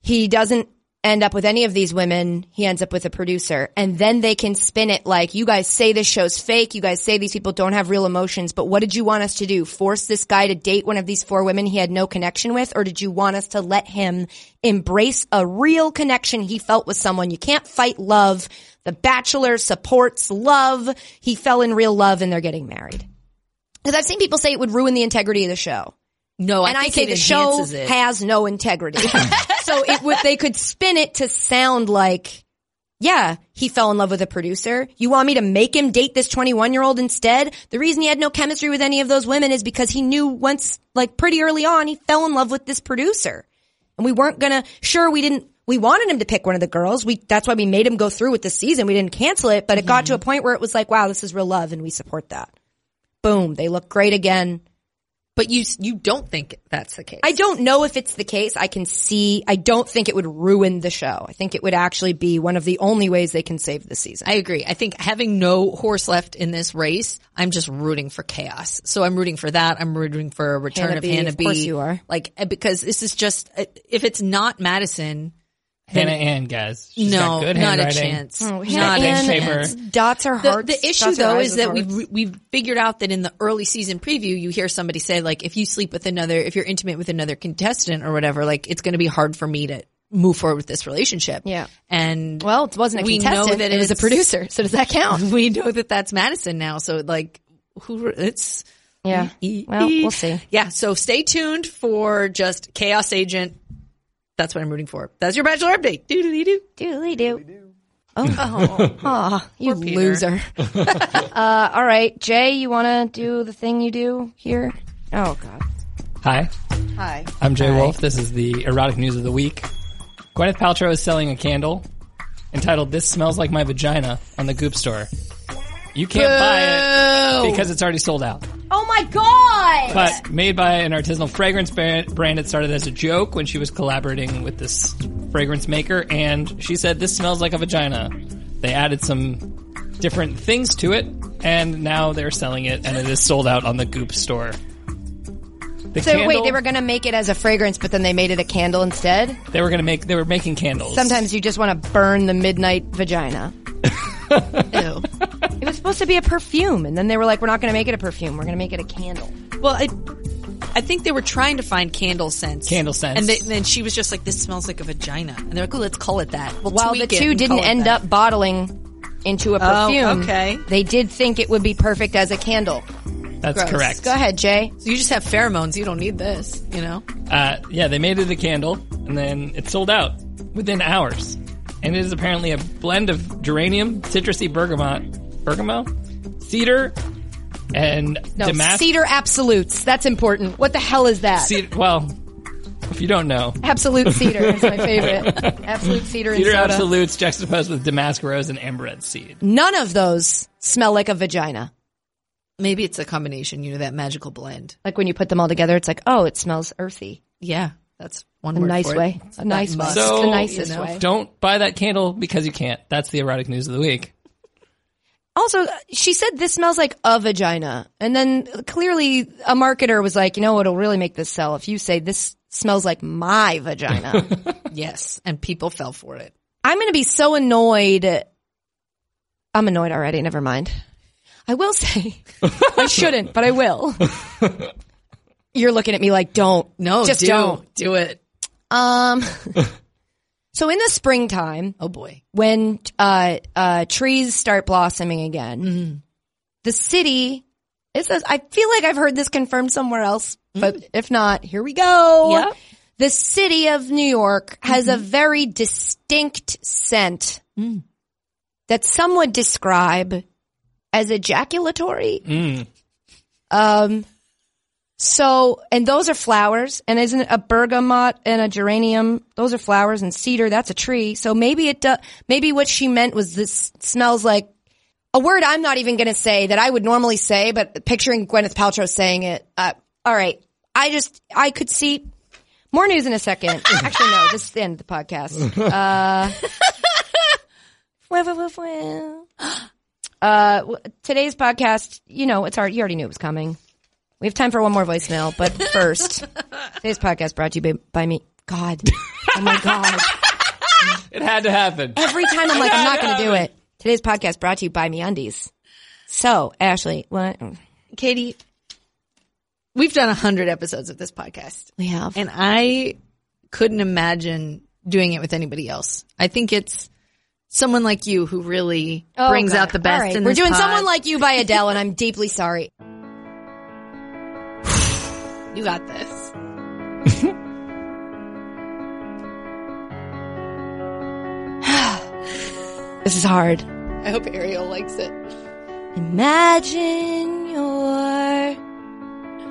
B: he doesn't end up with any of these women. He ends up with a producer and then they can spin it like you guys say this show's fake. You guys say these people don't have real emotions, but what did you want us to do? Force this guy to date one of these four women he had no connection with? Or did you want us to let him embrace a real connection he felt with someone? You can't fight love. The bachelor supports love. He fell in real love and they're getting married. Cause I've seen people say it would ruin the integrity of the show
E: no I
B: and I
E: think
B: say
E: it
B: the show
E: enhances it.
B: has no integrity.
E: [LAUGHS]
B: so it would they could spin it to sound like, yeah, he fell in love with a producer. You want me to make him date this 21 year old instead? The reason he had no chemistry with any of those women is because he knew once, like pretty early on, he fell in love with this producer. And we weren't gonna, sure, we didn't, we wanted him to pick one of the girls. We, that's why we made him go through with the season. We didn't cancel it, but it got to a point where it was like, wow, this is real love and we support that. Boom. They look great again.
E: But you you don't think that's the case.
B: I don't know if it's the case. I can see, I don't think it would ruin the show. I think it would actually be one of the only ways they can save the season.
E: I agree. I think having no horse left in this race, I'm just rooting for chaos. So I'm rooting for that. I'm rooting for a return
B: Hannah
E: of
B: B.
E: Hannah
B: Of
E: B.
B: course you are.
E: Like eh, because this is just eh, if it's not Madison,
C: Hannah Ann, guys. She's
E: no,
C: got good
E: not a
C: handwriting.
E: chance.
B: Oh,
C: She's got
E: Not a
C: good
E: chance.
C: paper.
B: Dots are
E: The,
B: hard.
E: the issue though is that we've re- we've figured out that in the early season preview, you hear somebody say like, if you sleep with another, if you're intimate with another contestant or whatever, like it's going to be hard for me to move forward with this relationship.
B: Yeah.
E: and
B: well, it wasn't a
E: we
B: contestant.
E: know that
B: it was a
E: it's-
B: producer. So does that
E: [LAUGHS]
B: count?
E: we know that that's Madison now. So like, who it's e,
B: Yeah. Well, we'll see.
E: Yeah. So stay tuned for just Chaos Agent. That's what I'm rooting for. That's your Bachelor update. Doodly doo.
B: Doodly do. Oh, oh, aw, you loser. uh, all right, Jay, you want to do the thing you do here? Oh God.
C: Hi.
E: Hi.
C: I'm Jay Wolf. This is the erotic news of the week. Gwyneth Paltrow is selling a candle entitled "This Smells Like My Vagina" on the Goop store. You can't buy it because it's already sold out.
B: Oh my God.
C: But made by an artisanal fragrance ba- brand, it started as a joke when she was collaborating with this fragrance maker, and she said, "This smells like a vagina." They added some different things to it, and now they're selling it, and it is sold out on the Goop store. The
B: So wait,
C: candle-
B: they were gonna make it as a fragrance, but then they made it a candle instead.
C: they were gonna make they were making candles.
B: Sometimes you just want to burn the midnight vagina.
E: Ew.
B: It was supposed to be a perfume, and then they were like, "We're not gonna make it a perfume. We're gonna make it a candle."
E: [LAUGHS] well, I, I think they were trying to find candle scents.
C: Candle scents.
E: And, they, and then she was just like, "This smells like a vagina," and they're like, "Oh, let's call it that." Well,
B: While the two didn't end up bottling into a perfume,
E: Oh, okay.
B: they did think it would be perfect as a candle.
C: That's
E: Gross.
C: correct.
B: Go ahead, Jay.
E: So you just have pheromones. You don't need this. You know.
C: Uh, yeah, they made it a candle, and then it sold out within hours. And it is apparently a blend of geranium, citrusy bergamot, bergamot, cedar, and
B: No,
C: damask.
B: cedar absolutes. That's important. What the hell is that?
C: Ced- well, if you don't know,
B: Absolute cedar is my favorite. Absolute cedar and
C: cedar
B: soda.
C: absolutes juxtaposed with damask rose and amaranth seed.
B: None of those smell like a vagina.
E: Maybe it's a combination. You know that magical blend.
B: Like when you put them all together, it's like, oh, it smells earthy.
E: Yeah, that's one
B: A
E: word
B: nice
E: for it.
B: way. A nice way.
E: must.
B: It's the
C: So,
B: nicest
E: you know.
B: way.
C: Don't buy that candle because you can't. That's the erotic news of the week.
B: Also, uh, she said this smells like a vagina. And then clearly a marketer was like, you know what'll really make this sell if you say this smells like my
E: [LAUGHS]
B: vagina.
E: Yes, and people fell for it.
B: I'm going to be so annoyed. I'm annoyed already. Never mind. I will say, I shouldn't, but I
E: [LAUGHS]
B: will. You're looking at me like, don't.
E: No,
B: just
E: do,
B: don't.
E: do it.
B: Um, [LAUGHS] so in the springtime,
E: Oh boy.
B: when uh, uh, trees start blossoming again, the city. It says, I feel like I've heard this confirmed somewhere else, but if not, here we go.
E: Yeah.
B: The city of New York has a very distinct scent that some would describe as ejaculatory. Um, so, and those are flowers, and isn't a bergamot and a geranium? Those are flowers, and cedar. That's a tree. So maybe it, do, maybe what she meant was this smells like a word I'm not even going to say that I would normally say, but picturing Gwyneth Paltrow saying it. Uh, all right, I just I could see more news in a second. Actually, no, this is the end of the podcast. Uh, [LAUGHS] well, well, well, well. Uh, w- today's podcast, you know, it's hard. You already knew it was coming. We have time for one more voicemail,
E: [LAUGHS]
B: but first, today's podcast brought to you by, by me. God, oh my God.
C: It had to happen.
B: [LAUGHS] Every time I'm like, I'm not going to do it. Today's podcast brought to you by MeUndies. So, Ashley, what
E: Katie, we've done a hundred episodes of this podcast,
B: we have?
E: and I couldn't imagine doing it with anybody else. I think it's someone like you who really
B: Oh,
E: brings
B: God.
E: out the best.
B: All right.
E: in
B: We're
E: this
B: doing
E: pod.
B: someone like you by Adele, and I'm deeply sorry.
E: you got this.
B: [SIGHS] This is hard.
E: I hope Ariel likes it.
B: Imagine your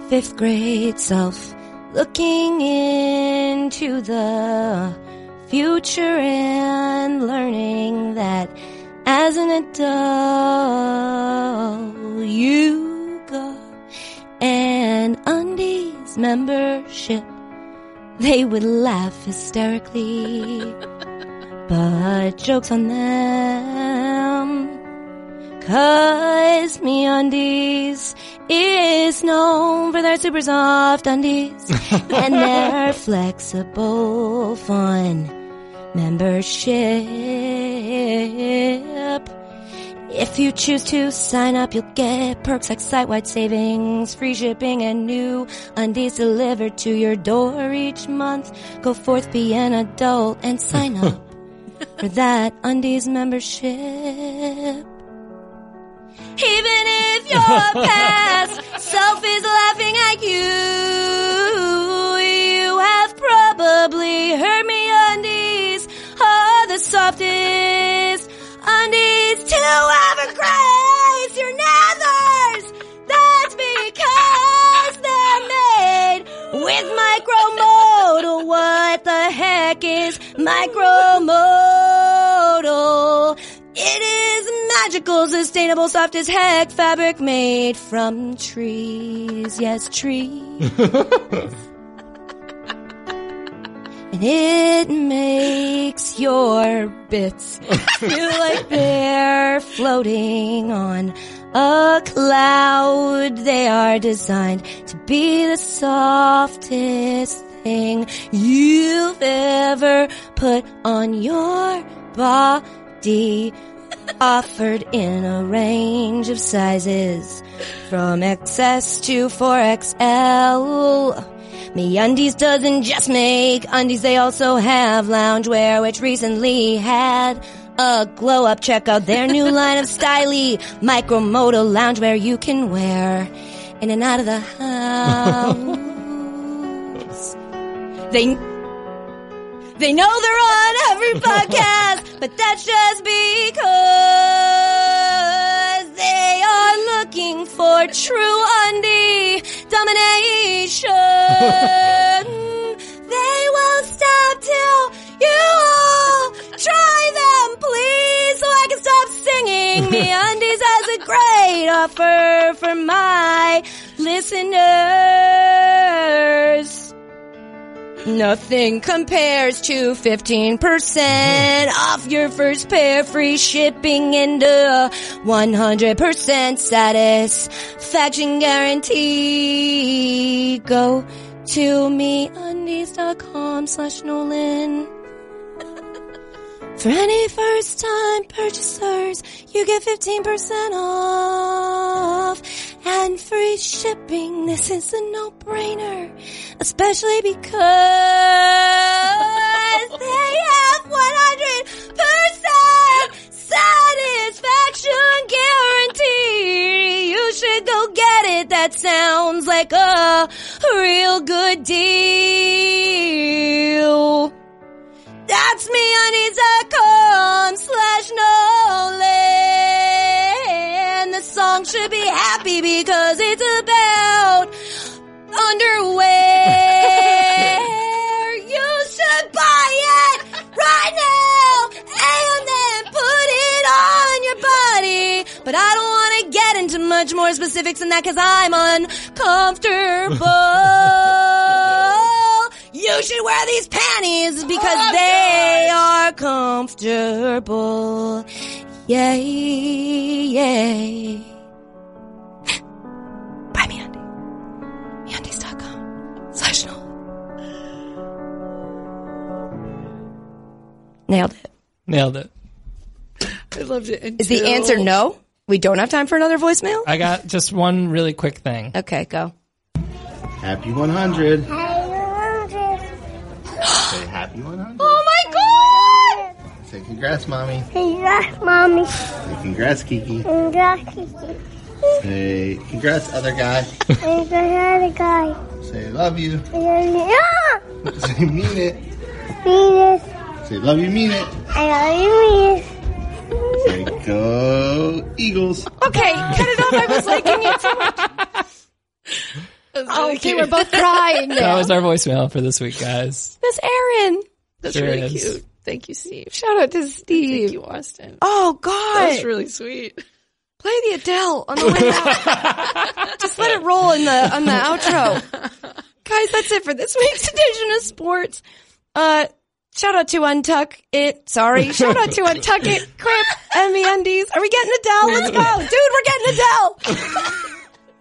B: fifth grade self looking into the future and learning that as an adult you got an undies membership. They would laugh hysterically, but jokes on them. Cause me undies is known for their super soft undies and their flexible fun membership. If you choose to sign up, you'll get perks like site-wide savings, free shipping, and new undies delivered to your door each month. Go forth, be an adult, and sign up for that undies membership. Even if your past self is laughing at you, you have probably heard me undies are the softest undies to ever grace your nethers. That's because they're made with micromodal. What the heck is micromodal? It is magical, sustainable, soft as heck fabric made from trees. Yes, trees. and it makes your bits feel like they're floating on a cloud. They are designed to be the softest thing you've ever put on your body. Offered in a range of sizes from XS to 4XL. MeUndies doesn't just make undies, they also have loungewear, which recently had a glow up. Check out their new line of styly micromodal loungewear you can wear in and out of the house. they they know they're on every podcast, but that's just because they are looking for true undie domination. they won't stop till you all try them, please, so I can stop singing. Me undies has a great offer for my listeners. Nothing compares to 15% off your first pair, free shipping and uh, a 100% satisfaction guarantee. Go to meundies.com slash Nolan. For any first time purchasers, you get 15% off and free shipping. This is a no brainer, especially because they have 100% satisfaction guarantee. You should go get it. That sounds like a real good deal. That's me on slash Nolan. The song should be happy because it's about underwear. you should buy it right now and then put it on your body. But I don't want to get into much more specifics than that because I'm uncomfortable. You should wear these panties because they are comfortable. Yay, yay. Buy me undies. MeUndies.com slash Noel. Nailed it.
C: Nailed it.
E: I loved it. And
B: Is the
E: two-
B: answer no? We don't have time for another voicemail?
C: I got just one really quick thing.
B: Okay, go.
H: Happy 100. Say happy 100.
B: Oh my god!
H: Say congrats, mommy.
I: Congrats, mommy.
H: Say congrats, Kiki.
I: Congrats, Kiki.
H: Say congrats, other guy.
I: And the other guy.
H: Say love you.
I: And then, ah!
H: Say mean it.
I: Venus.
H: Say love you, mean it.
I: I love you, Venus.
H: Say go Eagles.
E: Okay, cut it off. I was liking it so much. was really
B: Oh, Okay,
E: cute.
B: we're both crying
C: That
B: now.
C: was our voicemail for this week, guys.
B: Miss Aaron.
E: [LAUGHS] That's
C: Sure
E: really
C: is.
E: cute. Thank you, Steve.
B: Shout out to
E: Thank
B: Steve.
E: you, Austin.
B: Oh
E: That was
B: God.
E: really sweet.
B: Play the Adele on the way out.
E: [LAUGHS]
B: Just let it roll in the on the outro. Guys, that's it for this week's edition of sports. Uh shout out to Untuck It. Sorry. Shout out to Untuck It. Crip and the Undies. Are we getting Adele? Let's go. Dude, we're getting Adele.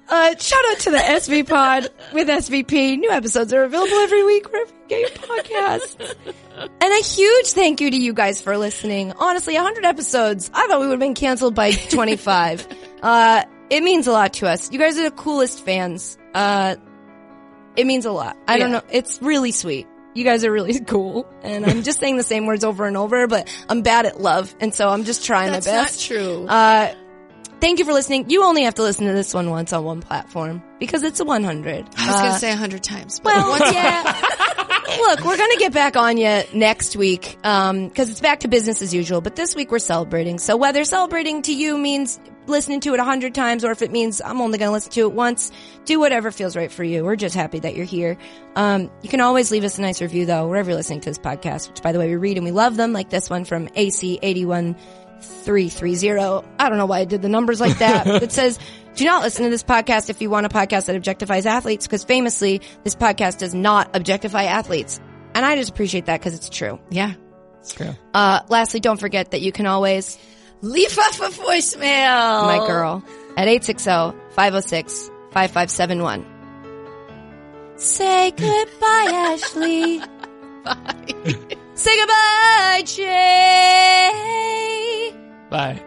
B: Uh, shout out to the SV Pod with SVP. New episodes are available every week wherever you get your podcasts. And a huge thank you to you guys for listening. Honestly, 100 episodes. I thought we would have been canceled
E: [LAUGHS]
B: by 25. uh, it means a lot to us. You guys are the coolest fans. Uh, it means a lot. I don't
E: Yeah.
B: know. It's really sweet. You guys are really [LAUGHS] cool. And I'm just saying the same words over and over, but I'm bad at love. And so I'm just trying
E: That's
B: my
E: not
B: best.
E: true.
B: Uh, thank you for listening. You only have to listen to this one once on one platform because it's a 100.
E: I was going
B: Uh,
E: to say a hundred times. But
B: well, yeah. [LAUGHS] Look, we're gonna get back on you next week um, because it's back to business as usual. But this week we're celebrating. So whether celebrating to you means listening to it a hundred times, or if it means I'm only gonna listen to it once, do whatever feels right for you. We're just happy that you're here. Um, you can always leave us a nice review though wherever you're listening to this podcast. Which, by the way, we read and we love them. Like this one from AC eighty one. 330. I don't know why I did the numbers like that. it says, do not listen to this podcast if you want a podcast that objectifies athletes because famously this podcast does not objectify athletes. And I just appreciate that because it's true.
E: yeah.
C: It's true.
B: Uh, lastly, don't forget that you can always,
E: Leave off a voicemail.
B: my girl, at 860-506-5571. Say goodbye, Ashley. Bye. Say goodbye, Jay.
C: Bye.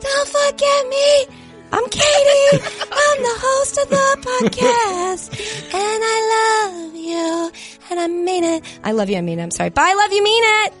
B: Don't forget me. I'm Katie. I'm the host of the podcast. And I love you. And I mean it. I love you. I mean it. I'm sorry. Bye. Love you. Mean it.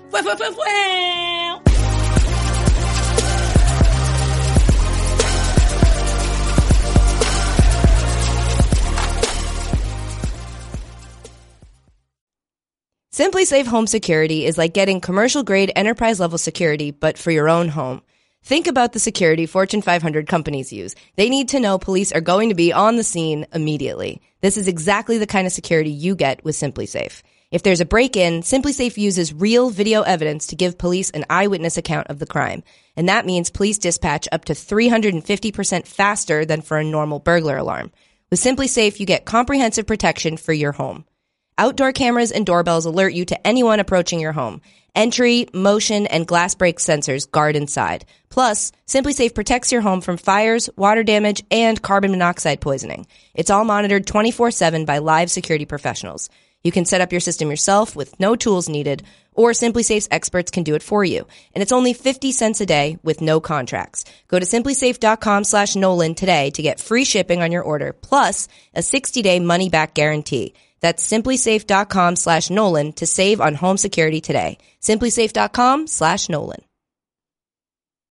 B: Simply Safe Home Security is like getting commercial grade enterprise level security, but for your own home. Think about the security Fortune 500 companies use. They need to know police are going to be on the scene immediately. This is exactly the kind of security you get with Simply Safe. If there's a break in, Simply Safe uses real video evidence to give police an eyewitness account of the crime. And that means police dispatch up to 350% faster than for a normal burglar alarm. With Simply Safe, you get comprehensive protection for your home. Outdoor cameras and doorbells alert you to anyone approaching your home. Entry, motion, and glass break sensors guard inside. Plus, Simply Safe protects your home from fires, water damage, and carbon monoxide poisoning. It's all monitored 24-7 by live security professionals. You can set up your system yourself with no tools needed, or Simply Safe's experts can do it for you. And it's only 50 cents a day with no contracts. Go to simplysafe.com slash Nolan today to get free shipping on your order, plus a 60-day money-back guarantee. That's simplysafe.com slash Nolan to save on home security today. Simplysafe.com slash Nolan.